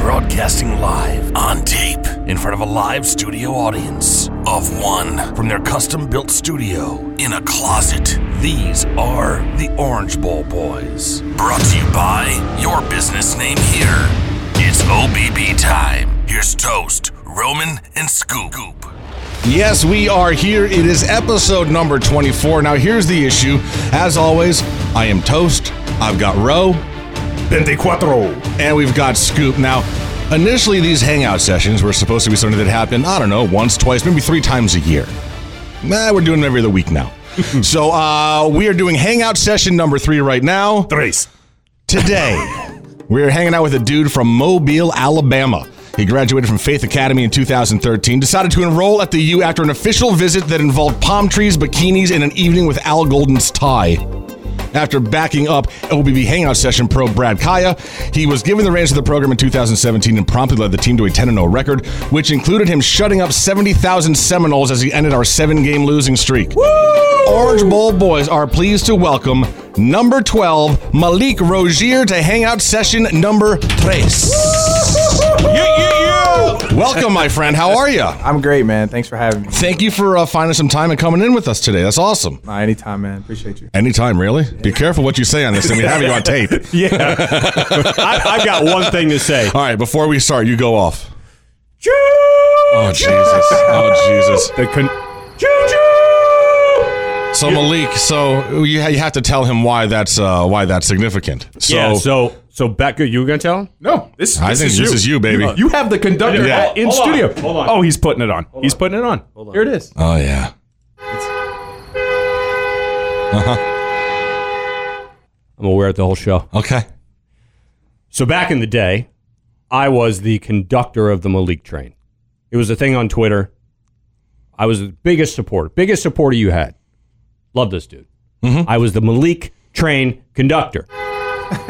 broadcasting live on tape in front of a live studio audience of one from their custom built studio in a closet. These are the Orange Bowl Boys. Brought to you by your business name here. It's OBB time. Here's Toast, Roman, and Scoop. Yes, we are here. It is episode number 24. Now, here's the issue. As always, I am Toast. I've got Roe, 24. and we've got Scoop. Now, initially, these hangout sessions were supposed to be something that happened, I don't know, once, twice, maybe three times a year. Nah, we're doing them every other week now. so, uh, we are doing hangout session number three right now. Tres. Today, we're hanging out with a dude from Mobile, Alabama. He graduated from Faith Academy in 2013, decided to enroll at the U after an official visit that involved palm trees, bikinis, and an evening with Al Golden's tie. After backing up OBB Hangout Session pro Brad Kaya, he was given the reins of the program in 2017 and promptly led the team to a 10 0 record, which included him shutting up 70,000 Seminoles as he ended our seven game losing streak. Orange Bowl boys are pleased to welcome number 12, Malik Rozier, to Hangout Session number 3. Welcome, my friend. How are you? I'm great, man. Thanks for having me. Thank you for uh, finding some time and coming in with us today. That's awesome. Nah, anytime, man. Appreciate you. Anytime, really. Be careful what you say on this thing. We have you on tape. Yeah. I, I've got one thing to say. All right, before we start, you go off. Oh Jesus! Oh Jesus! The con- So Malik, so you ha- you have to tell him why that's uh, why that's significant. So, yeah, so so Becca, you were gonna tell him? No, this, I this think is this you. is you, baby. You have the conductor Yeah. at- in Hold on, studio. hold on. Oh, he's putting it on. he's putting it on. Here it is. oh yeah. I'm aware of the whole show. Okay. So back in the day, I was the conductor of the Malik train. It was a thing on Twitter. I was the biggest supporter, biggest supporter you had. Love this dude. I was the Malik train conductor.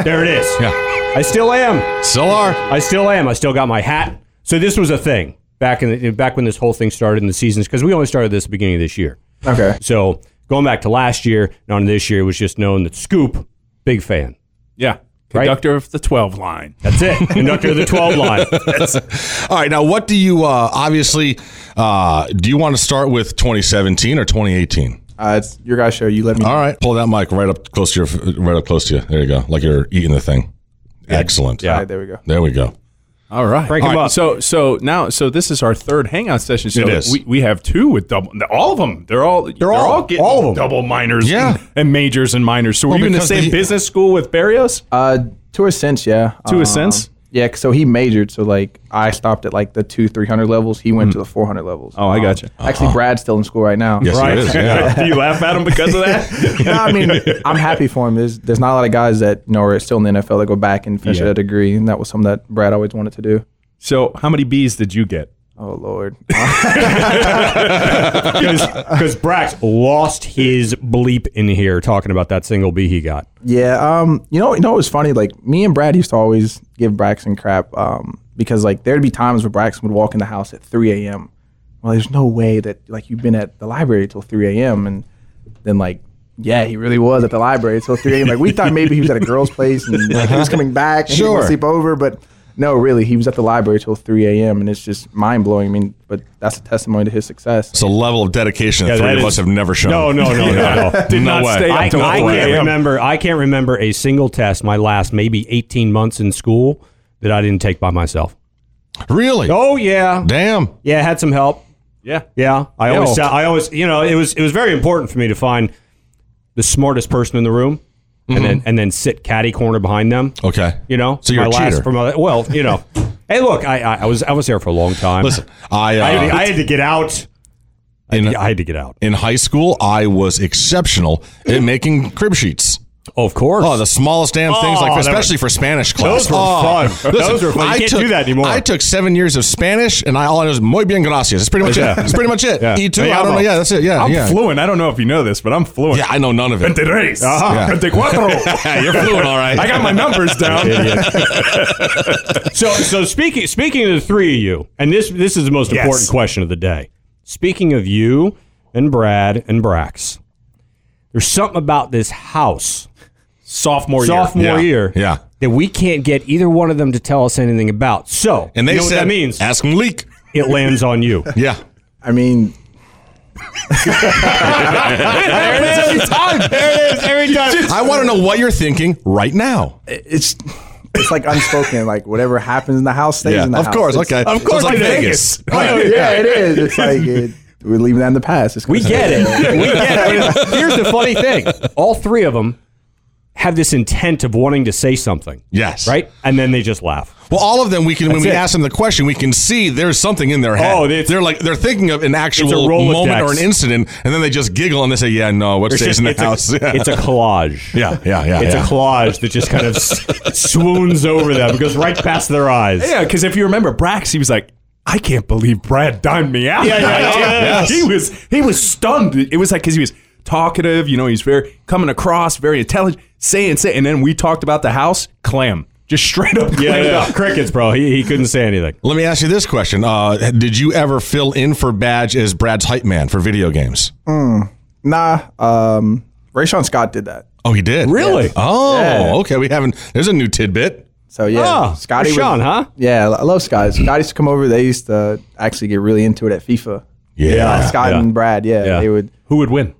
There it is. Yeah. I still am. Still are. I still am. I still got my hat. So this was a thing back in the, back when this whole thing started in the seasons because we only started this at the beginning of this year. Okay. So going back to last year, not this year, it was just known that Scoop, big fan. Yeah. Right. Conductor of the 12 line. That's it. Conductor of the twelve line. All right. Now, what do you uh, obviously uh, do? You want to start with 2017 or 2018? Uh, it's your guys' show. You let me. All right. Pull that mic right up close to your right up close to you. There you go. Like you're eating the thing. Excellent. All Yeah. right, there we go. There we go. All right. Break 'em All right. up. So so now so this is our third hangout session. So It is. We, we have two with double all of them. They're all they're, all, getting all of 'em. double minors Yeah. and, and majors and minors. So were you in the because same the- business school with Barrios? Uh, to a sense, yeah. To a Um, sense? Yeah. 'cause- So he majored. So like, I stopped at like the two, three hundred levels. He went to the four hundred levels. Hmm. Um, Oh, I gotcha. Actually, Brad's still in school right now. Yes, it is. Yeah. Do you laugh at him because of that? No, I mean, I'm happy for him. There's, there's not a lot of guys that you know are still in the NFL that go back and finish Yeah. a degree, and that was something that Brad always wanted to do. so how many B's did you get? Oh Lord. Because Brax lost his bleep in here talking about that single B he got. Yeah, um, you know, you know, it was funny. Like me and Brad used to always give Braxton crap um, because like there'd be times where Braxton would walk in the house at 3 a.m. Well, there's no way that like you've been at the library till 3 a.m. and then like yeah, he really was at the library till 3 a.m. Like we thought maybe he was at a girl's place and like, he was coming back and he Uh-huh. Sure. was sleep over, but no, really, he was at the library till 3 a.m. and it's just mind blowing. I mean, but that's a testimony to his success. It's a level of dedication that Yeah, three that of is- us have never shown. No, no, no, no, no. Did not way. stay up I, I till four can't a.m. remember. I can't remember a single test my last maybe eighteen months in school that I didn't take by myself. Really? Oh yeah, Damn. yeah. Had some help. Yeah. Yeah, I always, Yeah. I always, you know, it was it was very important for me to find the smartest person in the room, and then and then sit catty corner behind them. Okay. You know, Mm-hmm. So you're my a last cheater. for my well, you know. hey, look, I, I I was I was there for a long time. Listen, I, uh, I, had, to- I had to get out. in, I had to get out. in high school, I was exceptional at making crib sheets. of course. Oh, the smallest damn things, like Oh, that especially for Spanish class. those were Oh. fun. Those were fun. You I can't took- do that anymore. I took seven years of Spanish, and I all I know is muy bien gracias. That's pretty much it. That's pretty much it. Yeah. E two. Hey, I don't I'm know. a- Yeah, that's it. Yeah, I'm yeah. fluent. I don't know if you know this, but I'm fluent. Yeah, I know none of it. 23. Yeah. 24. Yeah, you're fluent, all right. I got my numbers down. so so speaking speaking of the three of you, and this this is the most Yes. important question of the day. Speaking of you and Brad and Brax, there's something about this house sophomore, sophomore year. Yeah. year Yeah. that we can't get either one of them to tell us anything about. So And they you know said, what that means ask him leak. it lands on you. Yeah. I mean, every time. There it is. Every time. I want to know what you're thinking right now. it's it's like unspoken. like whatever happens in the house stays in the Of house. course. It's- Okay. Of So it's course like in Vegas. Oh, yeah, it is. It's like it, we're leaving that in the past. It's We gonna- get it. We get it. Here's the funny thing: all three of them have this intent of wanting to say something, Yes. right? And then they just laugh. Well, all of them, we can when That's we it. ask them the question, we can see there's something in their head. Oh, it's- they're like they're thinking of an actual Rolodex. moment or an incident, and then they just giggle and they say, "Yeah, no, what stays in the it's, house?" a, it's a collage. yeah, yeah, yeah. It's yeah. a collage that just kind of s- swoons over them, goes right past their eyes. Yeah, because if you remember, Brax, he was like, I can't believe Brad dined me out. Yeah, yeah, yeah, yes. He was he was stunned. It was like because he was talkative, you know, he's very coming across, very intelligent, saying say, and then we talked about the house clam, just straight up. yeah, clam. yeah. crickets, bro. He, he couldn't say anything. Let me ask you this question: uh, Did you ever fill in for Badge as Brad's hype man for video games? Nah. Um, Rayshon Scott did that. Oh, he did. Really? Oh, okay. We haven't. There's a new tidbit. So yeah, Ah, Oh, Scotty. was- Rashawn, huh? Yeah, I love Scott. Scott used to come over. They used to actually get really into it at FIFA. Yeah. Scott yeah. and Brad. Yeah, Yeah. they would Who would win?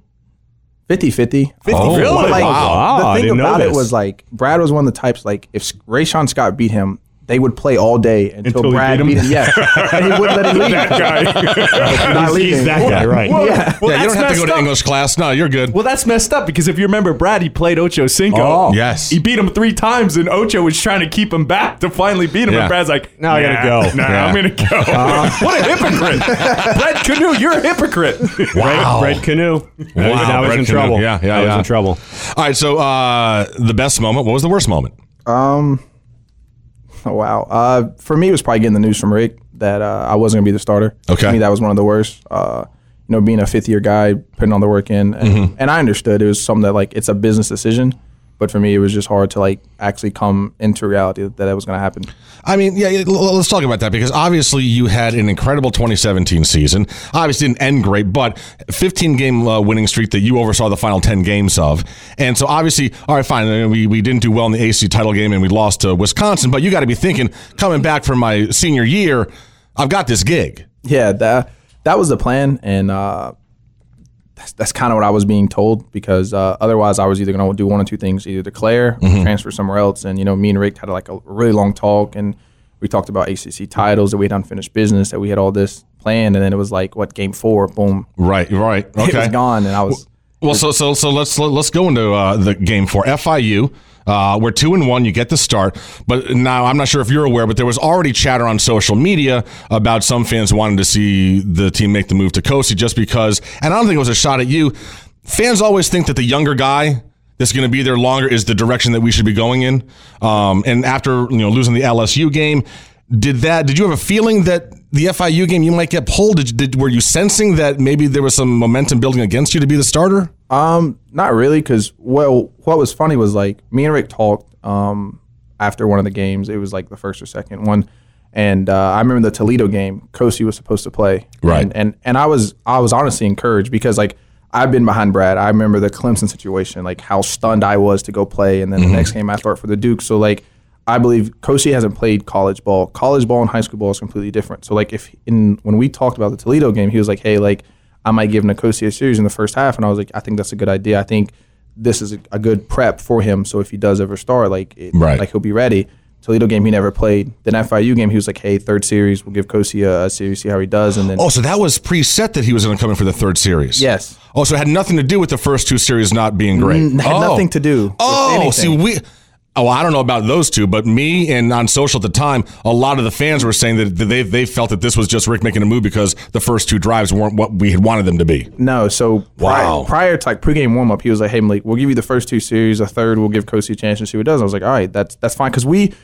50-50. Oh, Really? But, like, Wow. Wow, I The thing didn't know about it this. was like Brad was one of the types like if Rayshon Scott beat him, they would play all day until, Until he Brad beat him? beat him. Yeah, and he wouldn't let him leave. Not leaving. He's that guy, right? Well, Yeah. well, yeah, you don't have that's to messed go to up. English class. No, you're good. Well, that's messed up because if you remember, Brad, he played Ocho Cinco. Oh. Yes. He beat him three times, and Ocho was trying to keep him back to finally beat him. Yeah. And Brad's like, Now I gotta "Nah, go." Uh-huh. Nah, Yeah. I'm going to go. what a hypocrite. Brad Canoe, you're a hypocrite. Wow. Red Canoe. Wow. Now he's Red in Canoe. trouble. Yeah, yeah, Now he's yeah. in trouble. All right. So uh, the best moment. What was the worst moment? Um. Oh, wow. Uh, for me, it was probably getting the news from Rick that uh, I wasn't gonna be the starter. Okay. To me, that was one of the worst. Uh, you know, being a fifth year guy, putting all the work in, and, and I understood it was something that like it's a business decision. But for me, it was just hard to like actually come into reality that that was gonna happen. I mean, yeah, yeah, l- l- let's talk about that because obviously you had an incredible 2017 season. Obviously, didn't end great, but 15 game uh, winning streak that you oversaw the final 10 games of. And so, obviously, all right, fine. uh, We, we didn't do well in the AC title game and we lost to Wisconsin, but you got to be thinking, coming back from my senior year, I've got this gig. Yeah, that that was the plan, and uh, that's that's kind of what I was being told because uh, otherwise I was either going to do one or two things: either declare, or transfer somewhere else. And you know, me and Rick had like a really long talk, and we talked about ACC titles that we had unfinished business, that we had all this planned, and then it was like what game four, boom, Right, right. Okay. it was gone, and I was. Well, so so so let's let's go into uh, the game for FIU. Uh, we're two and one. You get the start, but now I'm not sure if you're aware, but there was already chatter on social media about some fans wanting to see the team make the move to Kosi just because. And I don't think it was a shot at you. Fans always think that the younger guy that's going to be there longer is the direction that we should be going in. Um, and after you know losing the LSU game, did that? Did you have a feeling that the FIU game you might get pulled? Did, did were you sensing that maybe there was some momentum building against you to be the starter? Um, not really, because well, what was funny was like me and Rick talked um after one of the games. It was like the first or second one, and uh, I remember the Toledo game. Kosi was supposed to play, Right. And, and and I was I was honestly encouraged because like I've been behind Brad. I remember the Clemson situation, like how stunned I was to go play, and then the next game I start for the Duke. So like. I believe Kosi hasn't played college ball. College ball and high school ball is completely different. So like if in when we talked about the Toledo game, he was like, "Hey, like I might give Nikosi a series in the first half. And I was like, I think that's a good idea. I think this is a, a good prep for him. So if he does ever start, like it, Right. like he'll be ready. Toledo game he never played. Then FIU game he was like, hey, third series we'll give Kosi a, a series, see how he does. And then Oh, so that was preset that he was going to come in for the third series. yes, Oh, so it had nothing to do with the first two series not being great. had oh. nothing to do. with Oh, anything. see, we. Oh, I don't know about those two, but me and on social at the time, a lot of the fans were saying that they they felt that this was just Rick making a move because the first two drives weren't what we had wanted them to be. No, so prior, Wow. prior to like pregame warm up, he was like, "Hey, Malik, we'll give you the first two series. A third, we'll give Kosi a chance and see what he does." I was like, "All right, that's that's fine." Because we,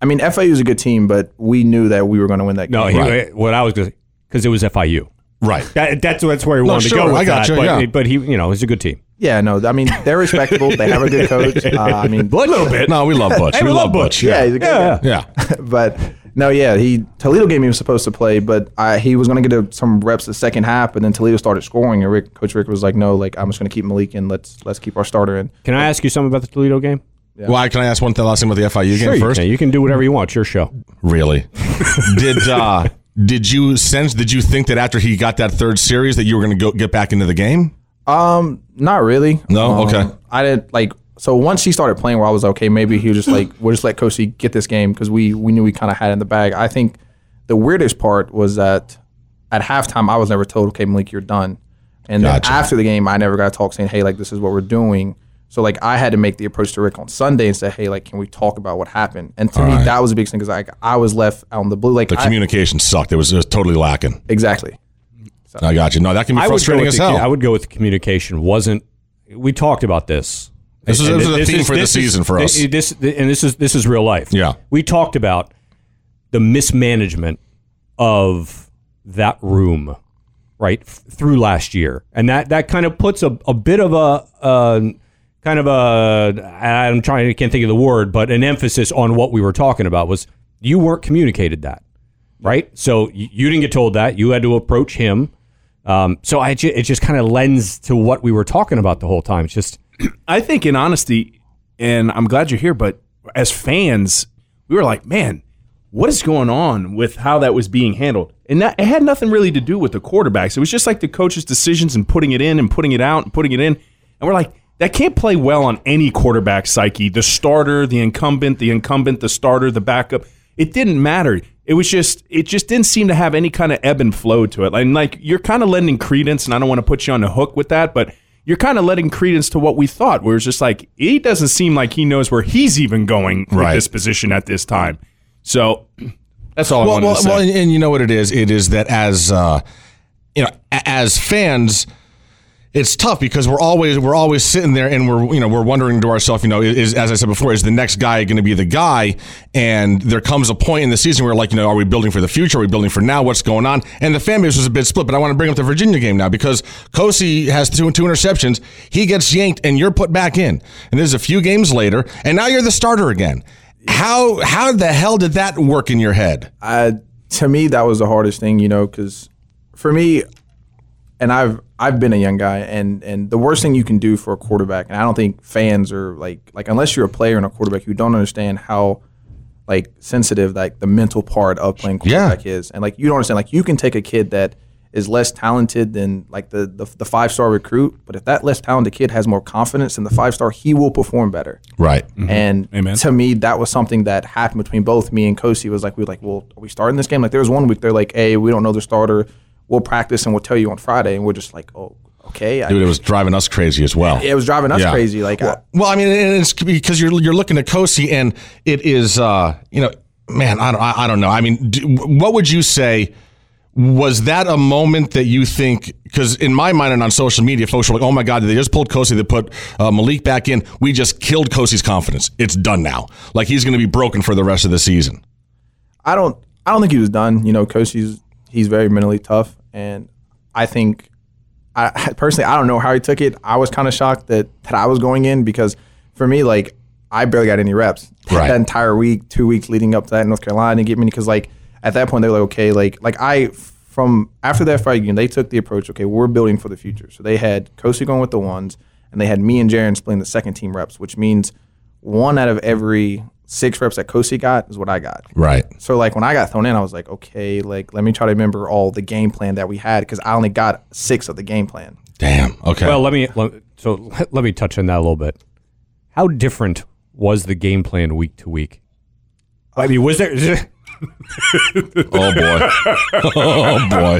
I mean, FIU is a good team, but we knew that we were going to win that game. No, he, what I was going to because it was FIU. Right. That, that's that's where he wanted sure, to go. With I gotcha, that, but, yeah. but he, you know, he's a good team. Yeah, no, I mean they're respectable. they have a good coach. Uh, I mean, A little bit. No, we love Butch. Hey, we love Butch. yeah, he's a good Yeah. guy. Yeah. but No, yeah, he Toledo game he was supposed to play, but I, he was going to get a, some reps the second half, and then Toledo started scoring, and Rick, Coach Rick was like, "No, like I'm just going to keep Malik in. Let's let's keep our starter in." Can I ask you something about the Toledo game? Why can I ask one thing last thing about the FIU game you first? can. You can do whatever you want. It's your show. Really? did uh, did you sense? Did you think that after he got that third series that you were going to go get back into the game? Um, not really. No? Um, Okay. I didn't like. So once he started playing, where I was like, okay, maybe he was just like, we'll just let Kosi get this game because we we knew we kind of had it in the bag. I think the weirdest part was that at halftime I was never told, okay, Malik, you're done. And then Gotcha. after the game, I never got a talk saying, hey, like this is what we're doing. So like I had to make the approach to Rick on Sunday and say, hey, like can we talk about what happened? And to me, that was a big thing because like I was left out in the blue, like The I- communication sucked. It was, it was totally lacking. exactly. I got you. No, that can be I would, go frustrating with as the, hell. I would go with the communication. Wasn't we talked about this? This is- And this was a theme for the this season for us. This and this is this is real life. Yeah. we talked about the mismanagement of that room, right f- through last year, and that that kind of puts a, a bit of a, a kind of a I'm trying I can't think of the word, but an emphasis on what we were talking about was you weren't communicated that, right? So you, you didn't get told that. You had to approach him. Um, so I ju- it just kind of lends to what we were talking about the whole time. It's just I think, in honesty, and I'm glad you're here, but as fans, we were like, man, what is going on with how that was being handled? And that, it had nothing really to do with the quarterbacks. It was just like the coach's decisions and putting it in and putting it out and putting it in. And we're like, that can't play well on any quarterback psyche the starter, the incumbent, the incumbent, the starter, the backup. It didn't matter. It was just, it just didn't seem to have any kind of ebb and flow to it. And like, you're kind of lending credence, and I don't want to put you on the hook with that, but you're kind of letting credence to what we thought, where it's just like he doesn't seem like he knows where he's even going Right. with this position at this time. So that's all I well, wanted well, to say. well and, and you know what it is? It is that as uh, you know, a- as fans, it's tough because we're always we're always sitting there and we're you know we're wondering to ourselves, you know, is as I said before, is the next guy going to be the guy? And there comes a point in the season where like you know, are we building for the future? Are we building for now? What's going on? And the fan base was a bit split, but I want to bring up the Virginia game now because Kosi has two two interceptions. He gets yanked and you're put back in, and this is a few games later, and now you're the starter again. How how the hell did that work in your head? I, to me, that was the hardest thing, you know, because for me, and I've I've been a young guy, and and the worst thing you can do for a quarterback, and I don't think fans are like like unless you're a player and a quarterback who don't understand how like sensitive like the mental part of playing Yeah. quarterback is, and like you don't understand like you can take a kid that is less talented than like the the, the five star recruit, but if that less talented kid has more confidence than the five star, he will perform better. Right. And to me, that was something that happened between both me and Kosi. Was like we were like, well, are we starting this game? Like there was one week they're like, hey, we don't know the starter. We'll practice and we'll tell you on Friday. And we're just like, oh, okay. I, Dude, it was driving us crazy as well. it was driving us Yeah. crazy. Like I- Well, I mean, and it's because you're you're looking at Kosi, and it is, uh, you know, man, I don't, I I don't know. I mean, do, what would you say? Was that a moment that you think? Because in my mind and on social media, folks were like, "Oh my God, they just pulled Kosi. They put uh, Malik back in. We just killed Kosi's confidence. It's done now. Like he's going to be broken for the rest of the season." I don't I don't think he was done. You know, Kosi's he's very mentally tough, and I think I personally I don't know how he took it. I was kind of shocked that that I was going in because for me like I barely got any reps Right. that entire week, two weeks leading up to that in North Carolina didn't get me because like at that point they were like okay like like I from after that fight game they took the approach okay we're building for the future so they had Kosi going with the ones and they had me and Jaron splitting the second team reps which means one out of every six reps that Kosi got is what I got Right. so like when I got thrown in, I was like, okay, like let me try to remember all the game plan that we had because I only got six of the game plan. Damn. Okay. Well, let me let, so let, let me touch on that a little bit. How different was the game plan week to week? I mean, was there? oh boy. oh boy.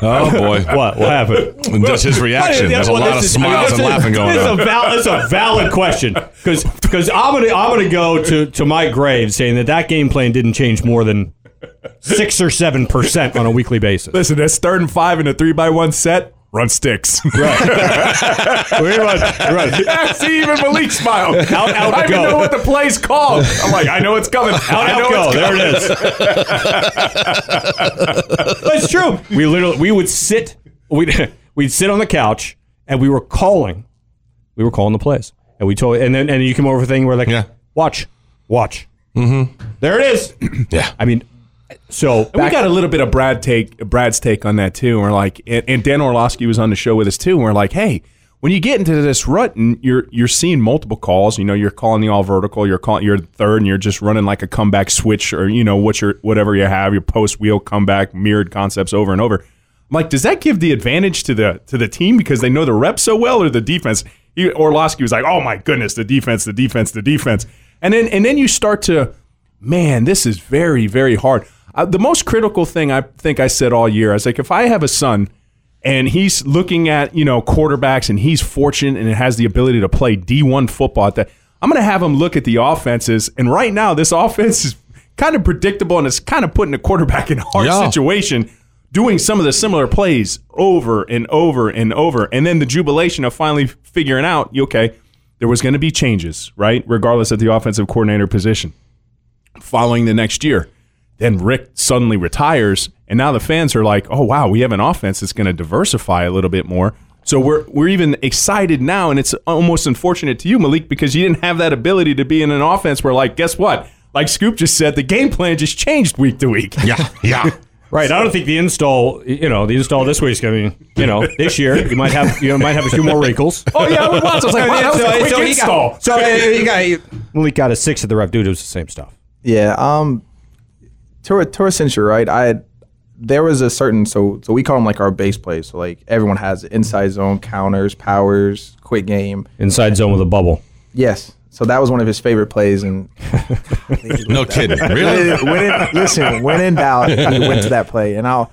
Oh boy. What what happened? And That's his reaction. There's a Well, lot of this is- smiles this and is- laughing going this is on. A val- that's a valid question because I'm gonna I'm gonna go to to my grave saying that that game plan didn't change more than six or seven percent on a weekly basis. Listen, that's third and five in a three by one set. Run sticks. Pretty much, right. Yeah, See, even Malik smiled. Out, out, I don't even go. know what the play's called. I'm like, I know it's coming. Out, I know out, it's go. coming. There it is. That's true. We literally we would sit we'd we'd sit on the couch and we were calling, we were calling the plays, and we told and then and you come over with a thing where like Yeah. watch, watch, There it is. Yeah. I mean, so Mm-hmm. And we back- got a little bit of Brad take, Brad's take on that too. And we're like, and, and Dan Orlovsky was on the show with us too. And we're like, hey, when you get into this rut and you're you're seeing multiple calls, you know, you're calling the all vertical, you're calling you're third, and you're just running like a comeback switch or you know what your whatever you have, your post wheel comeback mirrored concepts over and over. I'm like, does that give the advantage to the to the team because they know the rep so well or the defense? He, Orlovsky was like, oh my goodness, the defense, the defense, the defense, and then and then you start to man, this is very, very hard. Uh, the most critical thing I think I said all year, I was like, if I have a son and he's looking at you know quarterbacks and he's fortunate and has the ability to play D1 football, at that I'm going to have him look at the offenses. And right now, this offense is kind of predictable and it's kind of putting the quarterback in a hard Yeah. situation. Doing some of the similar plays over and over and over, and then the jubilation of finally figuring out, okay, there was going to be changes, right? Regardless of the offensive coordinator position following the next year. Then Rick suddenly retires, and now the fans are like, "Oh wow, we have an offense that's going to diversify a little bit more." So we're we're even excited now, and it's almost unfortunate to you, Malik, because you didn't have that ability to be in an offense where, like, guess what? Like Scoop just said, the game plan just changed week to week. Yeah. Yeah. Right. I don't think the install, you know, the install this week's going to be, you know, this year, you might have, you know, might have a few more wrinkles. Oh yeah, I was I was like, wow, that was a quick he install. Got, so uh, he got, he, Malik got a six at the ref. Dude, it was the same stuff. Yeah. Um, to a, to a sense, you're right. I had- there was a certain so so we call them like our base plays. So like everyone has it. inside zone counters, powers, quick game. Inside zone with a bubble. Yes. So that was one of his favorite plays, and No kidding. Really? when in, listen, when in doubt, he went to that play. And I'll,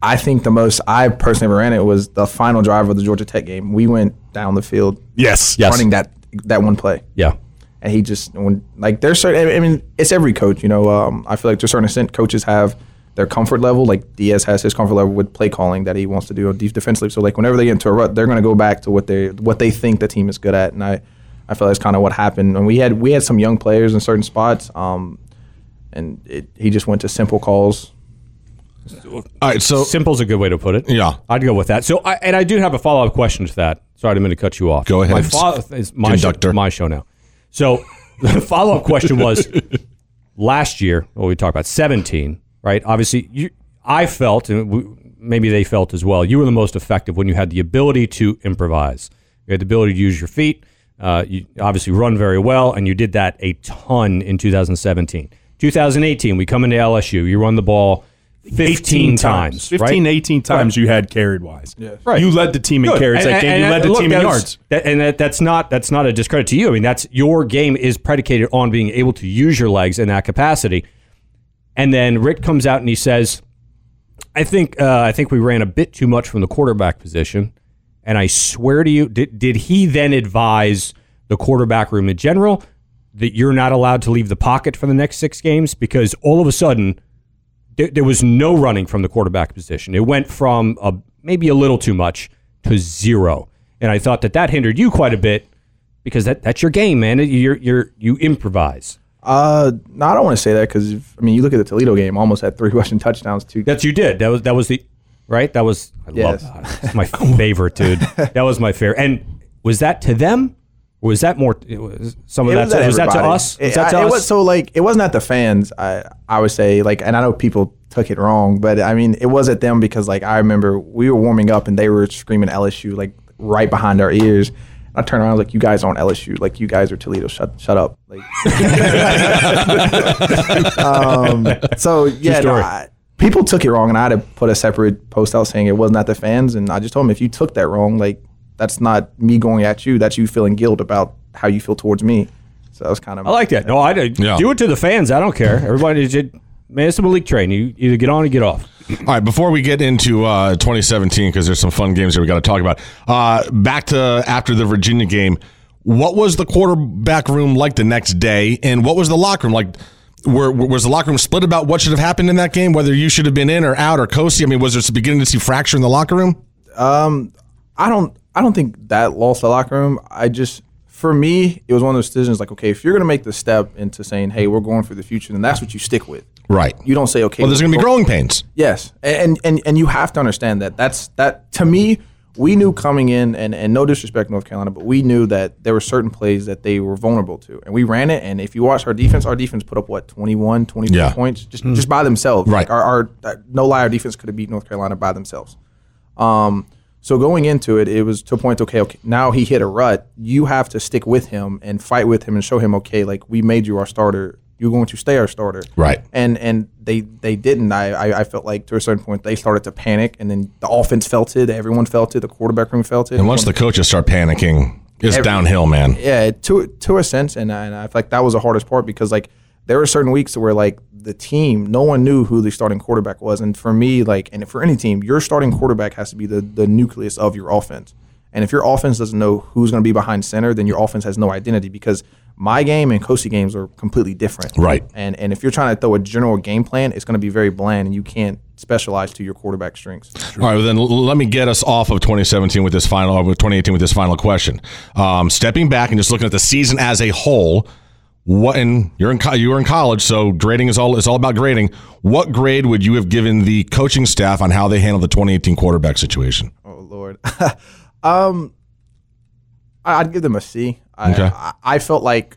I think the most I personally ran it was the final drive of the Georgia Tech game. We went down the field Yes, running that that one play, Yeah. and he just when like there's certain. I mean, it's every coach, you know. Um, I feel like to a certain extent, coaches have their comfort level. Like Diaz has his comfort level with play calling that he wants to do on def- defensively. So like whenever they get into a rut, they're going to go back to what they what they think the team is good at, and I. I feel that's kind of what happened, and we had we had some young players in certain spots. Um, and it, he just went to simple calls. All right. So Simple's a good way to put it. Uh, Yeah. I'd go with that. So, I, and I do have a follow up question to that. Sorry, I'm going to cut you off. Go ahead. My fo- it's my Conductor. show, my show now. So, the follow up question was last year, what we talked about, 17, right? Obviously, you, I felt, and we, maybe they felt as well, you were the most effective when you had the ability to improvise. You had the ability to use your feet. Uh, you obviously run very well, and you did that a ton in 2017. 2018, we come into LSU. You run the ball 15, times, right? 15, 18 times you had carried wise. Right. You led the team in Good. carries And- that game. and- You and led the look, team in that's- yards. that- and that, that's not that's not a discredit to you. I mean, that's your game is predicated on being able to use your legs in that capacity. And then Rick comes out and he says, "I think uh, I think we ran a bit too much from the quarterback position." And I swear to you, did, did he then advise the quarterback room in general that you're not allowed to leave the pocket for the next six games because all of a sudden there, there was no running from the quarterback position. It went from a, maybe a little too much to zero, and I thought that that hindered you quite a bit because that, that's your game, man. You're, you're you improvise. Uh, no, I don't want to say that because I mean, you look at the Toledo game, almost had three rushing touchdowns. Two. That's you did. That was that was the right. That was I Yes. love that. It's my favorite, dude. That was my favorite. And was that to them? Or was that more? it was- some of that to- was that to everybody. us? Was It, that to I- it us? was so like it wasn't at the fans. I I would say like, and I know people took it wrong, but I mean, it was at them because like I remember we were warming up and they were screaming LSU like right behind our ears. I turned around I was like, you guys aren't LSU. Like you guys are Toledo. Shut shut up. Like. um, so yeah, no, story. I- people took it wrong, and I had to put a separate post out saying it wasn't at the fans, and I just told them if you took that wrong, like that's not me going at you. That's you feeling guilt about how you feel towards me. So that was kind of I like that. No, I did. Yeah. Do it to the fans. I don't care. Everybody did. Man, it's a Malik train. You either get on or get off. All right, before we get into uh, 2017, because there's some fun games that we got to talk about. Uh, back to after the Virginia game, what was the quarterback room like the next day, and what was the locker room like? Were, was the locker room split about what should have happened in that game, whether you should have been in or out or Kosi? I mean, was there beginning to see fracture in the locker room? I don't I don't think that lost the locker room. I just for me, it was one of those decisions like, okay, if you're gonna make the step into saying, hey, we're going for the future, then that's what you stick with. Right. You don't say, okay, Well, there's going to be growing pains. Yes, and and and you have to understand that. That's that to me we knew coming in, and, and no disrespect, to North Carolina, but we knew that there were certain plays that they were vulnerable to, and we ran it. And if you watch our defense, our defense put up what 21, 22 Yeah. points just just by themselves. Right. Like our, our uh, no lie, our defense could have beat North Carolina by themselves. Um, so going into it, it was to a point. Okay, okay, now he hit a rut. You have to stick with him and fight with him and show him, okay, like we made you our starter. You're going to stay our starter. Right. And and they they didn't. I I, I felt like to a certain point they started to panic, and then the offense felt it. Everyone felt it. The quarterback room felt it. And once the coaches start panicking, it's downhill, man. yeah, it- to to a sense, and I, and I feel like that was the hardest part because like there were certain weeks where like the team, no one knew who the starting quarterback was, and for me, like, and for any team, your starting quarterback has to be the the nucleus of your offense. And if your offense doesn't know who's going to be behind center, then your offense has no identity because my game and Kosi games are completely different. Right. And and if you're trying to throw a general game plan, it's going to be very bland, and you can't specialize to your quarterback strengths. All right, well then l- let me get us off of 2017 with this final, or with 2018 with this final question. Um, stepping back and just looking at the season as a whole, what and you're in co- you were in college, so grading is all it's all about grading. What grade would you have given the coaching staff on how they handled the 2018 quarterback situation? Oh Lord. um, I- I'd give them a C. I, Okay. I, I felt like,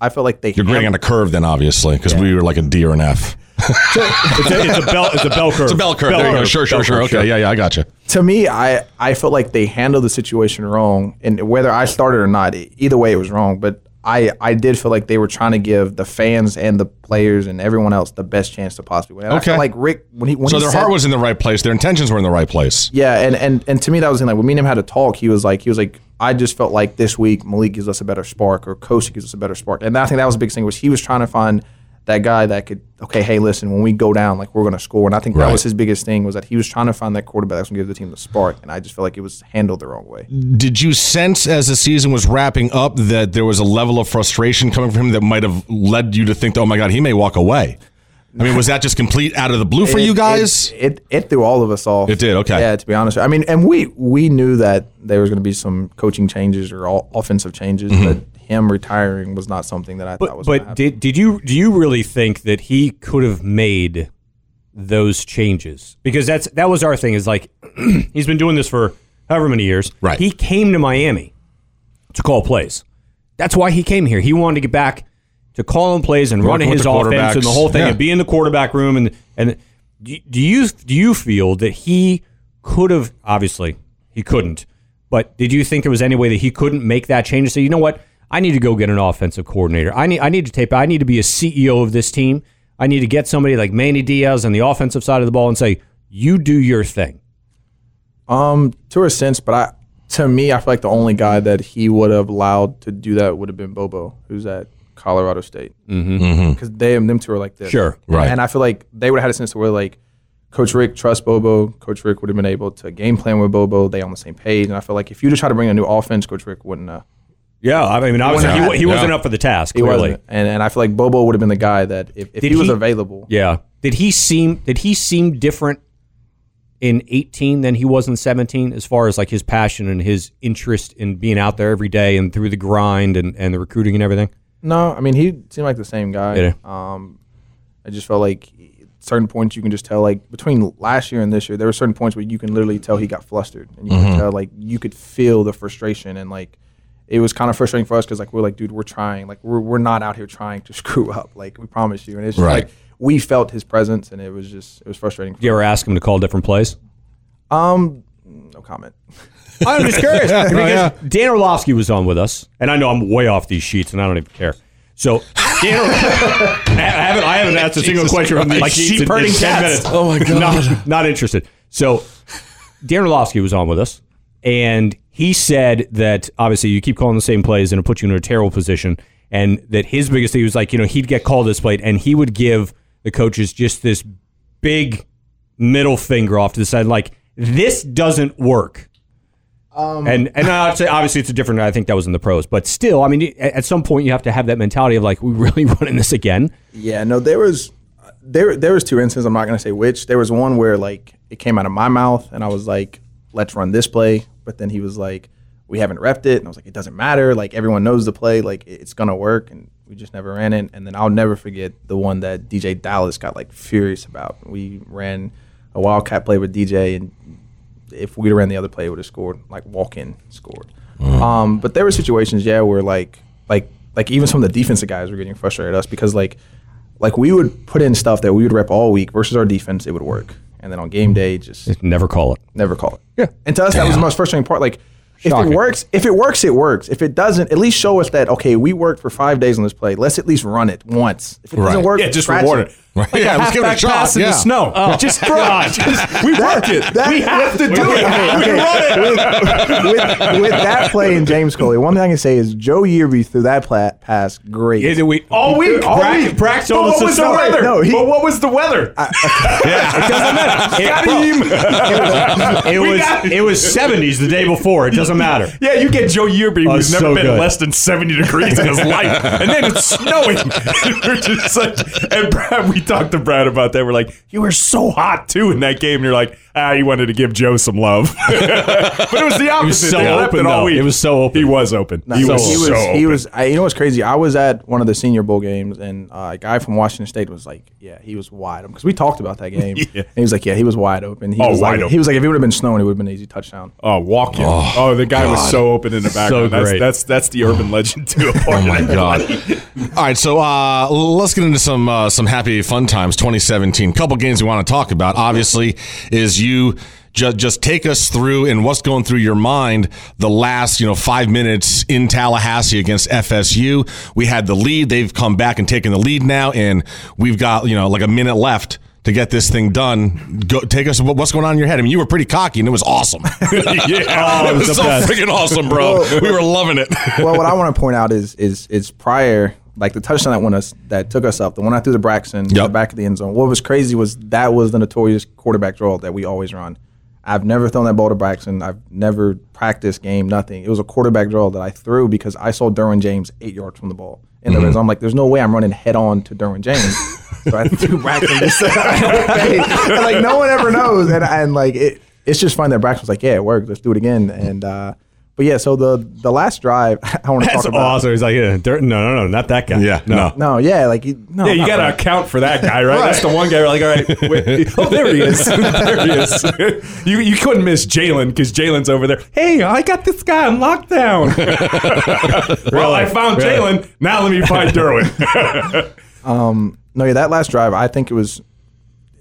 I felt like they. You're grading on a curve, then obviously, because we were like a D or an F. It's a, it's a bell. It's a bell curve. It's a bell curve. there you go. Sure, sure, Bell sure. curve, Okay, yeah, yeah, I got you. to me, I I felt like they handled the situation wrong, and whether I started or not, e- either way, it was wrong. But I I did feel like they were trying to give the fans and the players and everyone else the best chance to possibly win. And I Okay. felt like Rick when he when So he their said, heart was in the right place. Their intentions were in the right place. Yeah, and and and to me that was in like when me and him had a talk, he was like he was like I just felt like this week Malik gives us a better spark or Kosi gives us a better spark, and I think that was the biggest thing was he was trying to find that guy that could okay, hey, listen, when we go down, like we're gonna score, and I think that Right. was his biggest thing was that he was trying to find that quarterback that's gonna give the team the spark, and I just felt like it was handled the wrong way. Did you sense as the season was wrapping up that there was a level of frustration coming from him that might have led you to think, oh my God, he may walk away? I mean, was that just complete out of the blue for It- you guys? It, it it threw all of us off. It did, okay. Yeah, to be honest, I mean, and we we knew that there was going to be some coaching changes or all offensive changes, Mm-hmm. but him retiring was not something that I thought But was. gonna but did did you do you really think that he could have made those changes? Because that's that was our thing. Is like he's been doing this for however many years. Right. He came to Miami to call plays. That's why he came here. He wanted to get back to calling plays and Working running with his the offense and the quarterbacks. whole thing Yeah. and be in the quarterback room and and do do you do you feel that he could have obviously he couldn't but did you think there was any way that he couldn't make that change and say you know what I need to go get an offensive coordinator I need I need to tape I need to be a CEO of this team I need to get somebody like Manny Diaz on the offensive side of the ball and say you do your thing Um, to a sense, but I to me, I feel like the only guy that he would have allowed to do that would have been Bobo, who's at Colorado State, because they and them two are like this. Mm-hmm. Sure, right. And I feel like they would have had a sense where like Coach Rick trusts Bobo. Coach Rick would have been able to game plan with Bobo. They on the same page, and I feel like if you just try to bring a new offense, Coach Rick wouldn't. Uh, yeah I mean I was, wasn't- he, wa- he Yeah. wasn't up for the task he clearly wasn't. And and I feel like Bobo would have been the guy that if, if he, was he- available. Yeah. Did he seem did he seem different in 18 than he was in 17 as far as like his passion and his interest in being out there every day and through the grind and, and the recruiting and everything? No, I mean he seemed like the same guy. Yeah. Um, I just felt like certain points you can just tell like between last year and this year there were certain points where you can literally tell he got flustered and you can tell like you could feel the frustration and like it was kind of frustrating for us because like we're like dude we're trying like we're, we're not out here trying to screw up like we promise you and it's just Right. like we felt his presence and it was just it was frustrating for Did you ever ask him to call different plays? um no comment I'm just curious because yeah. Dan Orlovsky was on with us, and I know I'm way off these sheets, and I don't even care. So Dan, Orl- I haven't I haven't asked a single Jesus question from these Christ. sheets Sheep in, in herding ten cats. minutes. Oh, my God. not, not interested. So Dan Orlovsky was on with us, and he said that obviously you keep calling the same plays and it puts you in a terrible position. And that his biggest thing was like, you know, he'd get called this play and he would give the coaches just this big middle finger off to the side, like, this doesn't work. Mm-hmm. and and I'd say obviously it's a different. I think that was in the pros, but still, I mean, at- at some point you have to have that mentality of like, we really running this again. Yeah, no, there was there there was two instances. I'm not gonna say which. There was one where like it came out of my mouth, and I was like, "Let's run this play," but then he was like, "We haven't repped it," and I was like, "It doesn't matter. Like everyone knows the play. Like it- it's gonna work." And we just never ran it. And then I'll never forget the one that DJ Dallas got like furious about. We ran a wildcat play with DJ, and if we'd have ran the other play, would have scored. Like walk in scored. Um, but there were situations, yeah, where like like like even some of the defensive guys were getting frustrated at us because like like we would put in stuff that we would rep all week versus our defense, it would work. And then on game day, just Never call it. never call it. Yeah. And to us, that was the most frustrating part. Like, if it works, if it works, it works. If it doesn't, at least show us that okay, we worked for five days on this play. Let's at least run it once. If it doesn't Right. work, Yeah, just scratch reward it. Right. yeah, let's give it a Halfback shot. pass in yeah. the snow. Oh. Just throw it. Just- we worked it. that- we have to do it. Okay, okay. with, with that play in James Coley, one thing I can say is Joe Yearby threw that pla- pass great. Yeah, we all week. All Brack- week. Brack but told us what to was the stop. weather? No, he- but what was the weather? Yeah. Got him. It We was got it. it was 70s the day before. It doesn't matter. Yeah, you get Joe Yearby, Oh, who's never so been good. less than 70 degrees in his life, and then it's snowing. We're just such, and Brad, we talked to Brad about that. We're like, you were so hot, too, in that game. And you're like, ah, you wanted to give Joe some love. but it was the opposite. so They left open, it all though. week. It was so open. He was open. he, So was he was, so open. he was I, you know what's crazy? I was at one of the Senior Bowl games, and uh, a guy from Washington State was like, "Yeah, he was wide open." Because we talked about that game, and he was like, "Yeah, he was wide open." He Oh, was wide like, open. He was like, "If it would have been snowing, it would have been an easy touchdown." Oh, walk in. Oh, the guy was so open in the background. that's, great. that's that's the urban legend too. Oh my god! All right, so uh, let's get into some uh, some happy fun times. 2017, couple games we want to talk about. Obviously, is you ju- just take us through and what's going through your mind the last you know five minutes in Tallahassee against FSU. We had the lead; they've come back and taken the lead now, and we've got you know like a minute left. To get this thing done, go take us. what- What's going on in your head? I mean, you were pretty cocky, and it was awesome. yeah, Oh, it was, so freaking awesome, bro. We were loving it. well, what I want to point out is is is prior, like the touchdown that won us, that took us up, the one I threw to Braxton in the Yep. back of the end zone. What was crazy was that was the notorious quarterback draw that we always run. I've never thrown that ball to Braxton. I've never practiced game, nothing. It was a quarterback draw that I threw because I saw Derwin James eight yards from the ball. And the red zone. I'm like, there's no way I'm running head on to Derwin James. so I threw Braxton just and, like no one ever knows. And and like it, it's just fun that Braxton was like, yeah, it worked. Let's do it again. And uh, but yeah, so the the last drive I want to talk That's about. awesome. He's like, yeah, dirt. No, no, no, not that guy. Yeah, no. No, yeah, like you- no, Yeah, you not got to Braxton. account for that guy, right? That's the one guy. We're like, all right, wait. oh, there he is. there he is. you you couldn't miss Jalen because Jalen's over there. Hey, I got this guy on lockdown. well, I found Jalen. Now let me find Derwin. No, yeah, that last drive, I think it was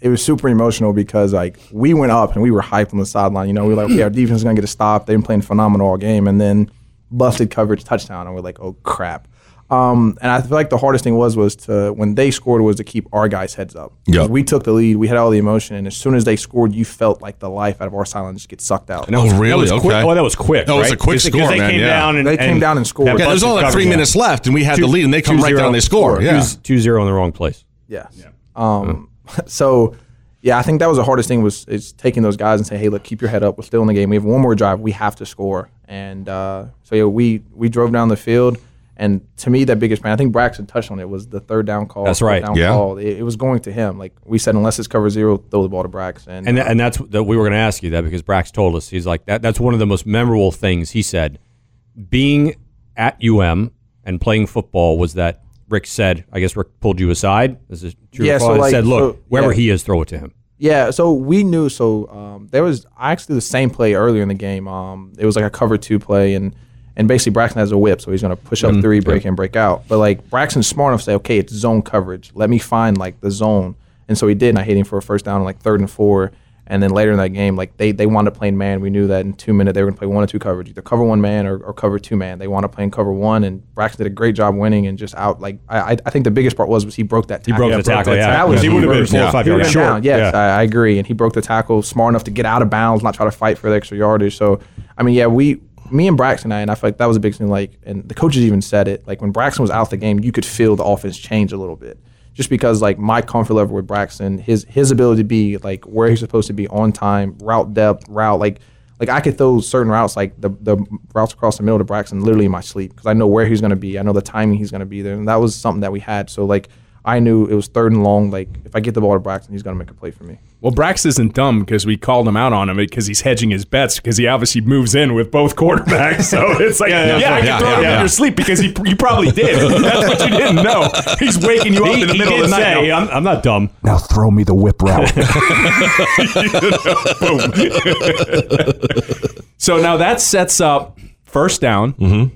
it was super emotional because like we went up and we were hyped on the sideline. You know, we were like, okay, our Mm-hmm. defense is gonna get a stop. They've been playing phenomenal all game, and then busted coverage touchdown, and we're like, oh crap. Um, and I feel like the hardest thing was was to when they scored was to keep our guys' heads up. 'Cause Yep. we took the lead, we had all the emotion, and as soon as they scored, you felt like the life out of our sideline just get sucked out. Oh, really? That was okay. quick. Oh, that was quick. That was right? a quick 'Cause- 'cause score, they man, Came yeah. down and, They came down and scored. Yeah, there's only like three minutes left, and we had the lead, and they come right down and they score. Yeah. two zero in the wrong place. Yes. Yeah. Um, So, yeah, I think that was the hardest thing was is taking those guys and saying, hey, look, keep your head up. We're still in the game. We have one more drive. We have to score. And uh, so yeah, we we drove down the field. And to me, that biggest pain, I think Braxton touched on it, was the third down call. That's fourth right. Down Yeah. Call. It, it was going to him. Like we said, unless it's cover zero, throw the ball to Braxton. And, tha- and that's that we were going to ask you that because Brax told us he's like that. That's one of the most memorable things he said. Being at UM and playing football was that Rick said. I guess Rick pulled you aside. This is true. or Yeah, so, false, and like, said, look, so- wherever yeah. he is, throw it to him. Yeah, so we knew. So um, there was actually the same play earlier in the game. Um, it was like a cover two play, and and basically Braxton has a whip, so he's going to push up Mm-hmm. three, break in, break out. But like Braxton's smart enough to say, okay, it's zone coverage. Let me find like the zone, and so he did. And I hit him for a first down, on, like third and four. And then later in that game, like they they wanted to play man. We knew that in two minutes they were going to play one or two coverage, either cover one man or, or cover two man. They wanted to play in cover one, and Braxton did a great job winning and just out. Like I I- I think the biggest part was was he broke that tackle. broke the tackle, yeah. That was He the would've been worst. four or five He would've yards been short. down. Yes, Yeah. I, I agree. And he broke the tackle smart enough to get out of bounds, not try to fight for the extra yardage. So, I mean, yeah, we, me and Braxton, I, and I feel like that was a big thing. Like, and the coaches even said it. Like when Braxton was out the game, you could feel the offense change a little bit, just because like my comfort level with Braxton, his his ability to be like where he's supposed to be on time, route depth, route like. Like I could throw certain routes, like the, the routes across the middle to Braxton, literally in my sleep, because I know where he's going to be. I know the timing he's going to be there, and that was something that we had. So like I knew it was third and long. Like if I get the ball to Braxton, he's gonna make a play for me. Well, Brax isn't dumb because we called him out on him because he's hedging his bets because he obviously moves in with both quarterbacks. So it's like, yeah, I can yeah, throw yeah, him yeah. in your sleep because he, you probably did. That's what you didn't know. He's waking you up in the middle of the night. Say, I'm, I'm not dumb. now throw me the whip route. so now that sets up first down.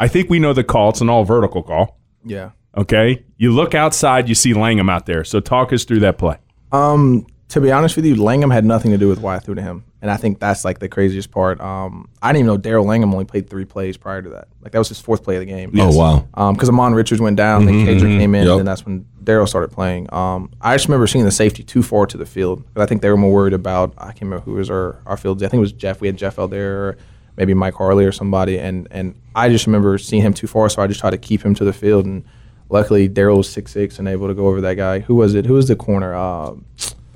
I think we know the call. It's an all vertical call. Yeah. Okay. You look outside, you see Langham out there. So talk us through that play. Um, to be honest with you, Langham had nothing to do with why I threw to him, and I think that's like the craziest part. Um, I didn't even know Daryl Langham only played three plays prior to that. Like that was his fourth play of the game. Oh, wow. because Um, Amon Richards went down, then Cager came in, Yep. and then that's when Daryl started playing. Um, I just remember seeing the safety too far to the field, but I think they were more worried about I can't remember who was our our field. I think it was Jeff. We had Jeff out there, maybe Mike Harley or somebody, and and I just remember seeing him too far, so I just tried to keep him to the field, and luckily Daryl was six six and able to go over that guy. Who was it? Who was the corner? Uh,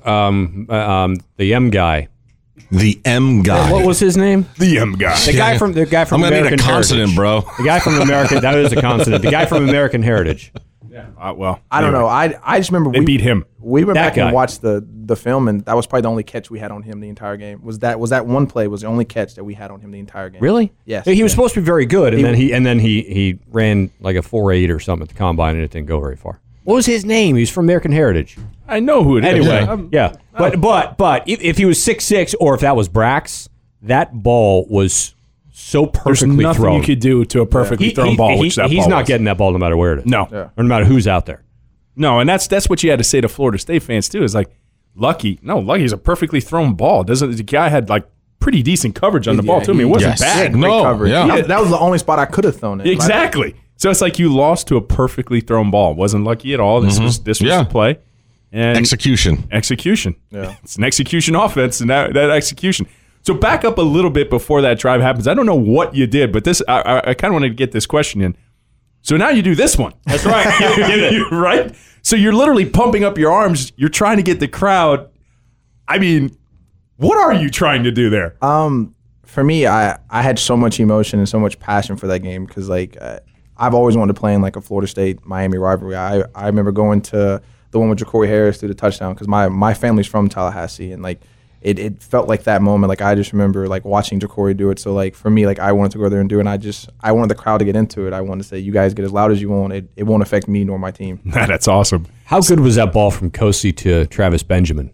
Um, uh, um, the M guy. The M guy. What was his name? The M guy. The guy from the guy I'm from gonna American need a consonant, Heritage. bro. The guy from American. That is a consonant. The guy from American Heritage. Uh, well, I don't know. I I just remember They beat him. We went That back guy. and watched the the film, and that was probably the only catch we had on him the entire game. Was that was that one play was the only catch that we had on him the entire game? Really? Yes. He was Yeah. supposed to be very good, and then he and then he he ran like a four eight or something at the combine, and it didn't go very far. What was his name? He was from American Heritage. I know who it is. Anyway, yeah. I'm- Oh. But but but if, if he was six six, or if that was Brax, that ball was so There's perfectly nothing thrown. you could do to a perfectly He- thrown he- ball, he- which that he's ball not was. getting that ball no matter where it is. No. Or no matter who's out there. No, and that's that's what you had to say to Florida State fans too. Is like lucky. No, lucky is a perfectly thrown ball. Doesn't the guy had like pretty decent coverage on the ball too? I mean, it wasn't Yes. bad. Yeah, no, coverage. yeah. That, that was the only spot I could have thrown it. Exactly. So it's like you lost to a perfectly thrown ball. Wasn't lucky at all. This Mm-hmm. was this was Yeah. the play. And Execution. execution. Yeah. It's an execution offense and that, that execution. So back up a little bit before that drive happens. I don't know what you did, but this I, I, I kind of wanted to get this question in. So now you do this one. That's right. right? So you're literally pumping up your arms. You're trying to get the crowd. I mean, what are you trying to do there? for me, I I had so much emotion and so much passion for that game because like uh, I've always wanted to play in like a Florida State Miami rivalry. I I remember going to the one with Ja'Cory Harris through the touchdown because my my family's from Tallahassee and like. It, it felt like that moment. Like I just remember like watching Ja'Cory do it. So like for me, like I wanted to go there and do it. And I just I wanted the crowd to get into it. I wanted to say, you guys get as loud as you want. It, it won't affect me nor my team. That's awesome. How good was that ball from Kosi to Travis Benjamin?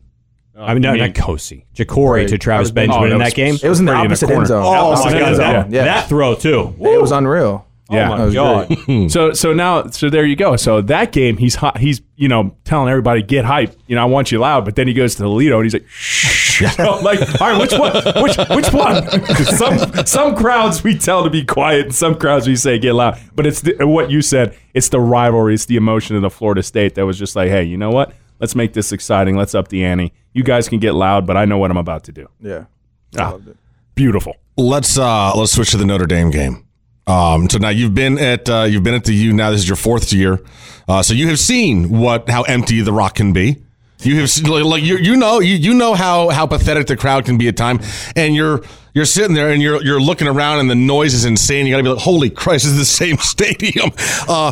Oh, I mean, no, not Kosi. Jacory to Travis Benjamin in Benjamin. Oh, that that game. was- It was in the Right in the opposite corner. end zone. Oh, Opposite my end God. zone. Oh, Yeah. That throw too. it was unreal. Yeah. That was Hmm. God. so so now so there you go. So that game he's hot, he's you know telling everybody get hype. You know I want you loud, but then he goes to Toledo and he's like shh. I'm like all right, which one? Which which one? some some crowds we tell to be quiet, and some crowds we say get loud. But it's the, what you said. It's the rivalry. It's the emotion of the Florida State that was just like, hey, you know what? Let's make this exciting. Let's up the ante. You guys can get loud, but I know what I'm about to do. Yeah. Ah, beautiful. Let's uh let's switch to the Notre Dame game. Um, so now you've been at uh, you've been at the U. Now this is your fourth year, uh, so you have seen what how empty the rock can be. You have seen, like, like you you know you, you know how how pathetic the crowd can be at time, and you're you're sitting there and you're you're looking around and the noise is insane. You got to be like, holy Christ, this is the same stadium. Uh,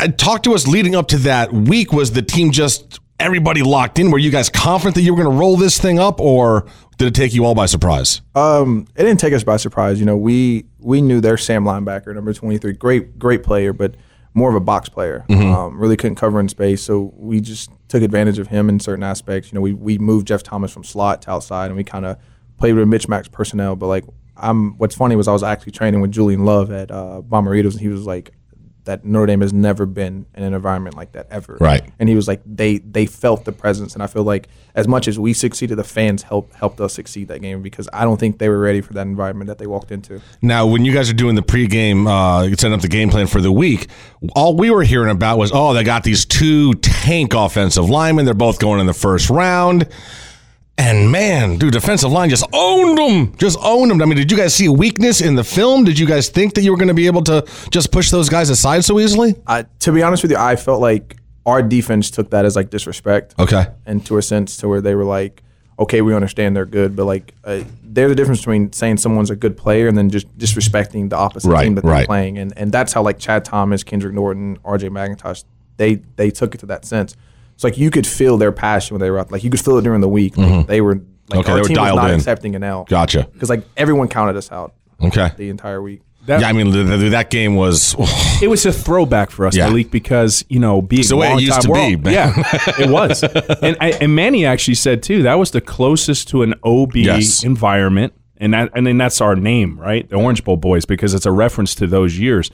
and talk to us leading up to that week. Was the team just everybody locked in? Were you guys confident that you were going to roll this thing up, or did it take you all by surprise? Um, it didn't take us by surprise. You know, we we knew their Sam linebacker, number twenty three, great great player, but more of a box player. Um, really couldn't cover in space, so we just took advantage of him in certain aspects. You know, we we moved Jeff Thomas from slot to outside, and we kind of played with Mitch Max personnel. But like, I'm what's funny was I was actually training with Julian Love at uh, Bomberitos, and he was like. That Notre Dame has never been in an environment like that ever. Right. And he was like, they they felt the presence, and I feel like as much as we succeeded, the fans helped helped us succeed that game because I don't think they were ready for that environment that they walked into. Now, when you guys are doing the pregame, uh, you setting up the game plan for the week, all we were hearing about was, oh, they got these two tank offensive linemen. They're both going in the first round. And man, dude, defensive line just owned them. Just owned them. I mean, did you guys see a weakness in the film? Did you guys think that you were going to be able to just push those guys aside so easily? I, to be honest with you, I felt like our defense took that as like disrespect. Okay. and to a sense to where they were like, okay, we understand they're good, but like uh, they're the difference between saying someone's a good player and then just disrespecting the opposite Right, team that right. they're playing, and and that's how like Chad Thomas, Kendrick Norton, R.J. McIntosh they they took it to that sense. It's like you could feel their passion when they were out. Like you could feel it during the week. Like, They were like Mm-hmm. Okay, our they were team was dialed not in. accepting an L. Gotcha. Because like everyone counted us out Okay. the entire week. That- yeah, I mean, th- th- that game was. It was a throwback for us, Yeah. Malik, because you know being the way it long used time, to we're be, all- man. Yeah, it was. And I, and Manny actually said too that was the closest to an OB Yes. environment, and that and then that's our name, right? The Orange Bowl boys, because it's a reference to those years.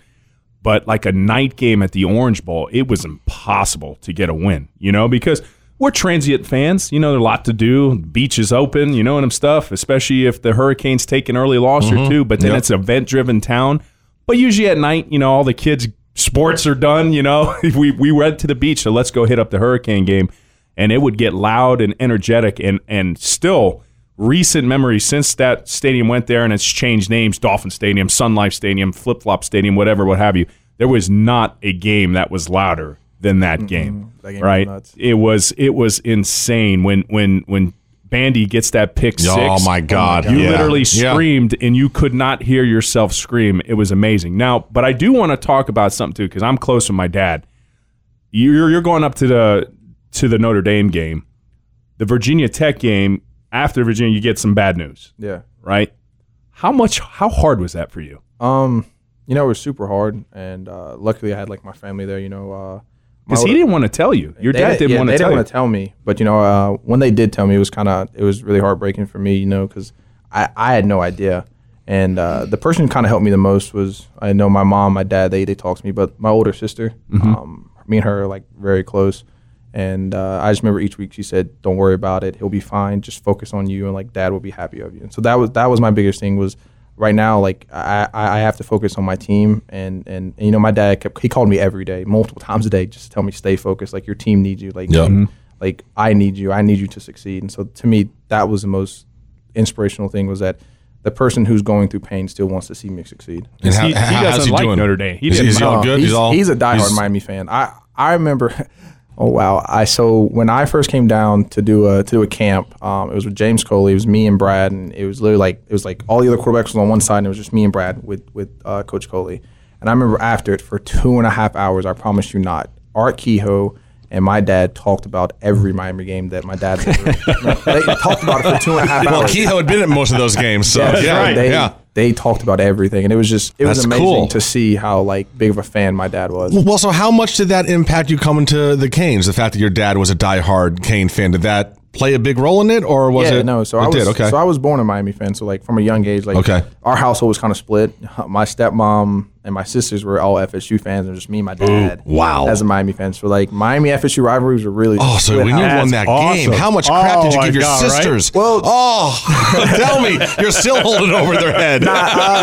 But like a night game at the Orange Bowl, it was impossible to get a win, you know, because we're transient fans. You know, there's a lot to do. Beach is open, you know, and stuff, especially if the Hurricanes take an early loss or two, but then it's an event driven town. But usually at night, you know, all the kids' sports are done, you know. we, we went to the beach, so let's go hit up the Hurricane game. And it would get loud and energetic and, and still recent memories since that stadium went there and it's changed names Dolphin Stadium, Sun Life Stadium, Flip Flop Stadium, whatever, what have you. There was not a game that was louder than that game. Mm-hmm. That game was right? nuts. It was it was insane when when when Bandy gets that pick six. Oh my God! You yeah. literally Yeah. screamed and you could not hear yourself scream. It was amazing. Now, but I do want to talk about something too because I'm close with my dad. You're you're going up to the to the Notre Dame game, the Virginia Tech game. After Virginia, you get some bad news, Yeah. right? How much? How hard was that for you? Um, you know, it was super hard, and uh, luckily I had like my family there. You know, uh, my Because he older- didn't want to tell you. Your they dad didn't yeah, want they to tell didn't you. want to tell me, but you know, uh, when they did tell me, it was kind of it was really heartbreaking for me. You know, because I I had no idea, and uh, the person who kind of helped me the most was I know my mom, my dad. They they talked to me, but my older sister, Mm-hmm. um, me and her are like very close. And uh, I just remember each week she said, "Don't worry about it. He'll be fine. Just focus on you, and like Dad will be happy of you." And so that was that was my biggest thing was right now like I, I I have to focus on my team and, and and you know my dad kept he called me every day multiple times a day just to tell me stay focused like your team needs you like Yeah. Mhm. like I need you I need you to succeed and so to me that was the most inspirational thing was that the person who's going through pain still wants to see me succeed And how, He- he how- how's doesn't he like doing? Notre Dame. He Is- didn't is he all uh, good? He's, all he's a diehard he's- Miami fan. I I remember. Oh wow! I so when I first came down to do a to do a camp, um, it was with James Coley. It was me and Brad, and it was literally like it was like all the other quarterbacks was on one side, and it was just me and Brad with with uh, Coach Coley. And I remember after it for two and a half hours. I promise you not. Art Kehoe and my dad talked about every Miami game that my dad's ever. they talked about it for two and a half Well, hours. Kehoe had been at most of those games, so Yeah, yeah, They, yeah. they talked about everything, and it was just it That's was amazing cool. to see how like big of a fan my dad was. Well, so how much did that impact you coming to the Canes? The fact that your dad was a diehard Kane fan, did that play a big role in it, or was yeah, it? no. So it I was did. Okay, so I was born a Miami fan. So like from a young age, like Okay. our household was kind of split. My stepmom and my sisters were all FSU fans, and just me and my dad. wow. as a Miami fan. So like Miami FSU rivalries were really. Oh, so split when you house. won that game, how much crap Oh, did you give your sisters? Well- oh, tell me, you're still holding it over their head.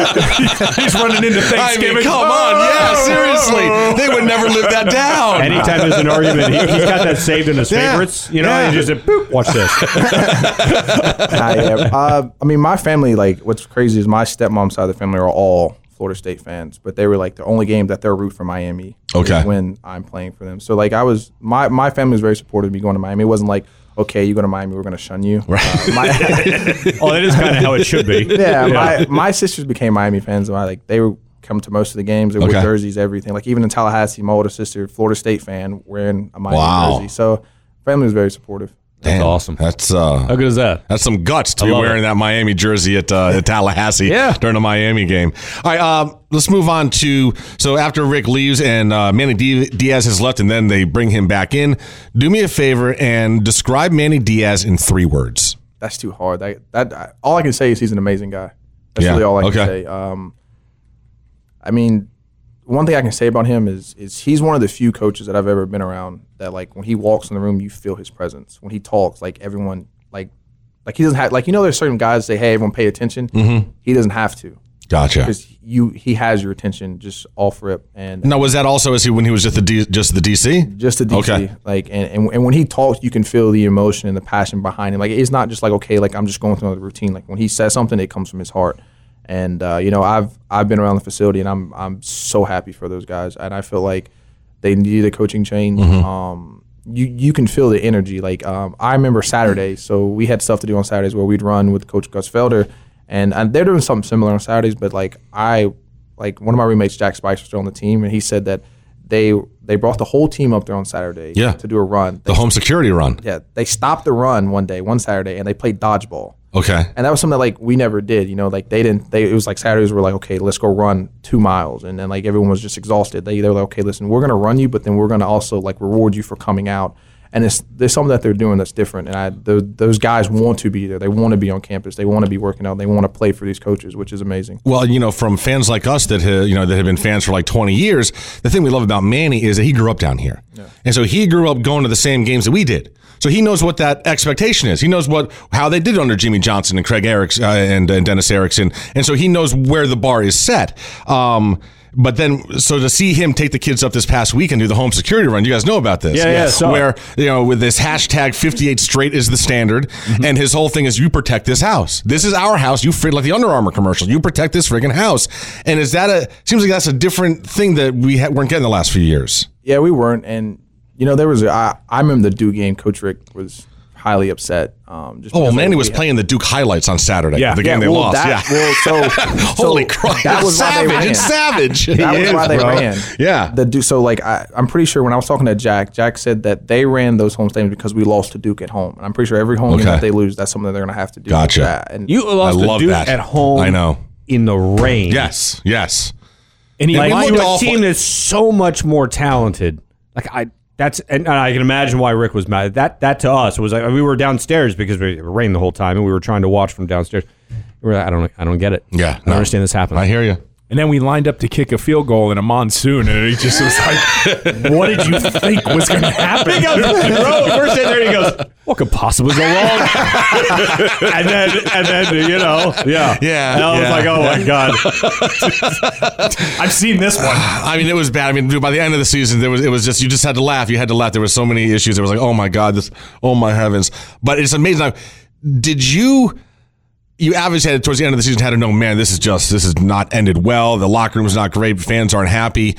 He's running into I Thanksgiving. mean, come on, yeah, seriously, they would never live that down. Anytime there's an argument, he, he's got that saved in his Yeah. favorites. You know, Yeah. he just said, boop, watch this. Nah, yeah. uh, I mean, my family, like, what's crazy is my stepmom's side of the family are all Florida State fans, but they were like the only game that they're root for Miami. is Okay. When I'm playing for them. So, like, I was, my, my family was very supportive of me going to Miami. It wasn't like, okay, you go to Miami, we're going to shun you. Right. my, Oh, that is kind of how it should be. yeah, My, my sisters became Miami fans. and I, like they would come to most of the games. They wore Okay. jerseys, everything. Like even in Tallahassee, my older sister, Florida State fan, wearing a Miami Wow. jersey. So family was very supportive. Damn, That's awesome. That's uh, How good is that? That's some guts to be love wearing that Miami jersey at, uh, at Tallahassee Yeah. during a Miami game. All right, um, let's move on to so after Rick leaves and uh, Manny D- Diaz has left, and then they bring him back in. Do me a favor and describe Manny Diaz in three words. That's too hard. That, that I, all I can say is he's an amazing guy. That's Yeah, really all I okay. can say. Um, I mean, one thing I can say about him is is he's one of the few coaches that I've ever been around that like when he walks in the room, you feel his presence. When he talks, like everyone like like he doesn't have like you know there's certain guys that say hey everyone pay attention. Mm-hmm. He doesn't have to. Gotcha. because you he has your attention just off rip and Now was that also as he when he was just the D, just the DC? just the DC Okay. like and, and and when he talks you can feel the emotion and the passion behind him like it's not just like okay like I'm just going through another routine like when he says something it comes from his heart and uh, you know I've I've been around the facility and I'm I'm so happy for those guys and I feel like they needed a coaching change um you you can feel the energy like um I remember Saturday so we had stuff to do on Saturdays where we'd run with Coach Gus Felder and, and they're doing something similar on Saturdays but like I like one of my roommates, Jack Spicer, was still on the team, and he said that they they brought the whole team up there on Saturday Yeah. to do a run. The They- home security run. yeah, they stopped the run one day, one Saturday, and they played dodgeball. Okay. And that was something that, like we never did, you know, like they didn't they it was like Saturdays were like, okay, let's go run two miles and then like everyone was just exhausted. They they were like, okay, listen, we're gonna run you, but then we're gonna also like reward you for coming out. And it's there's something that they're doing that's different. And I those, those guys want to be there. They want to be on campus. They want to be working out. They want to play for these coaches, which is amazing. Well, you know, from fans like us that have, you know that have been fans for like 20 years, the thing we love about Manny is that he grew up down here, and so he grew up going to the same games that we did. So he knows what that expectation is. He knows what how they did under Jimmy Johnson and Craig Erickson uh, and, and Dennis Erickson, and so he knows where the bar is set. Um, but then, so to see him take the kids up this past week and do the home security run, you guys know about this, Yeah, yeah, Yes. saw it. Where you know with this hashtag 58 straight is the standard, and his whole thing is you protect this house. This is our house. You fr- like the Under Armour commercial. You protect this friggin' house. And is that a seems like that's a different thing that we ha- weren't getting the last few years. Yeah, we weren't. And you know, there was a, I, I remember the Duke game. Coach Rick was highly upset. Um, just Oh, well, because Manny we was had- playing the Duke highlights on Saturday. Yeah. the game they well, lost. That, yeah. Well, so, so Holy crap! That was why they savage. ran. It's savage. That was why they bro. ran. Yeah. The Duke. So like I, I'm pretty sure when I was talking to Jack, Jack said that they ran those home stadiums because we lost to Duke at home, and I'm pretty sure every home game Okay. that they lose, that's something that they're gonna have to do. Gotcha. That. And You I lost the love Duke that at home. I know. In the rain. Yes. Yes. And he Like It to looked a awful. team that's so much more talented. Like I that's and, and I can imagine why Rick was mad. That that to us was like we were downstairs because we- it rained the whole time and we were trying to watch from downstairs. We were like, I don't I don't get it. Yeah, I don't no. understand this happening. I hear you. And then we lined up to kick a field goal in a monsoon, and he just was like, "What did you think was going to happen?" He goes, bro, we're sitting there and he goes, What could possibly go wrong? and then and then you know, yeah. Yeah, And I was yeah. like, oh my God. I've seen this one. I mean, it was bad. I mean, dude, by the end of the season, there was it was just you just had to laugh. You had to laugh. There were so many issues. It was like, oh my god, this, oh my heavens. But it's amazing. Like, did you? You obviously had towards the end of the season had to know, man, this is just this is not ended well. The locker room's not great. Fans aren't happy.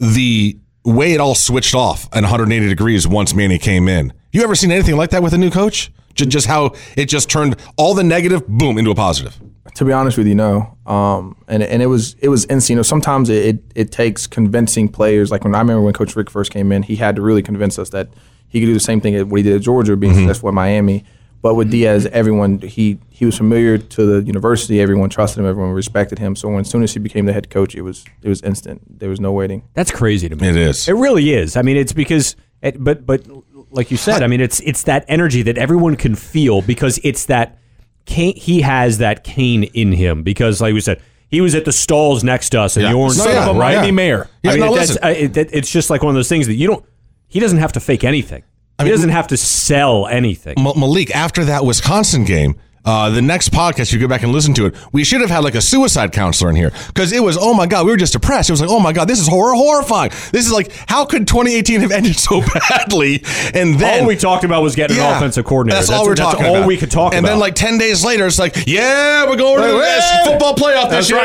The way it all switched off and 180 degrees once Manny came in. You ever seen anything like that with a new coach? Ju- Just how it just turned all the negative, boom, into a positive. to be honest with you, no. Um, and and it was it was insane. You know, sometimes it, it it takes convincing players. Like when I remember when Coach Rick first came in, he had to really convince us that he could do the same thing that what he did at Georgia, being successful at Miami. But with Diaz, everyone he he was familiar to the university. Everyone trusted him. Everyone respected him. So when as soon as he became the head coach, it was it was instant. There was no waiting. That's crazy to me. It is. It really is. I mean, it's because, it, but but like you said, I mean, it's it's that energy that everyone can feel because it's that Kane, he has that Kane in him because, like we said, he was at the stalls next to us in Yeah. the orange No, Bowl, yeah, right? yeah. Miami mayor. Yeah, I mean, no, that's, listen. uh, it, that- it's just like one of those things that you don't. He doesn't have to fake anything. he doesn't have to sell anything. Ma- Malik, after that Wisconsin game, uh, the next podcast, you go back and listen to it. We should have had like a suicide counselor in here because it was, oh my God, we were just depressed. It was like, oh my God, this is horror horrifying. This is like, how could 2018 have ended so badly? And then all we talked about was getting an Yeah. offensive coordinator. That's, all we're talking all about. we could talk and about. then like 10 days later, it's like, yeah, we're going to this football playoff this year.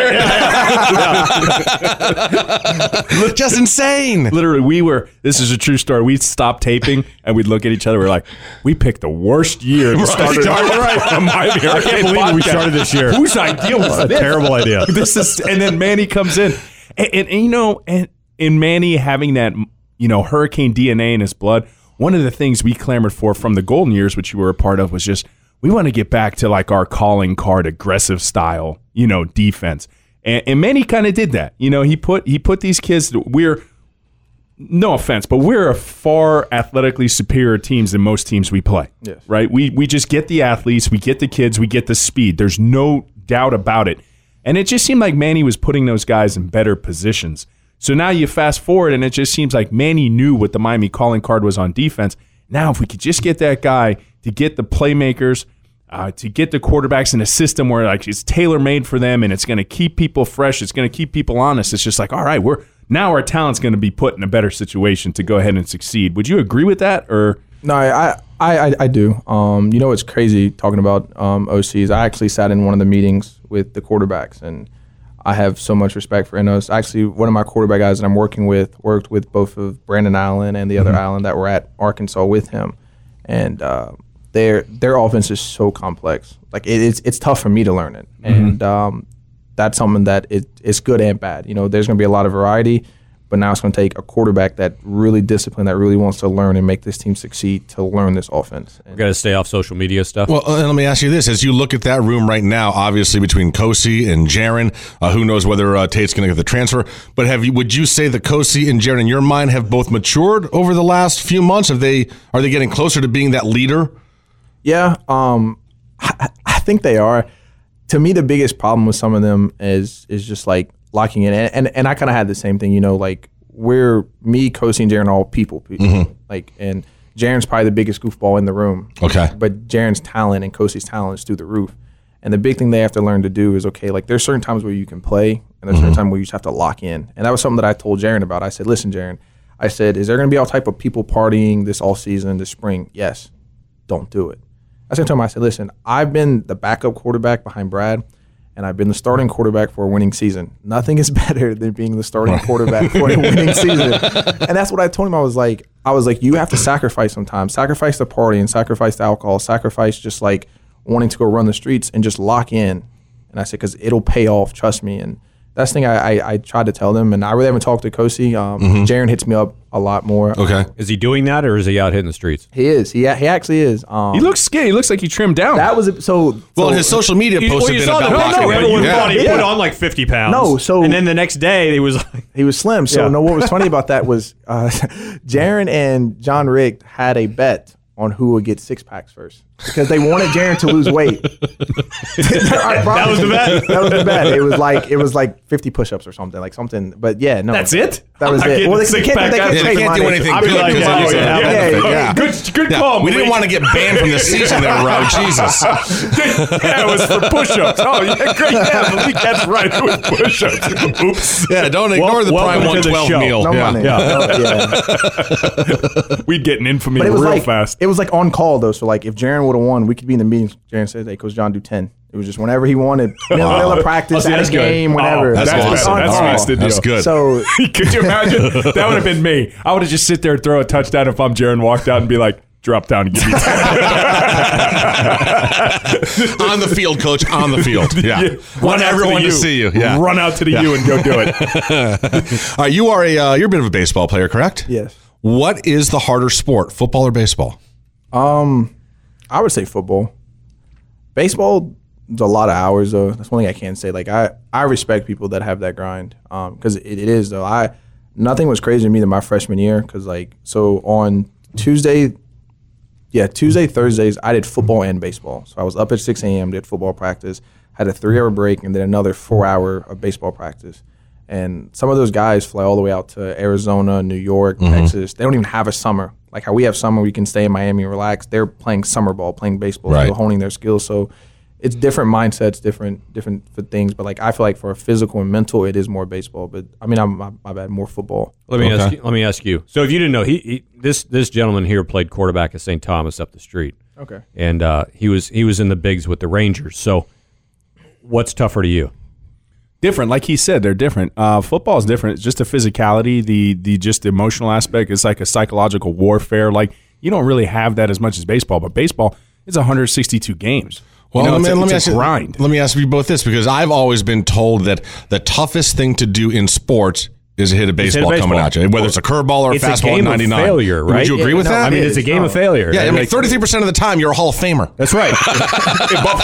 just insane. Literally, we were. This is a true story. We'd stop taping and we'd look at each other. We're like, we picked the worst year to start. Right. a Miami I Hurricane can't believe we podcast. started this year. Whose idea was this? Terrible idea. this is and then Manny comes in and, and, and, you know and and Manny having that you know hurricane DNA in his blood one of the things we clamored for from the golden years which you were a part of was just we want to get back to like our calling card aggressive style you know defense and, and Manny kind of did that you know he put he put these kids we're no offense, but we're a far athletically superior teams than most teams we play. Yes. Right? We we just get the athletes, we get the kids, we get the speed. There's no doubt about it. And it just seemed like Manny was putting those guys in better positions. So now you fast forward and it just seems like Manny knew what the Miami calling card was on defense. Now if we could just get that guy to get the playmakers uh, to get the quarterbacks in a system where like it's tailor made for them and it's going to keep people fresh, it's going to keep people honest. It's just like, all right, we're now our talent's going to be put in a better situation to go ahead and succeed. Would you agree with that, or No, I, I, I, I do. Um, you know, it's crazy talking about um, OCs. I actually sat in one of the meetings with the quarterbacks, and I have so much respect for Enos. Actually, one of my quarterback guys that I'm working with worked with both of Brandon Allen and the other Allen that were at Arkansas with him, and uh, their their offense is so complex. Like it, it's it's tough for me to learn it, and um, that's something that it, it's good and bad. You know, there's going to be a lot of variety, But now it's going to take a quarterback that really disciplined, that really wants to learn and make this team succeed to learn this offense. And Got to stay off social media stuff. Well, uh, and let me ask you this: as you look at that room right now, obviously between Kosi and Jaron, uh, who knows whether uh, Tate's going to get the transfer? But have you? Would you say that Kosi and Jaron, in your mind, have both matured over the last few months? Have they? Are they getting closer to being that leader? Yeah, um, I, I think they are. To me, the biggest problem with some of them is is just like locking in, and and, and I kind of had the same thing. You know, like we're me, Kosi, and Jaron, all people, pe- like, and Jaron's probably the biggest goofball in the room. Okay. but Jaron's talent and Kosi's talent is through the roof. And the big thing they have to learn to do is okay, like there's certain times where you can play, and there's certain times where you just have to lock in. And that was something that I told Jaron about. I said, listen, Jaron, I said, is there going to be all type of people partying this all season, this spring? Yes don't do it. I said to him, I said, listen, I've been the backup quarterback behind Brad, and I've been the starting quarterback for a winning season. Nothing is better than being the starting quarterback for a winning season. And that's what I told him. I was like, I was like, you have to sacrifice sometimes. Sacrifice the party and sacrifice the alcohol. Sacrifice just like wanting to go run the streets and just lock in. And I said, because it'll pay off. Trust me. And that's the thing I, I, I tried to tell them. And I really haven't talked to Kosi. Um, Jaron hits me up a lot more. Okay. Is he doing that or is he out hitting the streets? He is. He, a- he actually is. Um, He looks skinny. He looks like he trimmed down. That was a, so. Well, so- his social media posts have been about no, blocking it. everyone Yeah. thought he Yeah. on like 50 pounds. No, so- the next day he was like, he was slim. So Yeah. no, what was funny about that was uh, Jaron and John Rick had a bet on who would get six packs first because they wanted Jaron to lose weight. that was the bet? That was the bet. It was like it was like fifty push-ups or something, like something. But yeah, no, That's it? That was I'm not it. getting Well, they, six they can't, pack they can't, guys. Yeah, they take can't do money. anything I'd be good like, because yeah, I'm using yeah, that yeah, benefit. yeah. Good- good Yeah, call, We Malik. didn't want to get banned from the season there, Row. Jesus. yeah, it was for push-ups. Oh, yeah, great. Yeah, Malik, that's right. It was push-ups. Oops. Yeah, don't ignore the welcome prime to the 112 show. meal. No yeah. money. yeah. No, yeah. We'd get an infamy But it real was like fast. it was like on call though. So like if Jaron would have won, we could be in the meetings. Jaron said, "Hey, Coach John, do 10. It was just whenever he wanted, middle, middle of practice, Oh, see, at that's a good. game, Oh, whenever. that's It was awesome. on That's what I call. said. That's good. So Could you imagine? That would have been me. I would have just sit there and throw a touchdown if I'm Jaron walked out and be like, drop down and give me on the field, coach. On the field. Yeah. Want out the everyone to U. see you. Yeah. Run out to the U and go do it. All right, you are a uh, you're a bit of a baseball player, correct? Yes. What is the harder sport, football or baseball? I would say football. Baseball is a lot of hours though. That's one thing I can say. Like I, I respect people that have that grind because it, it is though. I nothing was crazy to me than my freshman year because like so on Tuesday, yeah Tuesday Thursdays I did football and baseball. So I was up at six a.m. did football practice, had a three hour break, and then another four hour of baseball practice. And some of those guys fly all the way out to Arizona, New York, Texas. They don't even have a summer. Like how we have summer, we can stay in Miami and relax. They're playing summer ball, playing baseball, Right. so honing their skills. So it's different mindsets, different different for things. But like I feel like for physical and mental, it is more baseball. But I mean, I'm my, my bad, more football. Let me ask. You, let me ask you. So, if you didn't know, he, he this this gentleman here played quarterback at St. Thomas up the street, Okay. and uh, he was he was in the bigs with the Rangers. So, what's tougher to you? different. Like he said, they're different. Uh, football is different. It's just the physicality, the the just the emotional aspect. It's like a psychological warfare. Like you don't really have that as much as baseball, but baseball it's 162 games. you know, let it's, me- a, let me it's ask a you- grind. Let me ask you both this because I've always been told that the toughest thing to do in sports is hit a baseball, coming baseball. at you, whether it's a curveball or a It's a fastball game at of 99. failure, right? Would you agree Yeah, with no, that? I I mean, it's a game of failure. yeah, I mean, Like, 33% of the time, you're a Hall of Famer. That's right.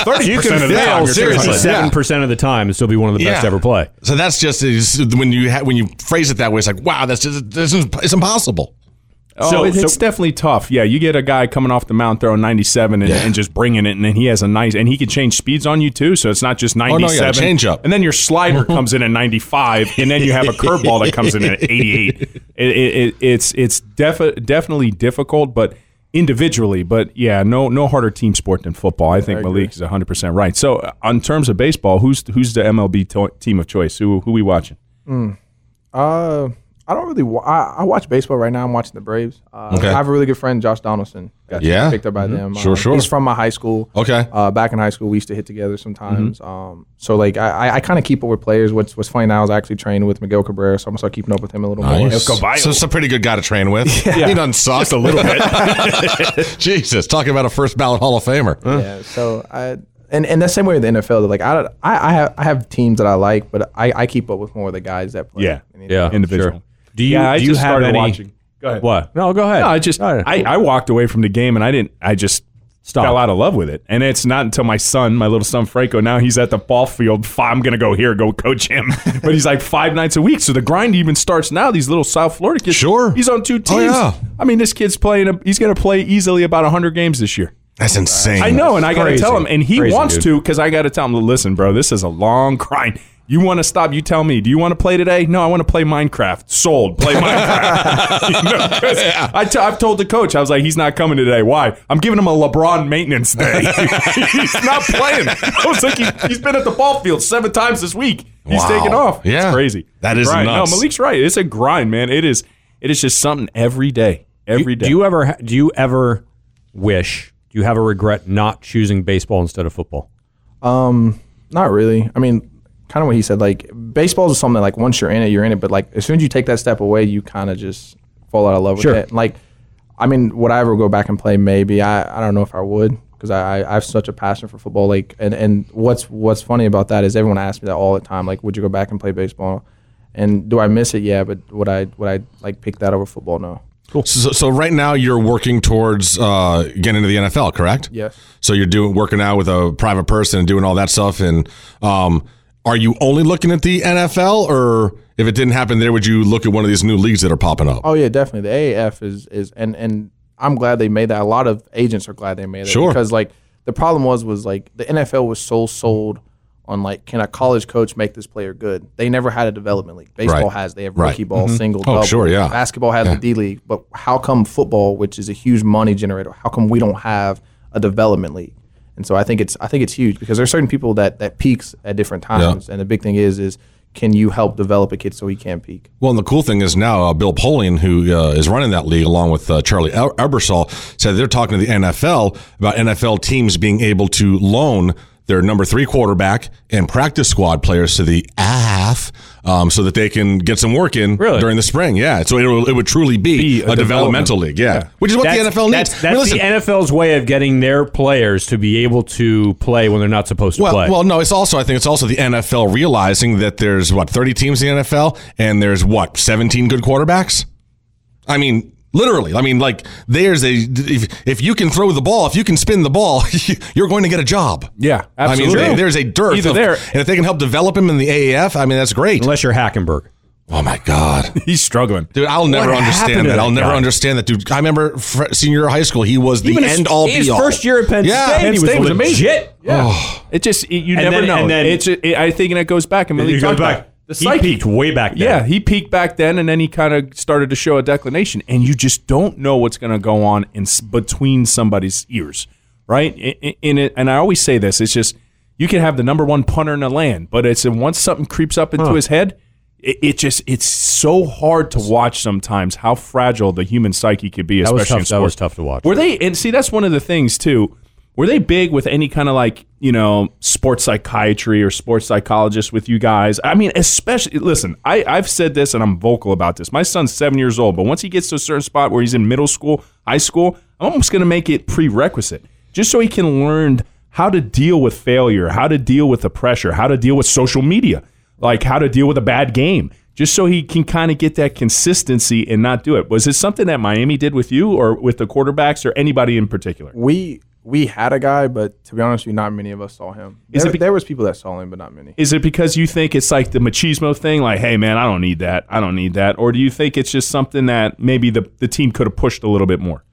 Thirty You can percent of the fail, time, you're seriously. terrified. Yeah. Seven percent of the time, and still be one of the best Yeah. ever play. So that's just is- when you ha- when you phrase it that way, it's like, wow, that's just, this is, it's impossible. Oh, So- it- it's so- definitely tough. Yeah, you get a guy coming off the mound throwing 97 and, and just bringing it, and then he has a nice, and he can change speeds on you too. So it's not Oh, just yeah, 97. change up. And then your slider comes in at 95, and then you have a curveball that comes in at 88. It, it, it, it's it's defi- definitely difficult, but individually. But yeah, no no harder team sport than football. I think Malik is 100 percent right. So uh, on terms of baseball, who's who's the MLB to- team of choice? Who who we watching? Uh, I don't really. Wa- I, I watch baseball right now. I'm watching the Braves. Uh, Okay. I have a really good friend, Josh Donaldson. Got Yeah. Mm-hmm. picked up by them. Sure, Um, sure. He's from my high school. Okay. Mm-hmm. Uh, back in high school, we used to hit together sometimes. Um, so like I, I, I kind of keep up with players. What's What's funny now is I actually train with Miguel Cabrera, so I'm gonna start keeping up with him a little more. So it's a pretty good guy to train with. He doesn't suck. Just a little bit. Jesus, talking about a first ballot Hall of Famer. Yeah. So I. And, and the same way with the NFL, like I, don't- I, I have I have teams that I like, but I, I keep up with more of the guys that play. Yeah. And, you know, Yeah, Individual. sure. Do you yeah, I do you just have started any? watching. Go ahead. What? No, go ahead. No, I just I, I walked away from the game and I didn't. I just Stop. fell out of love with it. And it's not until my son, my little son Franco, now he's at the ball field. "F- I'm gonna go here, go coach him. but he's like five nights a week, so the grind even starts now. These little South Florida kids. Sure. he's on two teams. Oh, yeah. I mean, this kid's playing. A, he's gonna play easily about hundred games this year. That's insane. I know, and I got to Crazy. tell him, and he Crazy, wants dude. to because I got to tell him, listen, bro, this is a long grind. You want to stop? You tell me. Do you want to play today? No, I want to play Minecraft. Sold. Play Minecraft. you know, 'cause I t- I've told the coach, I was like, he's not coming today. Why? I'm giving him a LeBron maintenance day. he's not playing. I was like, he, he's been at the ball field seven times this week. He's Wow. taken off. Yeah. it's crazy. That It's a is grind. nuts. No, Malik's right. It's a grind, man. It is. It is just something every day. Every day. Do uh, you ever ha- do you ever wish? Do you have a regret not choosing baseball instead of football? Um, not really. I mean, kind of what he said. Like baseball is something that like once you're in it, you're in it. But like as soon as you take that step away, you kind of just fall out of love Sure. with it. Like, I mean, would I ever go back and play? Maybe. I, I don't know if I would because I, I I have such a passion for football. Like, and and what's what's funny about that is everyone asks me that all the time. Like, would you go back and play baseball? And do I miss it? Yeah, but would I would I like pick that over football? No. So, so right now you're working towards uh, getting into the NFL, correct? Yes. So you're doing working out with a private person and doing all that stuff. And um, are you only looking at the NFL, or if it didn't happen there, would you look at one of these new leagues that are popping up? Oh yeah, definitely. The AAF is is and and I'm glad they made that. A lot of agents are glad they made it Sure. because like the problem was was like the NFL was so sold on like can a college coach make this player good? They never had a development league. Baseball Right. has they have Right. rookie ball, single, Oh, double. sure, yeah. Basketball has the D league, but how come football, which is a huge money generator, how come we don't have a development league? And so I think it's I think it's huge because there's certain people that that peaks at different times, and the big thing is is can you help develop a kid so he can peak? Well, and the cool thing is now uh, Bill Polian, who uh, is running that league along with uh, Charlie El- Ebersol, said they're talking to the NFL about NFL teams being able to loan their number three quarterback and practice squad players to the AF um, so that they can get some work in Really? during the spring. Yeah. So it, will- it would truly be, Be a, a developmental development. league. Yeah. Which is what the NFL needs. That's, I mean, that's listen, the NFL's way of getting their players to be able to play when they're not supposed to well, play. well, no, it's also, I think it's also the NFL realizing that there's what, 30 teams in the NFL and there's what, 17 good quarterbacks? I mean, literally. I mean, like, there's a, if, if you can throw the ball, if you can spin the ball, you're going to get a job. Yeah, I absolutely. mean, they- there's a dearth. Either of- there- And if they can help develop him in the AAF, I mean, that's great. Unless you're Hackenberg. Oh, my God. He's struggling. Dude, I'll never What happened understand to that. that I'll never guy? understand that, dude. I remember fr- senior year of high school, he was the Even his- end all his be all. first year at Penn Yeah. State, Penn he was State was legit. amazing. Yeah. It just it, you And never then- know. and then- it's ju- it, I think and it goes back and Malik You go talked about back. it. the he psyche. peaked way back then. Yeah, he peaked back then, and then he kind of started to show a declination, and you just don't know what's going to go on in s- between somebody's ears, right? I- I- In it, and I always say this: it's just you can have the number one punter in the land, but it's once something creeps up into his head, it, it just it's so hard to watch sometimes how fragile the human psyche could be, that was especially in tough. That was sports. tough to watch. Were they and see that's one of the things too. Were they big with any kind of like, you know, sports psychiatry or sports psychologists with you guys? I mean, especially listen, I, I've said this and I'm vocal about this. My son's seven years old, but once he gets to a certain spot where he's in middle school, high school, I'm almost gonna make it prerequisite. Just so he can learn how to deal with failure, how to deal with the pressure, how to deal with social media, like how to deal with a bad game. Just so he can kind of get that consistency and not do it. Was it something that Miami did with you or with the quarterbacks or anybody in particular? we we had a guy, but to be honest with you, not many of us saw him. Is there, it be- there was people that saw him, but not many. Is it because you think it's like the machismo thing, like, hey man, I don't need that. I don't need that. Or do you think it's just something that maybe the, the team could have pushed a little bit more?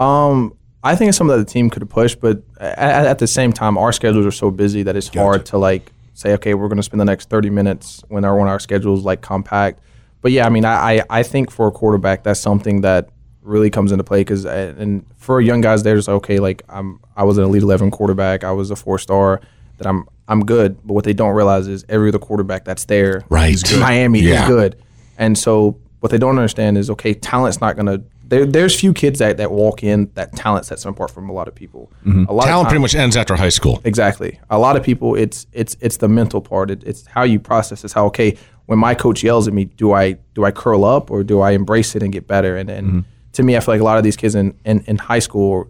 Um, I think it's something that the team could have pushed, but at, at the same time, our schedules are so busy that it's hard to like say, okay, we're going to spend the next thirty minutes when our when our schedules like compact. But yeah, I mean, I I, I think for a quarterback, that's something that really comes into play because and for young guys, they're just okay. Like I'm, I was an elite eleven quarterback. I was a four star. That I'm I'm good. But what they don't realize is every other quarterback that's there, Right. is good. Miami Yeah. is good. And so what they don't understand is okay, talent's not gonna. There, there's few kids that, that walk in that talent sets them apart from a lot of people. A lot Talent of pretty time- much ends after high school. exactly. A lot of people, it's it's it's the mental part. It, it's how you process. It's how okay when my coach yells at me, do I do I curl up or do I embrace it and get better? And and to me, I feel like a lot of these kids in, in, in high school,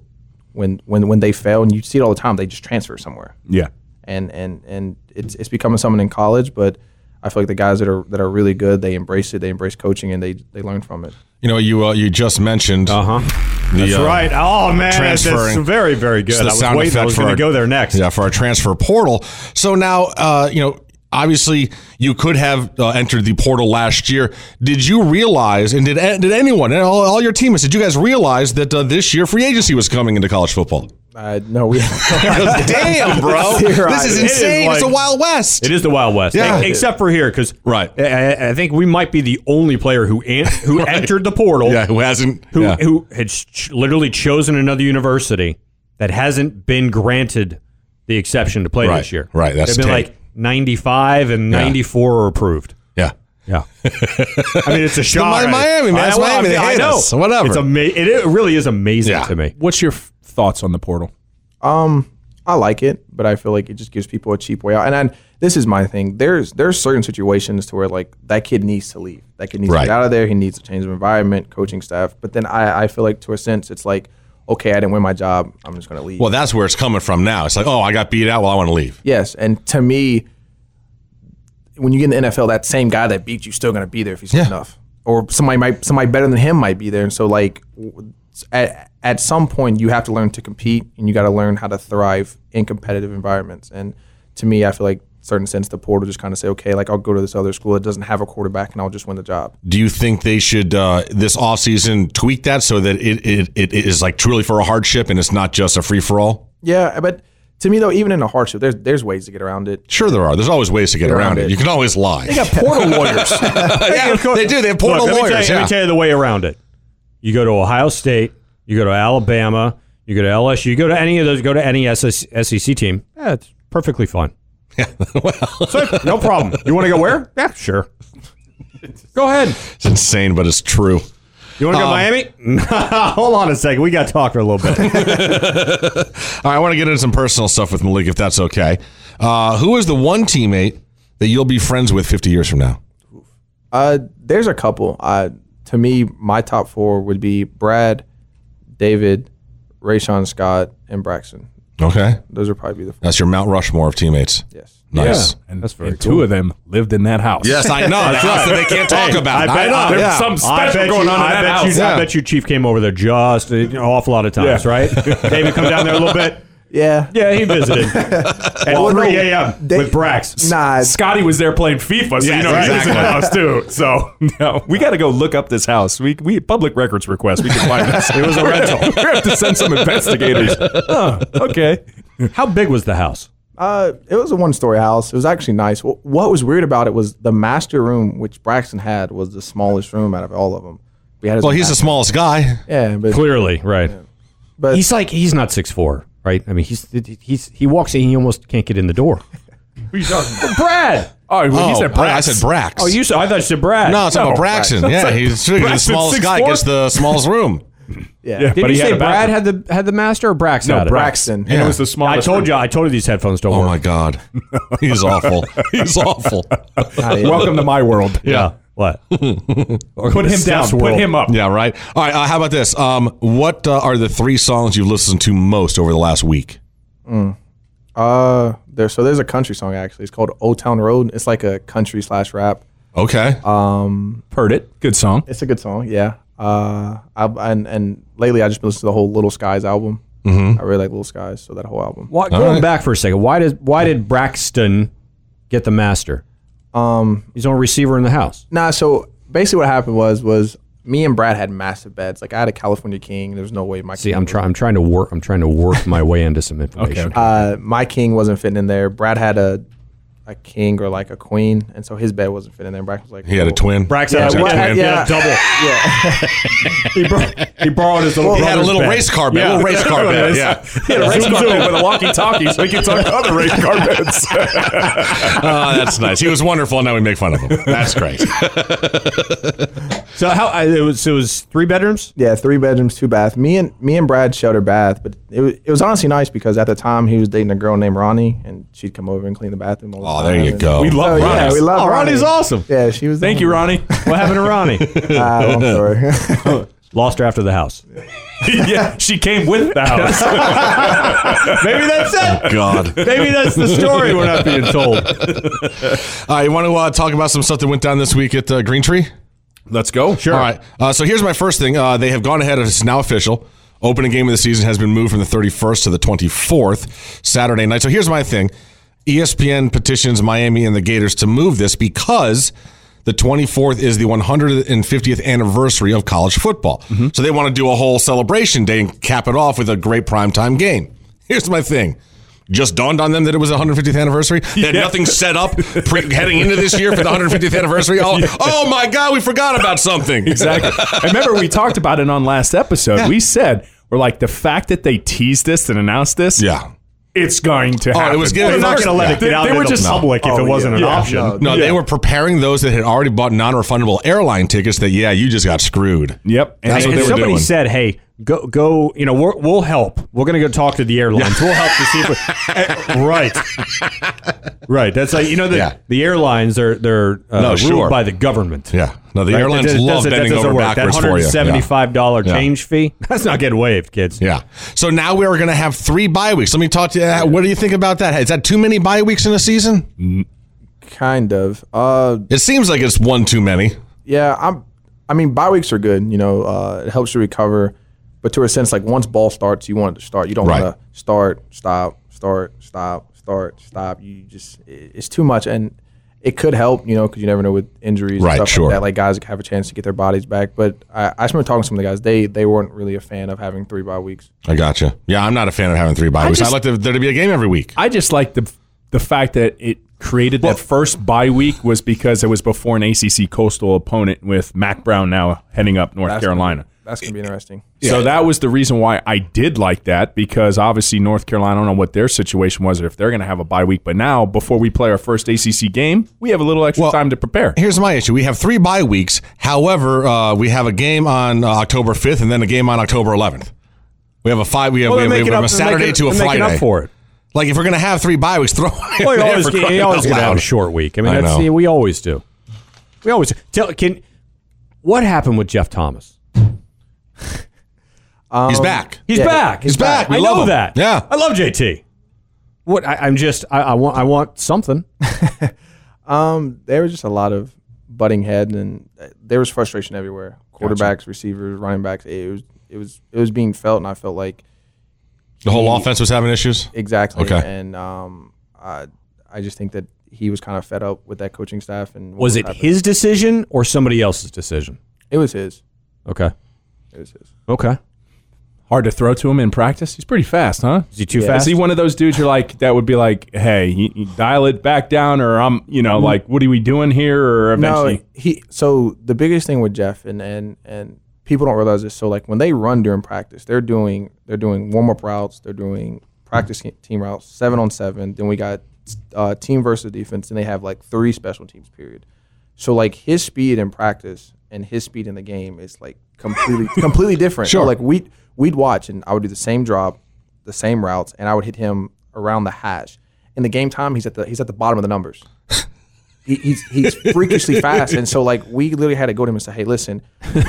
when when when they fail, and you see it all the time, they just transfer somewhere Yeah. and and and it's it's becoming something in college. But I feel like the guys that are that are really good, they embrace it, they embrace coaching, and they they learn from it. You know, you uh, you just mentioned. Uh huh. Oh, That's right. Oh man, that's, that's transferring. very very good. It's the I was sound waiting. I effect was for going our- to go there next. Yeah, for our transfer portal. So now, uh, you know, obviously you could have uh, entered the portal last year. Did you realize, and did did anyone, and all, all your teammates, did you guys realize that uh, this year free agency was coming into college football? Uh, no, we Damn, bro, Zero. this is It is insane. like- it's the Wild West. It is the Wild West, Yeah. E- except for here because Right. I, I- I think we might be the only player who an- who entered the portal Yeah, who hasn't? who yeah. who had ch- literally chosen another university that hasn't been granted the exception to play Right, this year. right, that's they've been tight. like ninety five and Yeah. ninety four are approved. yeah. Yeah, I mean it's a shock. Mi- Miami, man. I- It's well, Miami. I, They I hate know. us. Whatever. It's ama- it, it really is amazing Yeah. to me. What's your f- thoughts on the portal? Um, I like it, but I feel like it just gives people a cheap way out. And I, this is my thing. There's there's certain situations to where like that kid needs to leave. That kid needs Right. to get out of there. He needs to change of environment, coaching staff. But then I, I feel like to a sense it's like, okay, I didn't win my job. I'm just gonna leave. Well, that's where it's coming from now. It's like, oh, I got beat out. Well, I want to leave. yes, and to me, when you get in the NFL, that same guy that beat you still gonna be there if he's good enough, or somebody might somebody better than him might be there. And so like. w- At, at some point, you have to learn to compete, and you got to learn how to thrive in competitive environments. And to me, I feel like certain sense the portal just kind of say, okay, like I'll go to this other school that doesn't have a quarterback, and I'll just win the job. Do you think they should uh, this offseason tweak that so that it, it, it is like truly for a hardship and it's not just a free for all? Yeah, but to me though, even in a hardship, there's there's ways to get around it. Sure, there are. There's always ways to get around around it. it. You can always lie. They got Portal lawyers. yeah, they do. They have portal Look, let me lawyers. Tell you, yeah. Let me tell you the way around it. You go to Ohio State, you go to Alabama, you go to LSU, you go to any of those, go to any SS, SEC E team. Yeah, it's perfectly fine. Yeah, no problem. You want to go where? Yeah, sure. Go ahead. It's insane, but it's true. You want to go to Um, Miami? Hold on a second. We got to talk for a little bit. All right, I want to get into some personal stuff with Malik, if that's okay. Uh, who is the one teammate that you'll be friends with 50 years from now? Uh, there's a couple. Uh, to me, my top four would be Brad, David, Rayshon Scott, and Braxton. Okay, Those are probably the four. that's your Mount Rushmore of teammates. Yes. Nice. And, That's very and two of them lived in that house. Yes, I know. That's right. They can't talk about. it. I bet, know. I, yeah. some- I special bet going you, on in I that bet house. You, Yeah. I bet you Chief came over there just an awful lot of times, Yeah. right? David, come down there a little bit. Yeah. Yeah, he visited at 3 a.m. they- with Brax. Nah. Scotty was there playing FIFA, so Yeah, you know he was in exactly. the house too. So no, we got to go look up this house. We we public records request. We can find this. it was a rental. We have to send some investigators. Huh, okay. How big was the house? Uh, it was a one-story house. It was actually nice. Wh- What was weird about it was the master room, which Braxton had, was the smallest room out of all of them. We had his Well, he's the smallest guy. yeah, but Clearly, right. But- he's like he's not six four, right? I mean, he's he's he walks in, he almost can't get in the door. Who you talking about? Brad. Oh, well, you Oh, said Bra- I Brax. said Brax. Oh, you said I thought you said Brad. No, it's about Braxton. Yeah, he's figured the Braxton's smallest guy 6'4"? gets the smallest room. yeah, Yeah, Did but you he had say a Brad bathroom. had the had the master or Brax? no had it? Braxton. And Yeah. it was the I smallest. told you. I told you these headphones don't Oh work. my God, he's awful. He's awful. Nah, yeah. Welcome to my world. Yeah. What? Put him down. Steph's Put world. him up. Yeah, right. All right. Uh, how about this? Um, what uh, are the three songs you've listened to most over the last week? Uh, there. So there's a country song actually. It's called "Old Town Road." It's like a country slash rap. Okay. Heard it. Good song. It's a good song, yeah. Uh, I, and and lately I just been listening to the whole Little Skies album. Mm-hmm. I really like Little Skies, so that whole album. Why, going back for a second, why does why did Braxton get the master? Um, he's the only receiver in the house. Nah, so basically what happened was was me and Brad had massive bets. Like I had a California King. There's no way my See, king, I'm trying. I'm trying to work. I'm trying to work my way into some information. uh, my King wasn't fitting in there. Brad had a a King or like a Queen, and so his bet wasn't fitting in there. Brad was like, "Oh." he had a well, twin. Braxton Yeah, had a what- twin. yeah. double. Yeah, he, bor- he borrowed his little. He had a brother's little bed. race car bed. A little race car bed. Yeah. He had a race car bed with a walkie-talkie, so he could talk to other race car beds. Oh, that's nice. He was wonderful. and Now we make fun of him. That's great. So how I, it was? It was three bedrooms. yeah, three bedrooms, two bath. Me and me and Brad shared a bath, but it was, it was honestly nice because at the time he was dating a girl named Ronnie, and she'd come over and clean the bathroom. all the Oh, there time, you and- go. We love Oh, Ronnie. yeah, we love oh, Ronnie's Ronnie. awesome. Yeah, she was. the Thank you, one. Ronnie. What happened to Ronnie? Uh, I'm sorry. Lost her after the house. yeah, she came with the house. Maybe that's it. God. Maybe that's the story we're not being told. All right, you want to uh, talk about some stuff that went down this week at uh, Green Tree? Let's go. All right. Uh, so here's my first thing. Uh, they have gone ahead. It's now official. Opening game of the season has been moved from the 31st to the 24th, Saturday night. So here's my thing. E ESPN petitions Miami and the Gators to move this because the 24th is the 150th anniversary of college football. Mm-hmm. So they want to do a whole celebration day and cap it off with a great primetime game. Here's my thing. Just dawned on them that it was the 150th anniversary. They had nothing set up pre- heading into this year for the 150th anniversary. Oh, oh my God, we forgot about something. Exactly. I remember we talked about it on last episode. We said we're like the fact that they teased this and announced this. Yeah. it's going to happen. it was getting- They're not first- going to let it They- get out. they into were the just- public if Oh, it wasn't yeah. an Yeah, option. no. No, they were preparing those that had already bought non-refundable airline tickets. That yeah, you just got screwed. Yep. And that's they- what they And were somebody doing. said, "Hey, go, go. You know, we're, we'll help. We're going to go talk to the airlines. We'll help to see if we right, right. That's like you know the Yeah. the airlines are they're uh, No, ruled sure. by the government. yeah, no, the Right? airlines That- that love doesn't- that bending doesn't over work. backwards that for you. Yeah. seventy-five dollar Yeah. change fee. That's not getting waived, kids. Yeah. So now we are going to have three bye weeks. Let me talk to you. uh, What do you think about that? Is that too many bye weeks in a season? Kind of. Uh, It seems like it's one too many. yeah, I'm. I mean, bye weeks are good. You know, uh, it helps you recover, but to a sense, like once ball starts, you want it to start. You don't Right. want to start, stop, start, stop, start, stop. You just it- it's too much, and it could help. You know, because you never know with injuries, Right, And stuff sure. Like that, like guys have a chance to get their bodies back. But I, I just remember talking to some of the guys. They they weren't really a fan of having three bye weeks. I gotcha. Yeah, I'm not a fan of having three bye weeks. I just- like the, there to be a game every week. I just like the the fact that it created that first bye week was because it was before an ACC Coastal opponent with Mac Brown now heading up North Carolina. That's gonna be interesting. So that was the reason why I did like that because obviously North Carolina, I don't know what their situation was or if they're going to have a bye week, but now before we play our first ACC game, we have a little extra Well, time to prepare. Here's my issue. We have three bye weeks. However, uh, we have a game on uh, October 5th and then a game on October 11th. We have a five. We have, we have, we have a Saturday to a Friday. up for it. Like if we're gonna have three bye weeks, throw. it Well, in you there always, for get, crying you always out get to have loud. a short week. I mean, I that's know. the, we always do. We always tell. Can what happened with Jeff Thomas? He's back. He's Yeah. back. He's back. We I love know him. that. Yeah. I love JT. What I, I'm just I, I want I want something. Um, there was just a lot of butting head, and uh, there was frustration everywhere. Quarterbacks, receivers, running backs. It was it was it was being felt, and I felt like The whole offense was having issues. exactly. Okay. And um, I I just think that he was kind of fed up with that coaching staff. And what Was it happening. his decision or somebody else's decision? It was his. Okay. It was his. Okay. Hard to throw to him in practice. He's pretty fast, huh? Is he too Is fast? he one of those dudes you're like that would be like, hey, you, you dial it back down, or I'm, Mm-hmm. you know, like, what are we doing here? Or eventually, No, he. So the biggest thing with Jeff, and and and people don't realize this. So like when they run during practice, they're doing they're doing warm up routes, they're doing practice ke- team routes, seven on seven. Then we got uh, team versus defense, and they have like three special teams period. So like his speed in practice and his speed in the game is like completely completely different. Sure. Like we we'd watch, and I would do the same drop, the same routes, and I would hit him around the hash. In the game time, he's at the he's at the bottom of the numbers he, he's he's freakishly fast, and so like we literally had to go to him and say, "Hey, listen,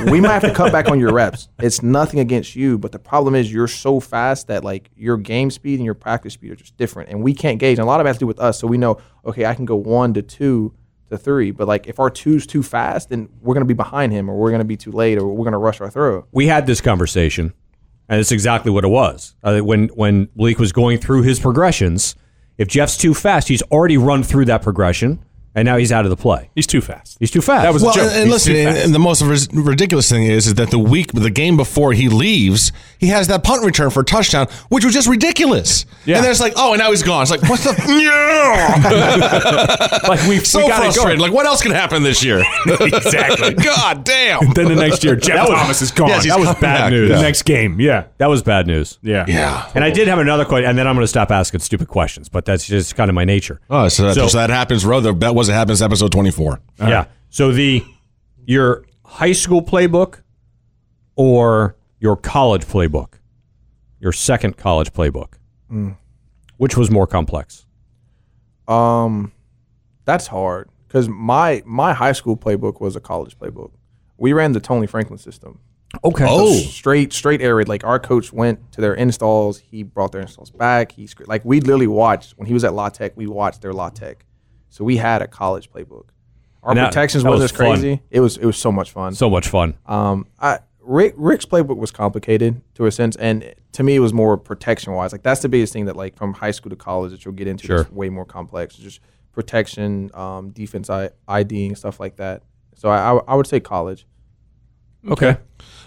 we might have to cut back on your reps. It's nothing against you, but the problem is you're so fast that like your game speed and your practice speed are just different, and we can't gauge. And a lot of it has to do with us, so we know okay, I can go one to two to three, but like if our two's too fast, then we're gonna be behind him, or we're gonna be too late, or we're gonna rush our throw. we had this conversation, and it's exactly what it was. Uh, when when Malik was going through his progressions, if Jeff's too fast, he's already run through that progression, and now he's out of the play. he's too fast. He's too fast. That was a Well, joke. and, and He's listen, too and, fast. and the most ris- ridiculous thing is, is that the week, the game before he leaves, he has that punt return for a touchdown, which was just ridiculous. Yeah. And then it's like, oh, and now he's gone. It's like, what the? yeah! like we So we got it frustrated. going. Like, what else can happen this year? exactly. God damn. then the next year, Jeff Thomas is gone. Yes, he's that was coming bad back, news. yeah. The next game, yeah, that was bad news. yeah, Yeah. And I did have another question, and then I'm going to stop asking stupid questions. But that's just kind of my nature. Oh, so, that- So- so that happens. Rather, that was it happens. Episode twenty-four. Yeah. So the your high school playbook or your college playbook, your second college playbook, Mm. which was more complex? Um, that's hard because my my high school playbook was a college playbook. We ran the Tony Franklin system. Okay. Oh. straight straight air raid. Like our coach went to their installs, he brought their installs back. He scr- like we literally watched when he was at La Tech, we watched their La Tech, so we had a college playbook. Our And that- protections that wasn't was as crazy. It was it was so much fun. So much fun. Um, I, Rick Rick's playbook was complicated to a sense, and to me, it was more protection wise. Like that's the biggest thing that like from high school to college that you'll get into Sure. that's way more complex. Just protection, um, defense, I, IDing stuff like that. So I, I, I would say college. Okay.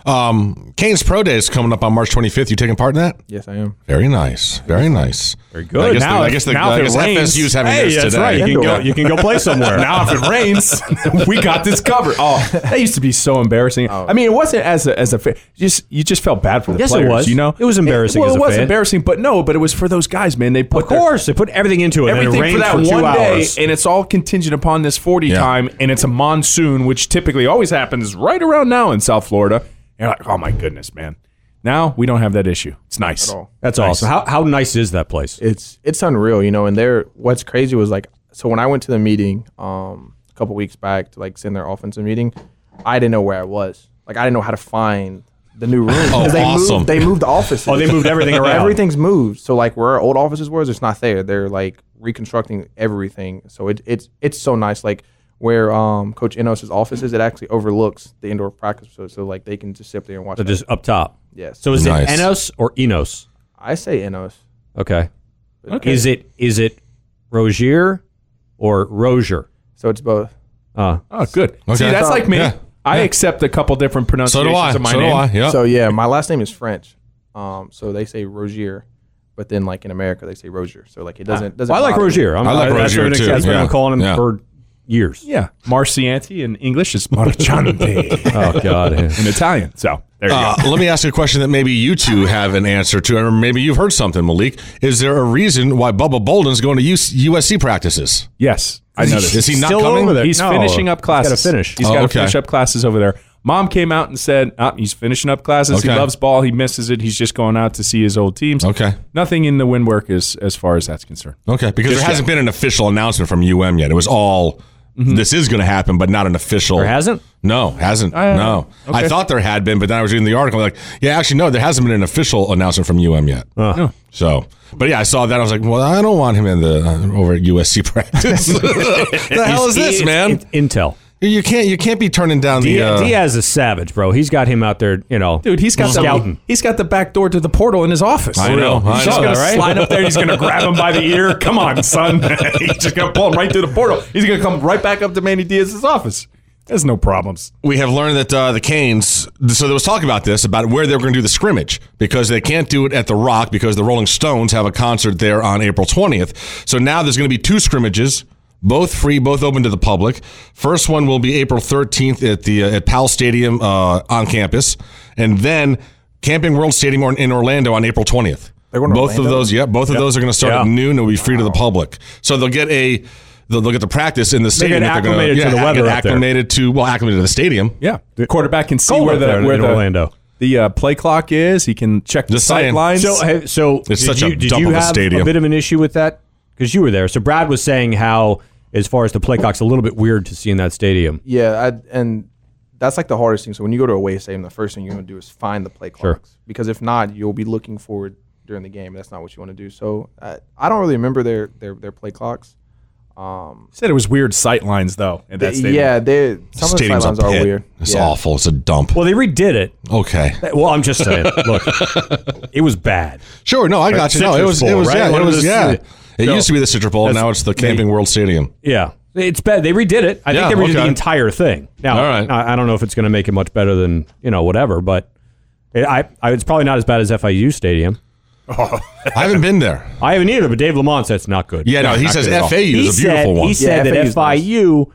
Um, Kane's Pro Day is coming up on March 25th. You taking part in that? Yes, I am. Very nice. Very nice. Very good. I guess Now the, I if- guess the, now if I it guess rains- FSU's having Hey, this that's today. right. You can go. You can go play somewhere. now if it rains, we got this covered. Oh, that used to be so embarrassing. Oh. I mean, it wasn't as a as a fan. Just you just felt bad for the Yes, it players. was. You know, It was embarrassing well, as it a was fan. embarrassing, but no, but it was for those guys, man. They put of their- course, they put everything into it. and it everything for rained that for two one hours. day, and it's all contingent upon this 40 Yeah. time, and it's a monsoon, which typically always happens right around now in South Florida. And you're like, oh my goodness, man. Now we don't have that issue. It's nice. all. That's awesome. How, how nice is that place? It's it's unreal, you know. And there, what's crazy was like, so when I went to the meeting um, a couple weeks back to like send their offensive meeting, I didn't know where I was. Like I didn't know how to find the new room. Oh, 'Cause they awesome. Moved, they moved the offices. Oh, they moved everything around. Everything's moved. So like where our old offices was, it's not there. They're like reconstructing everything. So it, it's it's so nice. Like where um, Coach Enos' office is, it actually overlooks the indoor practice. So, so like they can just sit up there and watch. So just up top. yes. So is Nice. it Enos or Enos? I say Enos. Okay. Is it is it Rozier or Rozier? So it's both. Uh, Oh, good. See, Okay. that's like me. Yeah. I accept a couple different So pronunciations do I. of my So do name. I. Yeah. So yeah, my last name is French. Um, so they say Rozier, but then like in America they say Rozier. So like it doesn't doesn't. well, I like bother me. Rozier. I'm, I like that's Rozier, what it- too. That's what Yeah. I'm calling him Yeah. for years. Yeah. Marcianti in English is Marciante Oh God. in Italian. So there you Uh, go. let me ask you a question that maybe you two have an answer to, or maybe you've heard something, Malik. Is there a reason why Bubba Bolden's going to US- USC practices? Yes. I noticed. Is he not Still coming? over there. He's No, finishing up he's gotta classes. finish. He's Oh, got to okay. finish up classes over there. Mom came out and said, "Ah, he's finishing up classes. He Okay. loves ball. He misses it. He's just going out to see his old teams. Okay. Nothing in the wind work as, as far as that's concerned. Okay, because there hasn't been an official announcement from UM yet. It was all this is going to happen, but not an official. Or hasn't? No, hasn't. no, I thought there had been, but then I was reading the article. Like, yeah, actually, no, there hasn't been an official announcement from UM yet. So, but yeah, I saw that. I was like, well, I don't want him in the uh, over at USC practice. the hell is this, It's- man? it's Intel. You can't, you can't be turning down the. Yeah. uh, Diaz is savage, bro. He's got him out there, you know. Dude, he's got the, Scouting. he's got the back door to the portal in his office. I know, I He's just know, gonna right? slide up there. He's gonna grab him by the ear. Come on, son. he's just gonna pull him right through the portal. He's gonna come right back up to Manny Diaz's office. There's no problems. we have learned that uh, the Canes, so there was talk about this, about where they were going to do the scrimmage, because they can't do it at The Rock because the Rolling Stones have a concert there on April 20th. So now there's going to be two scrimmages. Both free, both open to the public. First one will be April 13th at the uh, at Powell Stadium uh, on campus, and then Camping World Stadium or- in Orlando on April 20th. They're going to both of Orlando? those, yeah, both of those are going to start at Yeah. noon. and will be free to the public, so they'll get a they'll, they'll get the practice in the stadium. get that they're acclimated to yeah, the get weather up there. acclimated to well acclimated to the stadium. Yeah, the quarterback can see Cold where up the there where in the Orlando. the uh, play clock is. He can check the Just sight saying. lines. So, hey, so It's did such a you, did dump you of a have stadium. a bit of an issue with that because you were there. So Brad was saying how, as far as the play clock's a little bit weird to see in that stadium. Yeah, I, and that's like the hardest thing. So when you go to a away stadium, the first thing you're gonna do is find the play clocks because if not, you'll be looking forward during the game. That's not what you want to do. So I, I don't really remember their their their play clocks. said it was weird sight lines though at that stadium. yeah, they some of the Stadium's a sidelines are pit. weird. It's yeah. awful. It's a dump. Well, they redid it. Okay. Well, I'm just saying. Look, it was bad. Sure. No, I got you. No, it Citrus was. it Bowl, was. right? Yeah. It One of was. the- Yeah. It So- used to be the Citrus Bowl. Now it's the Camping World Stadium. Yeah, it's bad. They redid it. I Yeah, think they redid okay. the entire thing. Now, All right. I, I don't know if it's going to make it much better than you know whatever, but it, I, I it's probably not as bad as FIU Stadium. I haven't been there. I haven't either, but Dave Lamont says it's not good. Yeah. No. He not says good at all. FAU he is a beautiful said, one. He said Yeah, that FAU 's nice. FIU,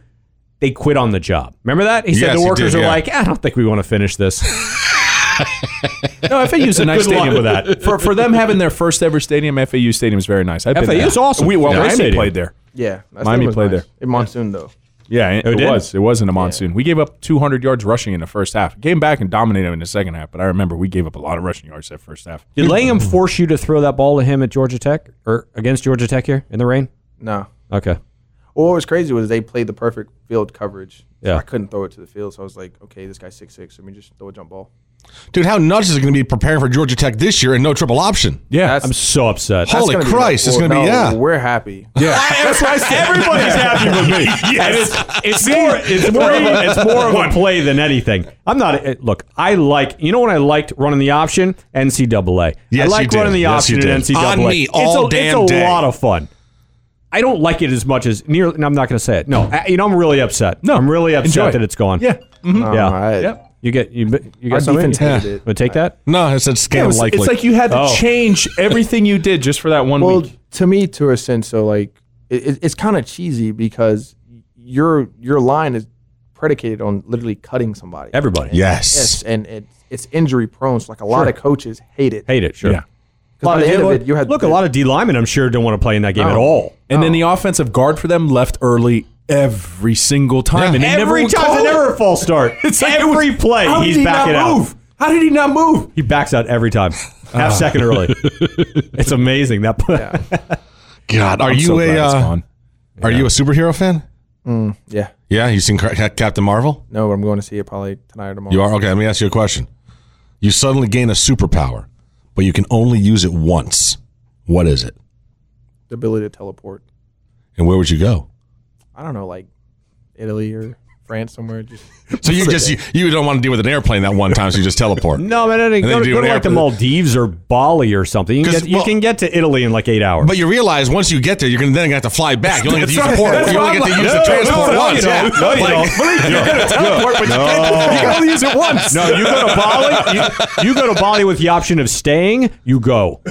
they quit on the job. Remember that? He Yes, said the he workers did, are yeah. like, I don't think we want to finish this. No, FAU's a nice Good luck stadium with that. For for them having their first ever stadium, FAU stadium is very nice. I've been FAU 's there. awesome. We, well, Yeah. Miami Stadium. played there. Yeah, that Miami stadium was played there. In monsoon though. Yeah, it, it did? was. It wasn't a monsoon. We gave up 200 yards rushing in the first half. Came back and dominated them in the second half, but I remember we gave up a lot of rushing yards that first half. Did Langham force you to throw that ball to him at Georgia Tech or against Georgia Tech here in the rain? No. Okay. Well, what was crazy was they played the perfect field coverage. So Yeah. I couldn't throw it to the field, so I was like, okay, this guy's six six. Let me just throw a jump ball. Dude, how nuts is it going to be preparing for Georgia Tech this year and no triple option? Yeah, That's- I'm so upset. Holy gonna be Christ, it's gonna be- yeah. We're happy. Everybody's happy with me. And it's, it's more it's more of a, it's more of a play than anything. I'm not eh, look. I like you know what I liked running the option NCAA. Yes, I you like did. running the Yes, option you in did. NCAA. On me all it's a, damn It's a day. lot of fun. I don't like it as much as nearly. No, I'm not going to say it. No, I, you know I'm really upset. No, I'm really upset Enjoy it. that it's gone. yeah. Mhm. Um, yeah. I- Yep. You get you. You Our got something. defense hated it. Wanna take that. No, it's a It scam was- likely. It's like you had to Oh. change everything you did just for that one Well, week. to me, to a sense, so like it, it- it's kind of cheesy because your your line is predicated on literally cutting somebody. Everybody. yes. Yes, and it, it's injury prone. So like a lot of coaches hate it. Hate it. Sure. Yeah. By the end of it, you had look a lot of D linemen. I'm sure don't want to play in that game at all. And then the offensive guard for them left early every single time, and they never Every would time, call it's it. never a false start. It's like it was- every play, How did he's he backing not out. move? How did he not move? He backs out every time, half second early. it's amazing that play. God, are I'm you so glad a it's uh, gone. are you a superhero fan? yeah. Yeah, you seen Ca- Ca- Captain Marvel? No, I'm going to see it probably tonight or tomorrow. You are okay. Let me ask you a question. You suddenly gain a superpower, but you can only use it once. What is it? The ability to teleport. And where would you go? I don't know, like Italy or France somewhere. Just So you just you, you don't want to deal with an airplane that one time, so you just teleport. No, man, I didn't- And go, then to- you go do to an like the airplane. Maldives or Bali or something. You can, 'Cause, get, you well- can get to Italy in like eight hours. But you realize once you get there, you're gonna then gonna have to fly back. You only get to use the That's port. right. You only get to use the transport no, once. you yeah. don't. No, you don't. You're gonna teleport, but you You can't. can only use it once. no, you go to Bali. You, you go to Bali with the option of staying. You go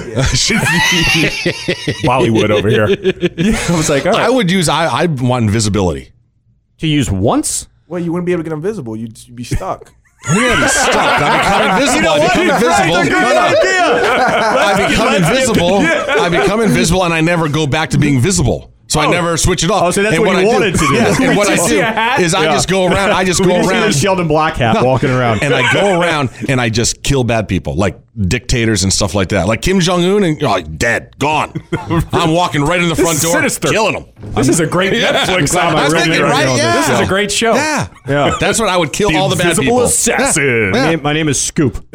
Bollywood over here. I was like, all I right. would use. I I want invisibility. to use once. well, you wouldn't be able to get invisible. You'd, you'd be stuck. Stop. I become invisible. I become invisible. No, no. I become invisible. I become invisible, and I never go back to being visible. So I never switch it off. Oh, so that's and what you I wanted to do. Yes, We and what I just see a hat? do is I Yeah. just go around. I just We go just see around. this Sheldon Black hat walking around. and I go around and I just kill bad people, like dictators and stuff like that, like Kim Jong Un, and oh, dead, gone. I'm walking right in the front is door, sinister. killing them. This is a great Netflix I was opportunity thinking, right? now. Yeah. This is a great show. Yeah, Oh. Yeah. That's what I would kill all the bad Invisible people. assassin. My name- my name is Scoop.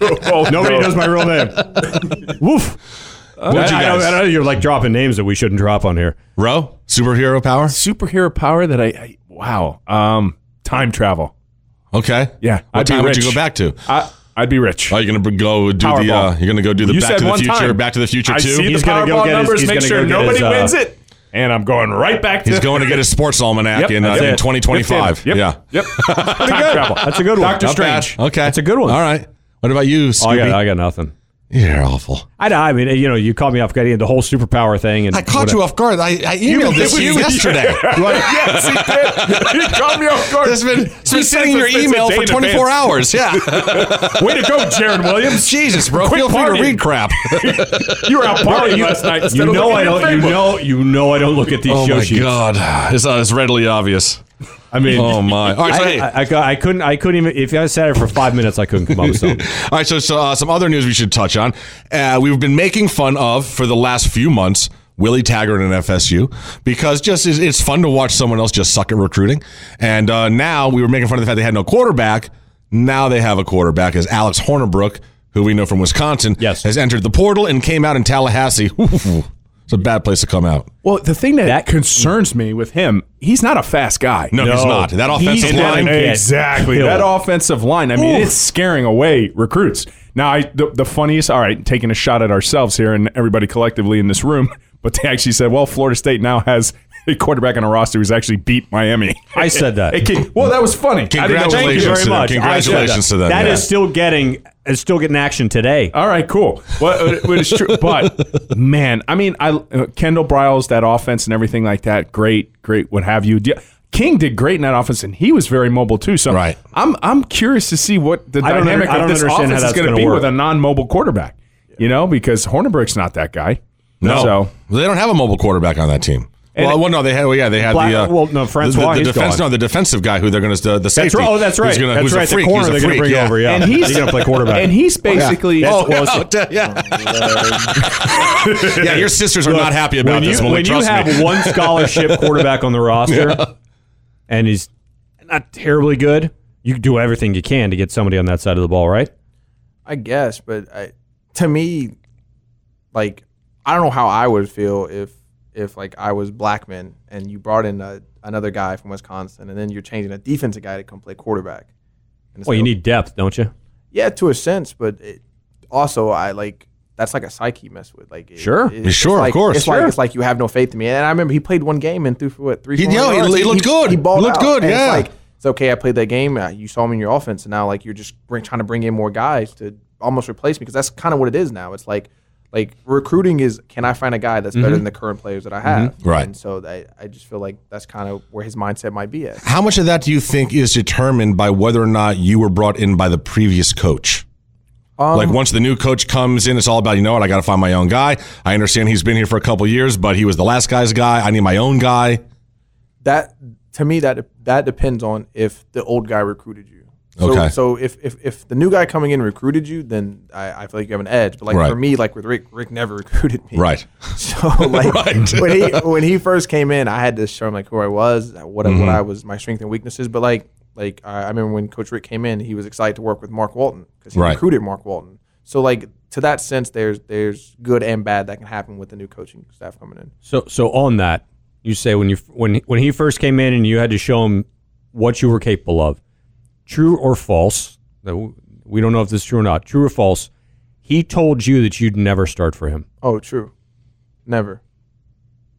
Nobody knows my real name. Woof. What'd you I, I know- guys- I know you're like dropping names that we shouldn't drop on here. Ro, superhero power. Superhero power that I, I wow. Um, time travel. Okay. Yeah, What I'd be time would you go rich. back to? I, I'd be rich. Are you Oh, gonna br- go do the? Powerball. Uh, you're gonna go do the you Back said to the one Future, time. Back to the Future I see two. He's the gonna Powerball go get his- numbers. he's make gonna sure go get nobody his, uh, wins it. And I'm going right back to. He's going to get his sports almanac Yep, in, uh, that's in it. 2025. Yep. Yeah. Yep. Time travel. That's a good one. Doctor Not bad. Strange. Okay. That's a good one. All right. What about you, Oh, I, got, Scooby? I got nothing. You're awful. I, I mean, you know, you caught me off guard. You had The whole superpower thing, and I caught you off guard. I, I emailed this to you yesterday. yes, he did. He caught me off guard. It's been, it's been He sent sitting in your us this a email day for in 24 advance. hours. Yeah. Way to go, Jared Williams. Jesus, bro. Quit Feel free to partying. read crap. You were out partying last night. instead You of know, looking I at don't. You your Facebook. know, you know, I don't look at these oh, show my sheets. God. It's, uh, it's readily obvious. I mean, Oh, my. All right. So, I, hey. I, I, cou- I couldn't. I couldn't even. If I sat here for five minutes, I couldn't come up with something. All right, so, so uh, some other news we should touch on. Uh, we've been making fun of for the last few months Willie Taggart and FSU because just it's, it's fun to watch someone else just suck at recruiting. And uh, now we were making fun of the fact they had no quarterback. Now they have a quarterback as Alex Hornerbrook, who we know from Wisconsin, Yes. has entered the portal and came out in Tallahassee. It's a bad place to come out. Well, the thing that, concerns me with him, he's not a fast guy. No, he's not. That offensive He's gonna line. get Exactly. killed. That offensive line, I mean, it's scaring away recruits. Now, I, the, the funniest, all right, taking a shot at ourselves here and everybody collectively in this room, but they actually said, well, Florida State now has a quarterback on a roster who's actually beat Miami. I said that. It can- well, that was funny. I didn't know- Congratulations Thank you to very them. much. Congratulations to them. That yeah. is still getting. It's still getting action today. All right, cool. Well, it- it's true, but man, I mean, I uh, Kendall Briles, that offense and everything like that, great, great, what have you. D- King did great in that offense, and he was very mobile too. So Right. I'm I'm curious to see what the I don't dynamic under- I of don't this understand how offense is that's going to gonna be work. with a non-mobile quarterback. You know, because Hornibrook's not that guy. No, So they don't have a mobile quarterback on that team. well, well, no, they had. Well, yeah, they had Black- the. Uh, well, no, the- Francois, The, the he's defense, gone. no, the defensive guy who they're going to the safety. right. Oh, that's who's right. gonna- that's who's right. A freak. The he's corner a they're going to freak, bring yeah. over. Yeah, And he's- going to play quarterback. and he's basically Oh, Well, it's- yeah, yeah. yeah, your sisters are not happy about when you, this. Malik, when you trust have me. one scholarship quarterback on the roster and he's not terribly good, you do everything you can to get somebody on that side of the ball, right? I guess, but I, to me, like I don't know how I would feel if if like I was Blackman and you brought in a, another guy from Wisconsin and then you're changing a defensive guy to come play quarterback. And it's Well, you like, need depth, don't you? yeah, to a sense, but it, also I like that's like a psyche mess with like it- Sure. it- it's Sure, of like- course, it's sure. like it's like you have no faith in me. And I remember he played one game and threw for what three. He- 400 yeah, he- yards. he looked good. He balled Looked out. good, And yeah. It's like it's okay. I played that game. uh, You saw me in your offense, and now like you're just bring, trying to bring in more guys to almost replace me because that's kind of what it is now. It's like like recruiting is can I find a guy that's better than the current players that I have? Mm-hmm. Right. And so I I just feel like that's kind of where his mindset might be at. How much of that do you think is determined by whether or not you were brought in by the previous coach? Um, like once the new coach comes in, it's all about you know what I got to find my own guy. I understand he's been here for a couple years, but he was the last guy's guy. I need my own guy. that to me that that depends on if the old guy recruited you. So, Okay. So if, if if the new guy coming in recruited you, then I, I feel like you have an edge. But like Right. for me, like with Rick, Rick never recruited me. Right. So like when he when he first came in, I had to show him like who I was, what Mm-hmm. what I was, my strengths and weaknesses. But like like I I remember when Coach Rick came in, he was excited to work with Mark Walton because he Right. recruited Mark Walton. So like to that sense, there's there's good and bad that can happen with the new coaching staff coming in. So, so on that, you say when you when when he first came in and you had to show him what you were capable of, true or false? though We don't know if this is true or not. True or false? He told you that you'd never start for him, Oh, true. Never.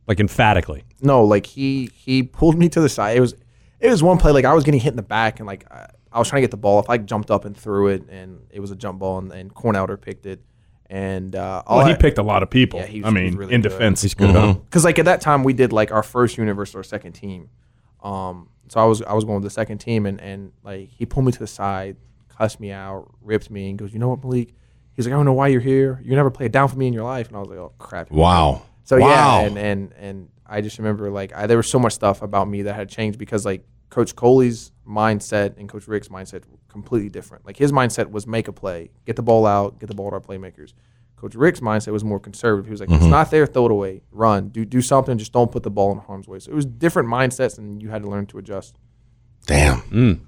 like emphatically. No, like he he pulled me to the side. It was it was one play like I was getting hit in the back and like I, I was trying to get the ball. If I jumped up and threw it, and it was a jump ball, and, and Cornelder picked it, and uh, all well, he I- picked a lot of people. Yeah, he was- I he mean, was really in good. defense, Uh-huh. he's because like at that time we did like our first unit versus our second team. Um, so I was I was going with the second team, and and like he pulled me to the side, cussed me out, ripped me, and goes, you know what, Malik? He's like, I don't know why you're here. You never played down for me in your life, and I was like, oh crap. Wow. So wow. yeah, and and and I just remember like I, there was so much stuff about me that had changed because like Coach Coley's mindset and Coach Rick's mindset were completely different. Like his mindset was make a play, get the ball out, get the ball to our playmakers. Coach Rick's mindset was more conservative. He was like, if it's not there, throw it away, run, do do something, just don't put the ball in harm's way. So it was different mindsets, and you had to learn to adjust. Damn.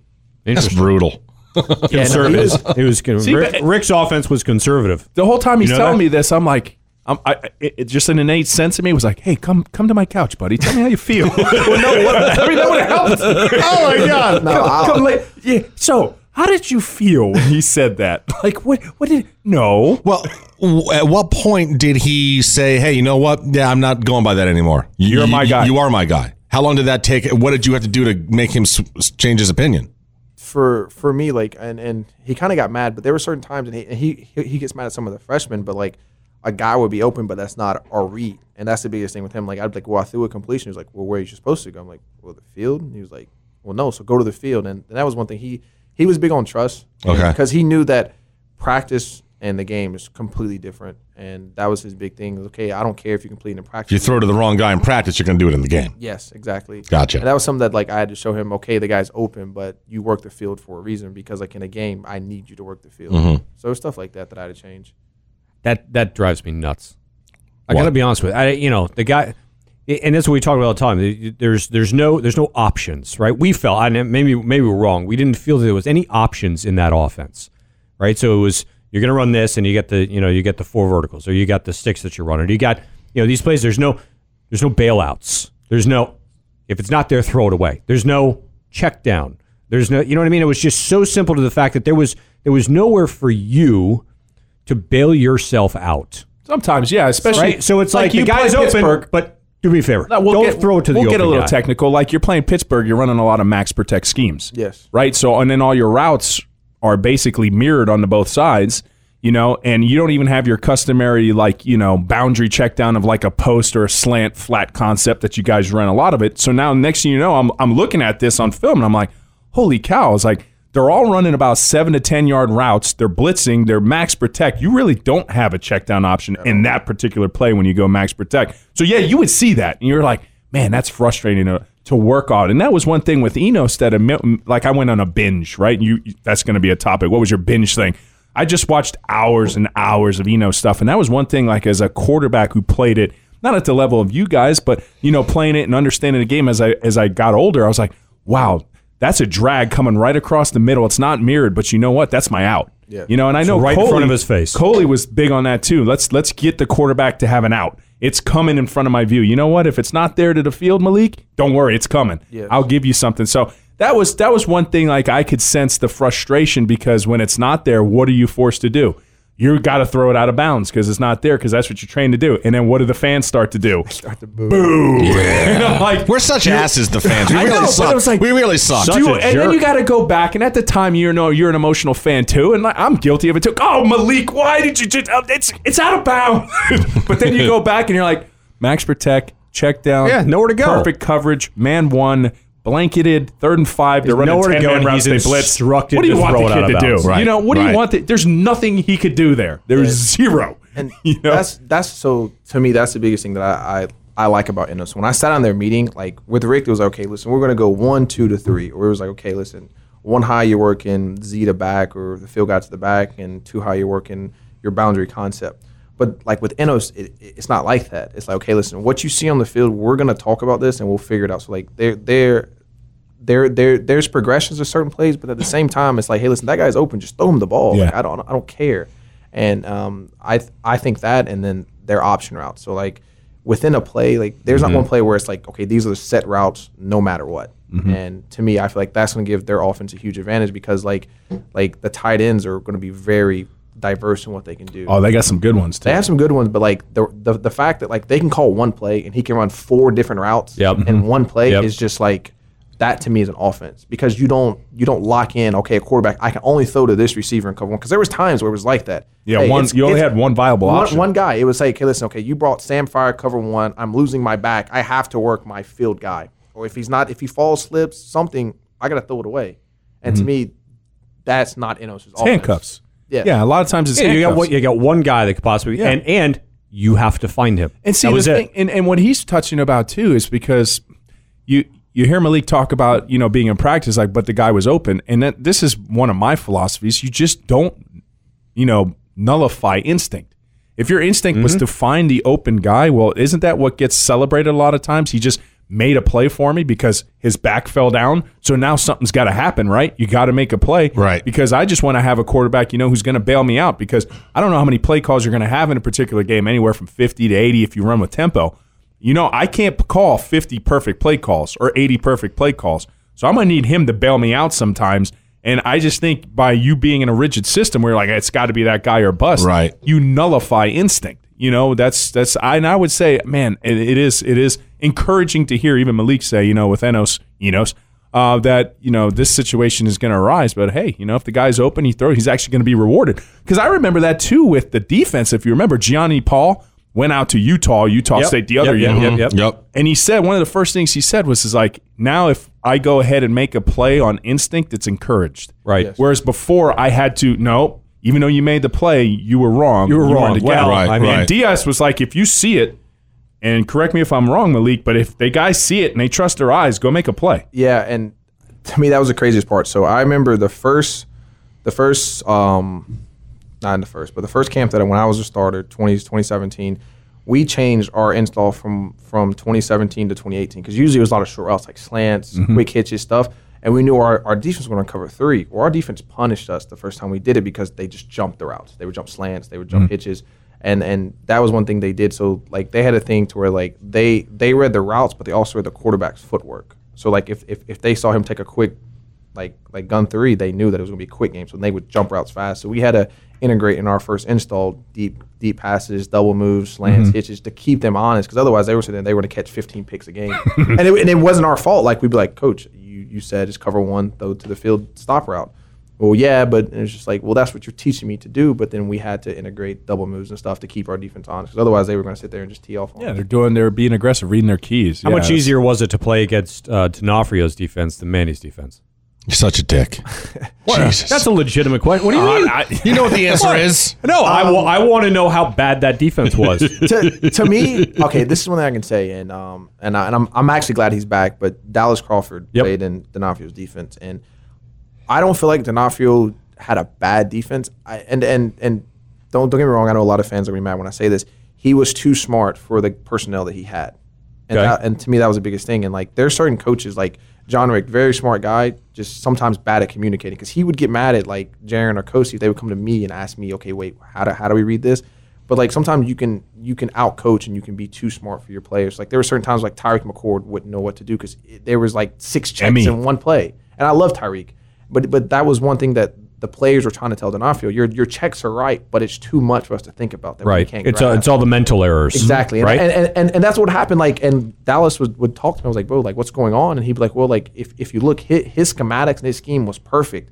That's brutal. Conservative. it was, it was Rick, but- Rick's offense was conservative. The whole time he's know telling that? me this, I'm like, I'm, I, I- it, it's just an innate sense in me was like, hey, come come to my couch, buddy. Tell me how you feel. well, no, what, I mean, that would have helped. Oh, my God. No, I'll- come, late. Yeah. So, how did you feel when he said that? Like, what, what did, no. Well, w- at what point did he say, "Hey, you know what? Yeah, I'm not going by that anymore. You- You're my you- guy." You are my guy." How long did that take? What did you have to do to make him s- s- change his opinion? for for me like and and he kind of got mad but there were certain times and he, and he he he gets mad at some of the freshmen but like a guy would be open but that's not our read and that's the biggest thing with him like i'd be like well i threw a completion he's like well where are you supposed to go i'm like well the field and he was like well no so go to the field and, and that was one thing he he was big on trust Okay. because he knew that practice and the game is completely different and that was his big thing okay i don't care if you complete in practice If you throw to the wrong guy in practice, you're going to do it in the game. Yes, exactly. Gotcha. And that was something that like I had to show him. Okay, the guy's open, but you work the field for a reason because like in a game, I need you to work the field. So it's stuff like that that I had to change. That that drives me nuts. I Why? gotta be honest with you. I, you know the guy, and that's what we talk about all the time. There's there's no there's no options, right? We felt I know, maybe maybe we're wrong. We didn't feel that there was any options in that offense, right? So it was you're gonna run this, and you get the you know you get the four verticals, or you got the sticks that you're running. You got you know these plays. There's no there's no bailouts. There's no if it's not there, throw it away. There's no check down. There's no you know what I mean. It was just so simple to the fact that there was there was nowhere for you to bail yourself out. Sometimes, yeah, especially. Right? So it's like, the guy's play open, Pittsburgh, but do me a favor. No, we'll don't get, throw it to the We'll open get a little guy. technical. Like you're playing Pittsburgh, you're running a lot of max protect schemes. Yes. Right. So and then all your routes are basically mirrored on the both sides. You know, and you don't even have your customary like you know boundary check down of like a post or a slant flat concept that you guys run a lot of it. So now next thing you know, I'm I'm looking at this on film and I'm like, holy cow! It's like they're all running about seven to ten yard routes. They're blitzing. They're max protect. You really don't have a check down option in that particular play when you go max protect. So yeah, you would see that, and you're like, man, that's frustrating to, to work on. And that was one thing with Enos that, admi- like, I went on a binge, right? You That's going to be a topic. What was your binge thing? I just watched hours and hours of Enos stuff. And that was one thing, like, as a quarterback who played it, not at the level of you guys, but, you know, playing it and understanding the game as I, as I got older, I was like, wow, that's a drag coming right across the middle. It's not mirrored, but you know what? That's my out. Yeah. You know, and I know right in Coley- front of his face. Coley was big on that too. Let's let's get the quarterback to have an out. It's coming in front of my view. You know what? If it's not there to the field, Malik, don't worry, it's coming. I'll give you something. So that was that was one thing like I could sense the frustration because when it's not there, what are you forced to do? You got to throw it out of bounds because it's not there because that's what you're trained to do. And then what do the fans start to do? Start to boo. And I'm like, We're such asses, the fans. We I really know, but suck. it was like- we really suck. Such do- a and then jerk. you got to go back, and at the time, you know you're an emotional fan too, and like, I'm guilty of it too. Oh, Malik, why did you just? oh, It's it's out of bounds. but then you go back, and you're like, Max Protect, check down. Yeah, nowhere to go. Perfect coverage, man one, blanketed, third and five. They're There's running nowhere to ten go, man and he's routes. They blitz. What instructed do you to want throw the it out kid of to do? bounds. Right, You know, what do right. you want? The, there's nothing he could do there. There's zero. And you know? that's that's so to me that's the biggest thing that I, I I like about Enos. When I sat on their meeting, like with Rick, it was like, okay, listen, we're gonna go one, two to three. Or it was like, okay, listen, one high you're working Z to back or the field guy to the back, and two high you're working your boundary concept. But like with Enos, it, it- it's not like that. It's like, okay, listen, what you see on the field, we're gonna talk about this and we'll figure it out. So like they're they're there, there, there's progressions to certain plays, but at the same time, it's like, hey, listen, that guy's open. Just throw him the ball. Like, Yeah. I don't, I don't care. And um, I, th- I think that, and then their option routes. So like within a play, like there's not one play where it's like, okay, these are the set routes, no matter what. And to me, I feel like that's going to give their offense a huge advantage because like, like the tight ends are going to be very diverse in what they can do. oh, they got some good ones too. They have some good ones, but like the, the the fact that like they can call one play and he can run four different routes Yep. Mm-hmm. in one play Yep. is just like that to me is an offense because you don't you don't lock in okay a quarterback I can only throw to this receiver and cover one because there was times where it was like that Yeah, one- you only it's- had one viable one, option. one guy it was like okay listen okay you brought Sam Fire cover one I'm losing my back I have to work my field guy or if he's not if he falls slips something I gotta throw it away and to me that's not Enos' offense Mm-hmm. handcuffs. Yeah. yeah. A lot of times it's Yeah, you got handcuffs. one, you got one guy that could possibly Yeah. and and you have to find him. And see, that the was it. thing, and, and what he's touching about too is because you you hear Malik talk about you know being in practice like, but the guy was open, and that this is one of my philosophies. You just don't you know nullify instinct. If your instinct was Mm-hmm. to find the open guy, well, isn't that what gets celebrated a lot of times? He just made a play for me because his back fell down. So now something's got to happen, right? You got to make a play. Right. Because I just want to have a quarterback, you know, who's going to bail me out because I don't know how many play calls you're going to have in a particular game, anywhere from 50 to 80 if you run with tempo. You know, I can't p- call 50 perfect play calls or 80 perfect play calls. So I'm going to need him to bail me out sometimes. And I just think by you being in a rigid system where you're like, it's got to be that guy or bust, Right. you nullify instinct. You know, that's that's I and I would say, man, it, it is it is encouraging to hear even Malik say, you know, with Enos, Enos, uh, that you know this situation is going to arise. But hey, you know, if the guy's open, he throws, he's actually going to be rewarded. Because I remember that too with the defense. If you remember, Gianni Paul went out to Utah, Utah Yep. State, the other Yep, year, yep, yep, yep. Yep. and he said one of the first things he said was is like now if I go ahead and make a play on instinct, it's encouraged. Right. Yes. Whereas before I had to no, even though you made the play, you were wrong. You were wrong. wanted to Well, get it. Right, I mean- right. And Diaz was like, if you see it, and correct me if I'm wrong, Malik, but if the guys see it and they trust their eyes, go make a play. yeah and to me that was the craziest part so i remember the first the first um not in the first but the first camp that I- when i was a starter 20, 2017 we changed our install from from 2017 to 2018 because usually it was a lot of short routes like slants quick hitches stuff and we knew our, our defense was going to cover three well our defense punished us the first time we did it because they just jumped the routes they would jump slants they would jump hitches and and that was one thing they did. So like they had a thing to where like they they read the routes, but they also read the quarterback's footwork. So like if if, if they saw him take a quick like like gun three, they knew that it was gonna be a quick game. So they would jump routes fast. So we had to integrate in our first install deep deep passes, double moves, slants, hitches to keep them honest. Because otherwise they were sitting there, they were gonna catch 15 picks a game, and it, and it wasn't our fault. Like we'd be like, coach, you you said just cover one, throw to the field, stop route well, yeah, but it's just like, well, that's what you're teaching me to do. But then we had to integrate double moves and stuff to keep our defense honest, 'cause otherwise they were going to sit there and just tee off on. us. they're doing they're being aggressive, reading their keys. How much easier was it to play against uh, D'Onofrio's defense than Manny's defense? You're such a dick. Jesus. That's a legitimate question. What do you Uh, mean? you know what the answer is. no, um, I want to know how bad that defense was. to, to me, okay, this is one thing I can say, and um, and, I, and I'm, I'm actually glad he's back. But Dallas Crawford Yep. played in D'Onofrio's defense, and I don't feel like D'Onofrio had a bad defense. I and and and don't don't get me wrong. I know a lot of fans are gonna be mad when I say this. He was too smart for the personnel that he had, and Okay. that- and to me that was the biggest thing. And like there's certain coaches like John Rick, very smart guy, just sometimes bad at communicating because he would get mad at like Jaron or Kosi if they would come to me and ask me, okay, wait, how do how do we read this? But like sometimes you can you can out coach and you can be too smart for your players. Like there were certain times like Tyreek McCord wouldn't know what to do because there was like six checks Emmy. in one play. And I love Tyreek, but but that was one thing that the players were trying to tell D'Onofrio: your your checks are right, but it's too much for us to think about that. We right. can't It's, grasp. uh, it's all the mental errors. Exactly. And, Mm-hmm. Right? and, and and that's what happened. Like, and Dallas would, would talk to me. I was like, bro, like what's going on? And he'd be like, well, like if, if you look, his, his schematics and his scheme was perfect,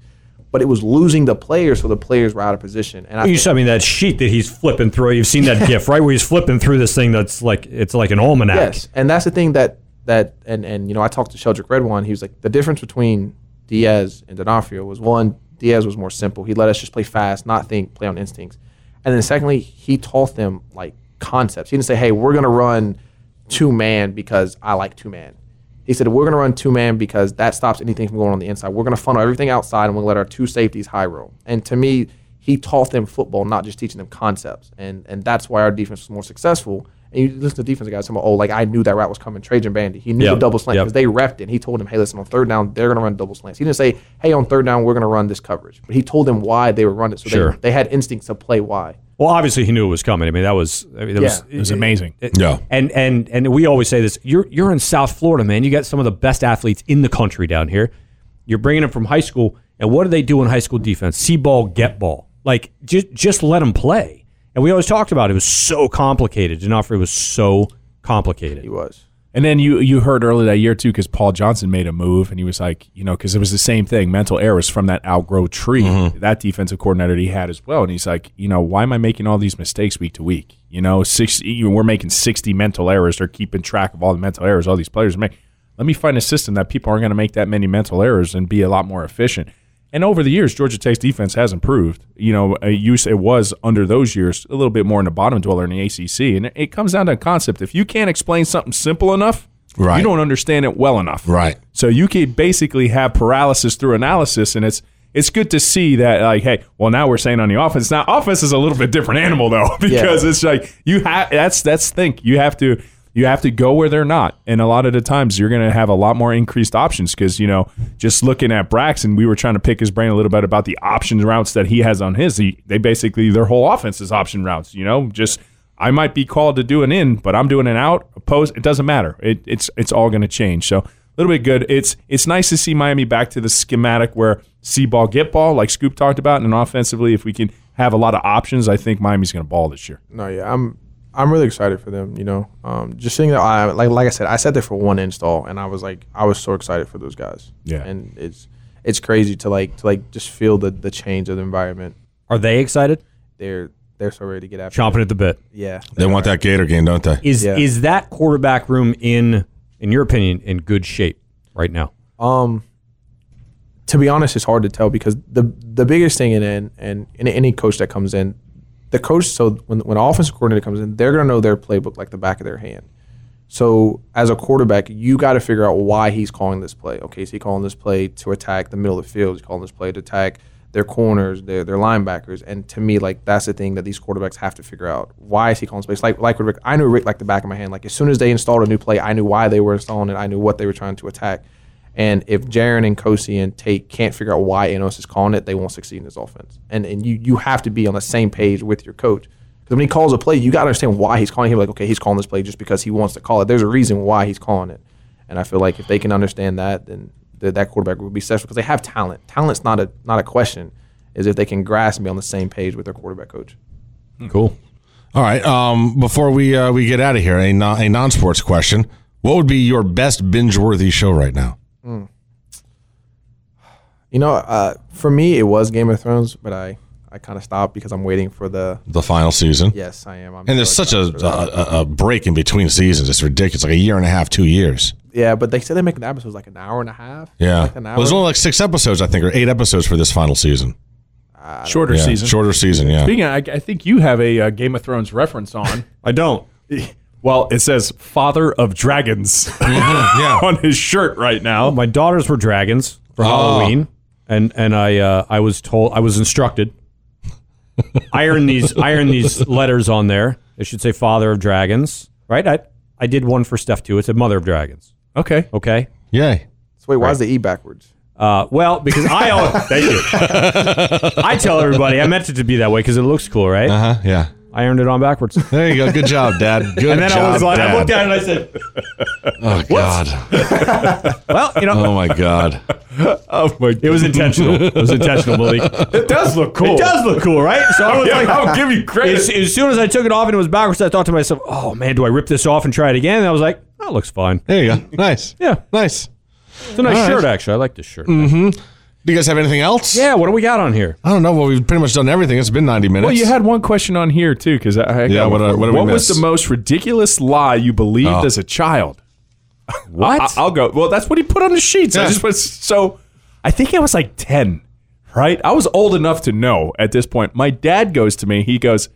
but it was losing the players, so the players were out of position. And I You think- showed me that sheet that he's flipping through. You've seen that gif, right? Where he's flipping through this thing that's like it's like an almanac. Yes, and that's the thing that that and and you know I talked to Sheldrick Redwan. He was like the difference between Diaz and D'Onofrio was one Diaz was more simple. He let us just play fast, not think, play on instincts, and then secondly he taught them like concepts. He didn't say, hey, we're gonna run two man because I like two man. He said we're gonna run two man because that stops anything from going on the inside. We're gonna funnel everything outside and we'll let our two safeties high roll. And to me. He taught them football, not just teaching them concepts, and and that's why our defense was more successful. And you listen to defensive guys talking about, oh, like I knew that route was coming. Trajan Bandy, he knew Yep, the double slant yep. because they repped it. And he told him, hey, listen, on third down, they're going to run double slants. He didn't say, hey, on third down, we're going to run this coverage. But he told them why they were running it. So Sure. they, they had instincts to play why. Well, obviously he knew it was coming. I mean, that was I mean, that was, It was amazing. Yeah. And and and we always say this. You're you're in South Florida, man. You got some of the best athletes in the country down here. You're bringing them from high school, and what do they do in high school defense? See ball, get ball. Like just just let them play. And we always talked about it, was so complicated. D'Onofrio was so complicated. He was. And then you you heard earlier that year too, because Paul Johnson made a move, and he was like, you know, because it was the same thing, mental errors from that outgrow tree that defensive coordinator he had as well, and he's like, you know, why am I making all these mistakes week to week? You know, six you, we're making sixty mental errors. They're keeping track of all the mental errors all these players make. Let me find a system that people aren't going to make that many mental errors and be a lot more efficient. And over the years, Georgia Tech's defense has improved. You know, uh, you s- it was under those years a little bit more in the bottom dweller in the ACC, and it- it comes down to a concept. If you can't explain something simple enough, Right. you don't understand it well enough, Right. So you could basically have paralysis through analysis, and it's it's good to see that like, hey, well now we're saying on the offense. Now offense is a little bit different animal though because it's like you have that's that's think you have to you have to go where they're not, and a lot of the times you're going to have a lot more increased options because you know just looking at Braxton, we were trying to pick his brain a little bit about the options routes that he has on his. He, they basically their whole offense is option routes. You know, just I might be called to do an in, but I'm doing an out, a post. It doesn't matter. It, it's it's all going to change. So a little bit good. It's it's nice to see Miami back to the schematic where see ball, get ball, like Scoop talked about, and offensively, if we can have a lot of options, I think Miami's going to ball this year. No, yeah, I'm I'm really excited for them. You know, um, just seeing that I like like I said, I sat there for one install, and I was like, I was so excited for those guys. Yeah. and it's it's crazy to like to like just feel the the change of the environment. Are they excited? They're they're so ready to get after. it. Chomping at the bit. Yeah, They want that Gator game, don't they? Is Yeah. is that quarterback room in in your opinion in good shape right now? Um, to be honest, it's hard to tell because the the biggest thing in and and in any coach that comes in, the coach. So when when an offensive coordinator comes in, they're gonna know their playbook like the back of their hand. So as a quarterback, you got to figure out why he's calling this play. Okay, is he calling this play to attack the middle of the field? He's calling this play to attack their corners, their their linebackers. And to me, like that's the thing that these quarterbacks have to figure out. Why is he calling this play? It's Like like with Rick, I knew Rick like the back of my hand. Like as soon as they installed a new play, I knew why they were installing it. I knew what they were trying to attack. And if Jaron and Kosi and Tate can't figure out why Enos is calling it, they won't succeed in this offense. And and you you have to be on the same page with your coach. Because when he calls a play, you got to understand why he's calling him. Like, okay, he's calling this play just because he wants to call it. There's a reason why he's calling it. And I feel like if they can understand that, then th- that quarterback will be successful because they have talent. Talent's not a not a question. Is if they can grasp and be on the same page with their quarterback coach. Cool. All right. Um, before we uh, we get out of here, a non a non sports question: What would be your best binge worthy show right now? You know, uh, for me, it was Game of Thrones, but I I kind of stopped because I'm waiting for the. The final season. Yes, I am. I'm And there's such a, a a break in between seasons. It's ridiculous. Like a year and a half, two years. yeah, but they said they make an episode like an hour and a half. Yeah. like an Well, hour. there's only like six episodes, I think, or eight episodes for this final season. Shorter Yeah, season. Shorter season, yeah. Speaking, of, I, I think you have a uh, Game of Thrones reference on. I don't. well, it says "Father of Dragons" yeah. on his shirt right now. My daughters were dragons Oh. for Halloween, and and I uh, I was told I was instructed iron these iron these letters on there. It should say father of dragons, right? I I did one for Steph too. It said mother of dragons. Okay, Okay. Yay. So wait, why is the E backwards? Uh, well, because I always, thank you. I tell everybody I meant it to be that way because it looks cool, right? Uh huh. Yeah. I earned it on backwards. There you go. Good job, Dad. Good And then job. I was like, Dad. I looked at it and I said, oh, God. well, you know, Oh, my God. it was intentional. It was intentional, Malik. It it does look cool. does look cool, right? So I was Yeah, like, I'll give you credit. As, as soon as I took it off and it was backwards, I thought to myself, "Oh man, do I rip this off and try it again?" And I was like, "That looks fine. There you go. Nice. Yeah. Nice. It's a nice shirt, actually. I like this shirt." Do you guys have anything else? Yeah, what do we got on here? I don't know. Well, we've pretty much done everything. It's been 90 minutes. Well, you had one question on here too, because I, I Yeah, got what, one. uh, what did we was miss? the most ridiculous lie you believed Oh. as a child? What? I, will go. Well, that's what he put on the sheets. I Yeah. just was so. I think I was like ten, right? I was old enough to know at this point. My dad goes to me. He goes.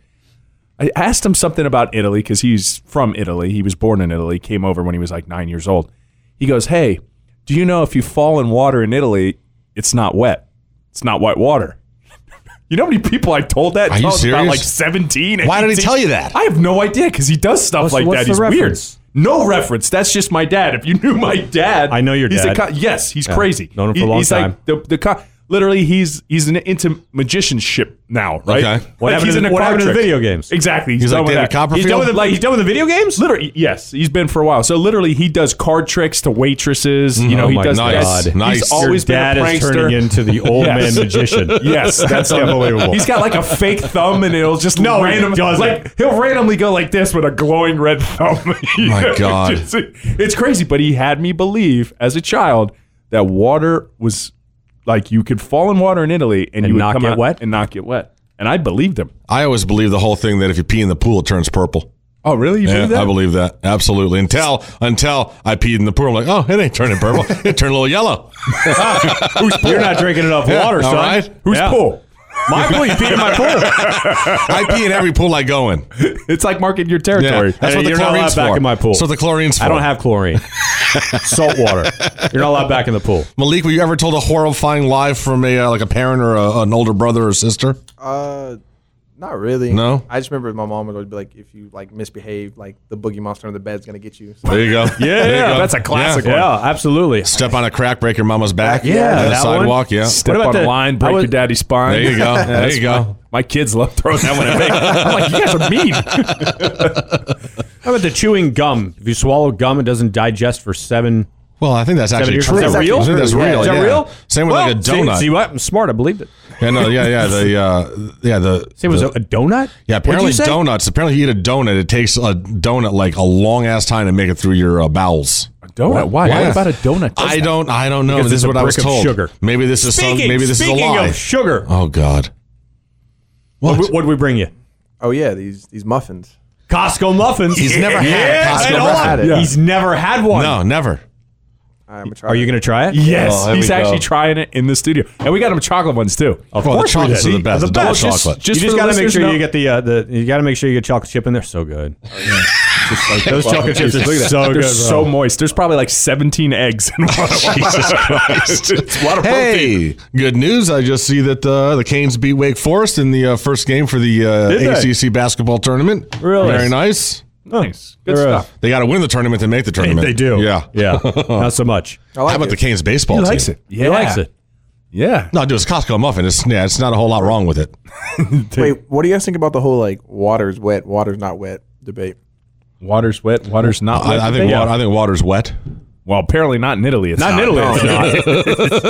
I asked him something about Italy because he's from Italy. He was born in Italy. Came over when he was like nine years old. He goes, "Hey, do you know if you fall in water in Italy, it's not wet. It's not white water." you know how many people I told that? Are you I was About serious? like seventeen. Why did he 18. tell you that? I have no idea because he does stuff What's- like what's that. the He's reference? weird. No reference. That's just my dad. If you knew my dad, I know your he's dad. A co- yes, he's crazy. known him for a long he's time. Like the the co- literally he's he's an into magicianship now, right? Okay. What happened to in the- a what card happened to the trick. video games? Exactly. He's done like with David that. Copperfield? He's done with the, like he's done with the video games. literally yes. He's been for a while. So literally he does card tricks to waitresses. You know Oh he my does God. that's- He's Nice. Your always Dad been a is prankster. turning into the old Yes. man magician. Yes, that's unbelievable. He's got like a fake thumb, and it'll just No, he random, doesn't. like he'll randomly go like this with a glowing red thumb. My God. Just- it's crazy. But he had me believe as a child that water was like you could fall in water in Italy and, you would not come get out wet? and not get wet, and I believed him. I always believe the whole thing that if you pee in the pool, it turns purple. Oh, really? You Yeah, I believe that absolutely. Until until I peed in the pool, I'm like, oh, it ain't turning purple. it turned a little yellow. You're not drinking enough Yeah, water, all son. right. Who's Yeah. pool? My pool. You peed in my pool. I pee in every pool I go in. It's like marking your Yeah, territory. that's what the You're not allowed chlorine's back for. in my pool. So the chlorine's for. I don't have chlorine. Salt water. You're not allowed back in the pool. Malik. Were you ever told a horrifying lie from a uh, like a parent or a, an older brother or sister? Uh, not really. No? I just remember my mom would always be like, if you like misbehave, like the boogie monster under the bed's gonna get you. So, There you go. There you go. that's a classic Yeah. one. Yeah, absolutely. Step on a crack, break your mama's back. Yeah, on the that one. sidewalk. Yeah. Step What about on a the- line, break I was- your daddy's spine. There you go. Yeah, There that's you go. my- My kids love throwing that one at me. I'm like, you guys are mean. How about the chewing gum? If you swallow gum, it doesn't digest for seven. Well, I think that's actually years- true. is that I think real? That's Yeah. real. Is that yeah. real? Same with Well, like a see- donut. See, what? I'm smart. I believed it. Yeah, no, yeah, yeah. The uh, yeah, the Same as the- a, a donut. Yeah, What'd you apparently say? donuts. Apparently, you eat a donut. It takes a donut like a long ass time to make it through your uh, bowels. Donut? Why? Yeah. What about a donut? does I that? don't. I don't know. Because This is it's a what I was brick of told. sugar. Maybe this is some. Speaking, Maybe this is a speaking lie. of sugar, oh God. what would we bring you? oh yeah, these these muffins. Costco muffins. He's never had a Yeah, Costco right muffin. on. Had it. He's never had one. No, never. All right, I'm gonna try. Are you that. going to try it? Yes, Oh, there he's we go. actually trying it in the studio, and we got him chocolate ones too. Of Well, the course we chocolates did. are the best. The double best. Just- chocolate. just- you just for the got to make listeners sure to know- you get the uh, the you got to make sure you get chocolate chip in there. So good. Just like- those chocolate chips are Look at that. so They're good. so bro. moist. There's probably like 17 eggs in one of them. Jesus Christ. it's a lot of protein. Hey, good news! I just see that uh, the Canes beat Wake Forest in the uh, first game for the uh, Did they? ACC basketball tournament. Really? very nice. Nice. Good They're, uh, stuff. They got to win the tournament to make the tournament. They do. Yeah. Yeah. Not so much. I like How about it. the Canes baseball team? Yeah. He likes it. Yeah. No, dude, it's Costco muffin. It's yeah, it's not a whole lot wrong with it. Wait, what do you guys think about the whole like water's wet, water's not wet debate? Water's wet. Water's not wet. I, I think Yeah. water, I think water's wet. Well, apparently not in Italy. It's not. in Italy, it's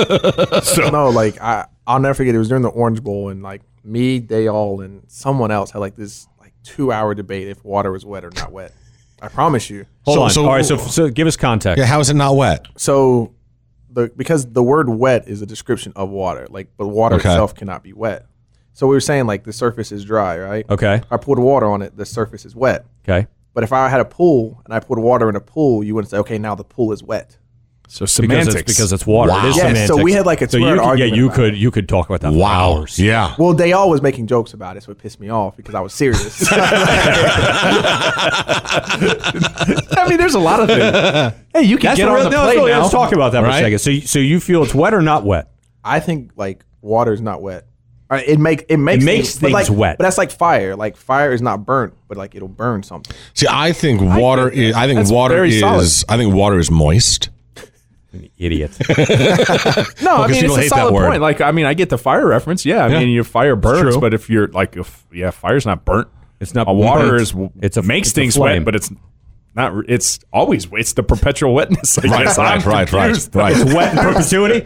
No, like I, I'll never forget. It was during the Orange Bowl, and like me, they all, and someone else had like this like two hour debate if water was wet or not wet. I promise you. Hold So- on. so- All right. So so give us context. Yeah, how is it not wet? So, the because the word wet is a description of water, like but water Okay. itself cannot be wet. So we were saying like the surface is dry, right? Okay. I poured water on it, the surface is wet. Okay. But if I had a pool and I poured water in a pool, you wouldn't say, okay, now the pool is wet. So because semantics. it's because it's water. It is Yes, so semantics. we had, like, a so you two-hour could- argument Yeah, you about could you could talk about that for hours. Yeah. Well, they all was making jokes about it, so it pissed me off because I was serious. I mean, there's a lot of things. hey, you can That's get what on real- the no, plate so now. Let's talk about that for Right? a second. So, you- so you feel it's wet or not wet? I think like water is not wet. Uh, It make it makes makes but, things like- wet. but that's like fire. Like fire is not burnt, but like it'll burn something. See, I think water is. I think that's water very is. solid. I think water is moist. Idiot. No, Oh, I mean people it's a hate that solid word. point. Like, I mean, I get the fire reference. Yeah, I mean, your fire burns, true. but if you're like, if yeah, fire's not burnt. It's not A water burnt. is It's a- makes it's a things flame. wet, but it's not. re- It's always it's the perpetual wetness. I Right, guess. right, I'm right, right, confused. right. It's Wet in perpetuity.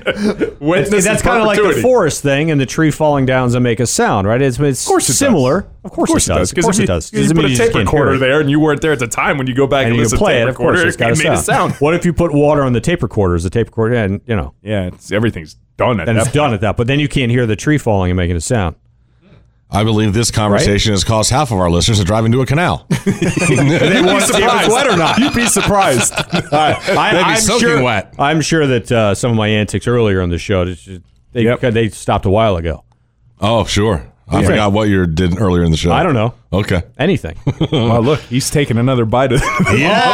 Wetness. See, that's in kind of like the perpetuity. forest thing and the tree falling down doesn't make a sound, right? It's, it's of course it does. similar. Of course, it does. Of 'cause course if it does. You, you Doesn't put mean a just tape can't hear recorder it. there, and you weren't there at the time. When you go back and, and you listen can to play the tape it. Of recorder, course, it's got a made sound. What if you put water on the tape recorder? Is the tape recorder and you know Yeah, it's, everything's done at then that it's done at that? But then you can't hear the tree falling and making a sound. I believe this conversation has caused half of our listeners to drive into a canal. You'd be surprised. You'd be surprised. I, They'd be I'm soaking sure. wet. I'm sure that uh, some of my antics earlier on the show it's just- they Yep. they stopped a while ago. oh, sure. I Yeah. forgot what you did earlier in the show. I don't know Okay. anything. Well, look, he's taking another bite of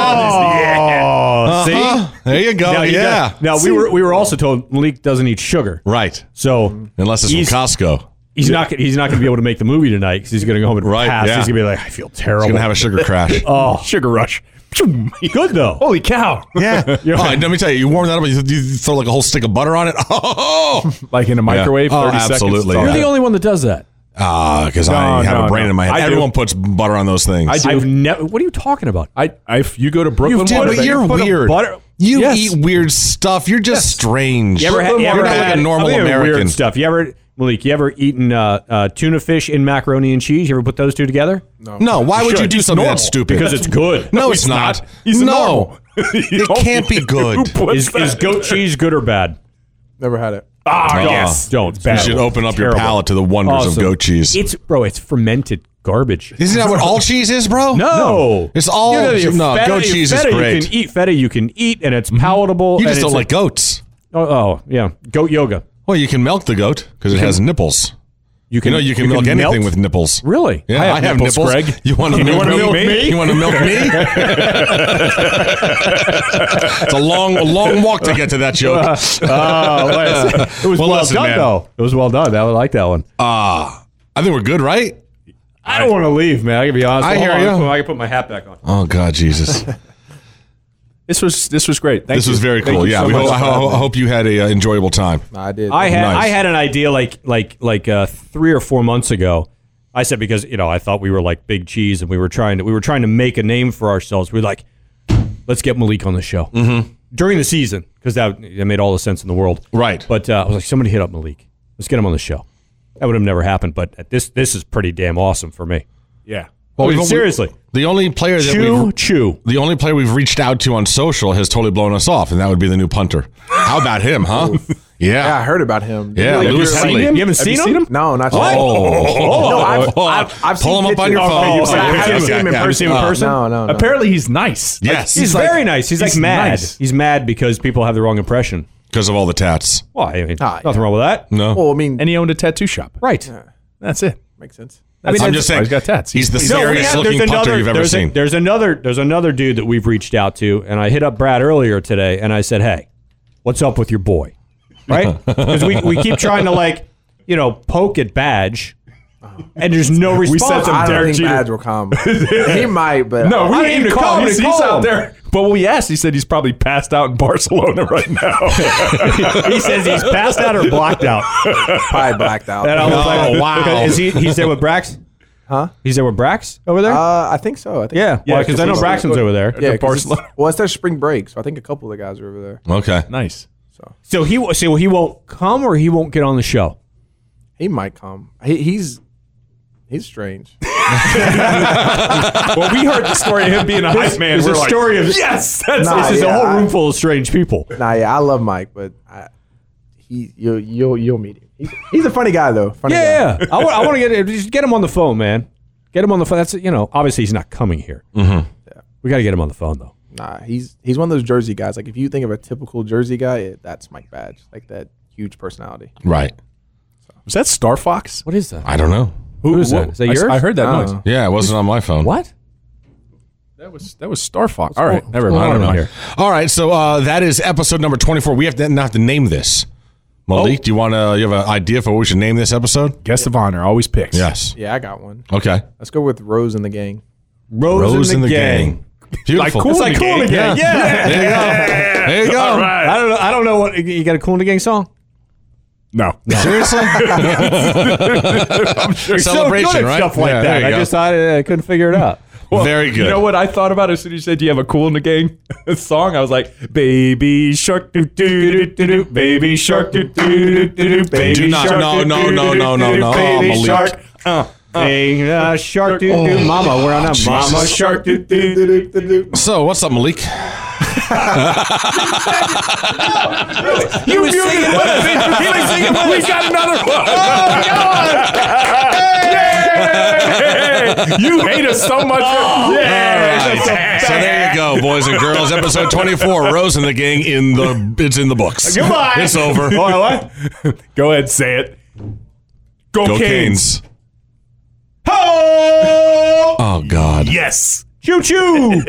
Oh, see. uh-huh. There you go. Oh, Now he yeah. does- now we were we were also told Malik doesn't eat sugar, Right. so Unless it's He's- from Costco. he's not gonna- he's not going to be able to make the movie tonight because he's going to go home and Right, pass. yeah. He's going to be like, I feel He's terrible. gonna have a sugar crash. oh. sugar rush. Good though. Holy cow. yeah. Oh, let me tell you, you warm that up, you, you throw like a whole stick of butter on it. Oh, Like in a microwave, Oh, 30 absolutely, seconds. You're it's the all- only one that does that. because Ah, I No, have no, a brain no. in my head. I do. Everyone puts butter on those things. I do. I've never. What are you talking about? I, I, if you go to Brooklyn, You did, Waterbank- but you're Put a weird. butter- You Yes. eat weird stuff. You're just strange. You ever had, you You're ever not like had a normal I'm thinking of American. Weird stuff. You ever Malik? You ever eaten uh, uh, tuna fish in macaroni and cheese? You ever put those two together? No, why would you should. do It's something normal. that's stupid? Because it's good. no, it's not. He's no, normal. it can't be good. Who puts Is, that? is goat cheese good or bad? Never had it. Ah, Oh, yes. Don't. It's You bad. should open up Terrible. your palate to the wonders Awesome. of goat cheese. It's bro. It's fermented garbage. Isn't that what all cheese is, bro? No. It's all- You you no, feta- goat you cheese is feta, great. Mm-hmm. You can eat feta. You can eat, and it's palatable. you and just it's don't a- like goats. Oh, oh, yeah, goat yoga. Well, you can milk the goat because it has nipples. You You can. know, you can milk anything with nipples. Really? Yeah, I have, nipples, Greg. You want to milk, wanna milk me? me? You want to milk me? it's a long, a long walk to get to that joke. Oh, wait. it was Well, well, listen, done man. Uh, though. It was well done. I would like that one. Ah, I think we're good, right? I don't want to leave, man. I can be honest. I Hold hear on. you. Hold on. I can put my hat back on. Oh God, Jesus! This was this was great. Thank this you. was very Thank cool. you Yeah, so we much hope, I, for ho- having hope you had a uh, enjoyable time. No, I did. I had Nice. I had an idea like like like uh, three or four months ago. I said because you know I thought we were like big cheese and we were trying to we were trying to make a name for ourselves. We were like, let's get Malik on the show during the season because that, that made all the sense in the world. Right. But uh, I was like, somebody hit up Malik. Let's get him on the show. That would have never happened. But this this is pretty damn awesome for me. me. Yeah. Well, I mean, we've only- seriously, The only player that chew we've, chew. the only player we've reached out to on social has totally blown us off, and that would be the new punter. How about him, huh? yeah, I Yeah, heard about him. yeah. Like, Lewis you're, like- Headley. You haven't seen him? No, not yet. Oh, No, I've, I've, I've pull him seen up on pictures. your phone. Oh, You but said- I okay, haven't okay, seen him in okay. person. Uh, No, no, no. Apparently, he's nice. Yes, He's, very nice. He's, he's like mad. nice. He's mad because people have the wrong impression. because of all the tats. Well, I mean, Ah, nothing wrong with that. No, Well, I mean, And he owned a tattoo shop. Right. That's it. makes sense. That's- I'm Oh, just saying He's got tats. He's the No, we scariest have- looking punter you've ever there's a- seen. there's another. There's another dude that we've reached out to, and I hit up Brad earlier today, and I said, "Hey, what's up with your boy?" Right? Because we, we keep trying to like, you know, poke at Badge, and there's no response. sent him I don't Derek think Jeter. Badge will come. he might, but No, we I didn't mean, even call call him. him. He's, Call he's him. out there. But when we asked, he said he's probably passed out in Barcelona right now. he says he's passed out or blocked out. probably blacked out. And I Uh, Oh, was like, wow. because Is he? He's there with Brax? Huh? He's there with Brax over there? Uh, I think so. I think yeah. yeah, Yeah. Because I know he's- Braxton's over there. yeah. 'cause it's- Barcelona. Well, it's their spring break, so I think a couple of the guys are over there. okay. nice. So he wa- so he won't come or he won't get on the show. He might come. He, he's he's strange. Well, we heard the story of him being a hype man. It's We're a like, story of yes, that's Nah, This is yeah, a whole I- room full of strange people. Nah, yeah, I love Mike, but I, he you you'll you'll meet him. He's, he's a funny guy though. Funny guy. Yeah, yeah. I want, I want to get just get him on the phone, man. Get him on the phone. That's you know, obviously he's not coming here, We got to get him on the phone though. Nah, he's he's one of those Jersey guys. Like if you think of a typical Jersey guy, it, that's Mike Badge. Like that huge personality. Right. Was that Star Fox? What is that? I don't know. Who is that? whoa, Is that I s- yours? I, heard that I don't noise. know. Yeah, it wasn't on my phone. What? That was that was Star Fox. All right, never mind. going I on don't know. here? All right, so uh, that is episode number 24. We have to not have to name this. Malik, do you want to? You have an idea for what we should name this episode? Guest of honor always picks. Yes. Yeah, I got one. Okay. Let's go with Rose and the gang. Rose, in the, gang. Beautiful. Cool in the Gang. Yeah. Yeah. There you go. There you go. All right. I don't know. I don't know what you got. A cool in the gang song. No. Seriously? Celebration, good at right? Stuff like Yeah, there that. you I go. just thought I, I couldn't figure it out. Very good. You know what I thought about as soon as you said you have a cool in the gang song? I was like, "Baby shark, doo doo doo doo doo, baby shark, doo doo doo doo doo, baby Do not- shark, no, doo, no, doo, no, doo, no, doo, no, doo, no, baby Malik. shark, oh. uh, Hey, uh, shark doo doo, mama, we're on a mama Jesus. shark. doo doo doo doo doo doo." So, what's up, Malik? He was singing with us. He was singing with us. We got another one. Yay! You hate us so much. Oh. All yeah. right. So there you go, boys and girls. Episode 24, Rose and the Gang in the it's in the books. Goodbye. It's over. Boy, what? Go ahead, say it. Go, Go Canes. Canes. Ho! Oh God. Yes. Choo choo.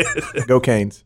Go Canes.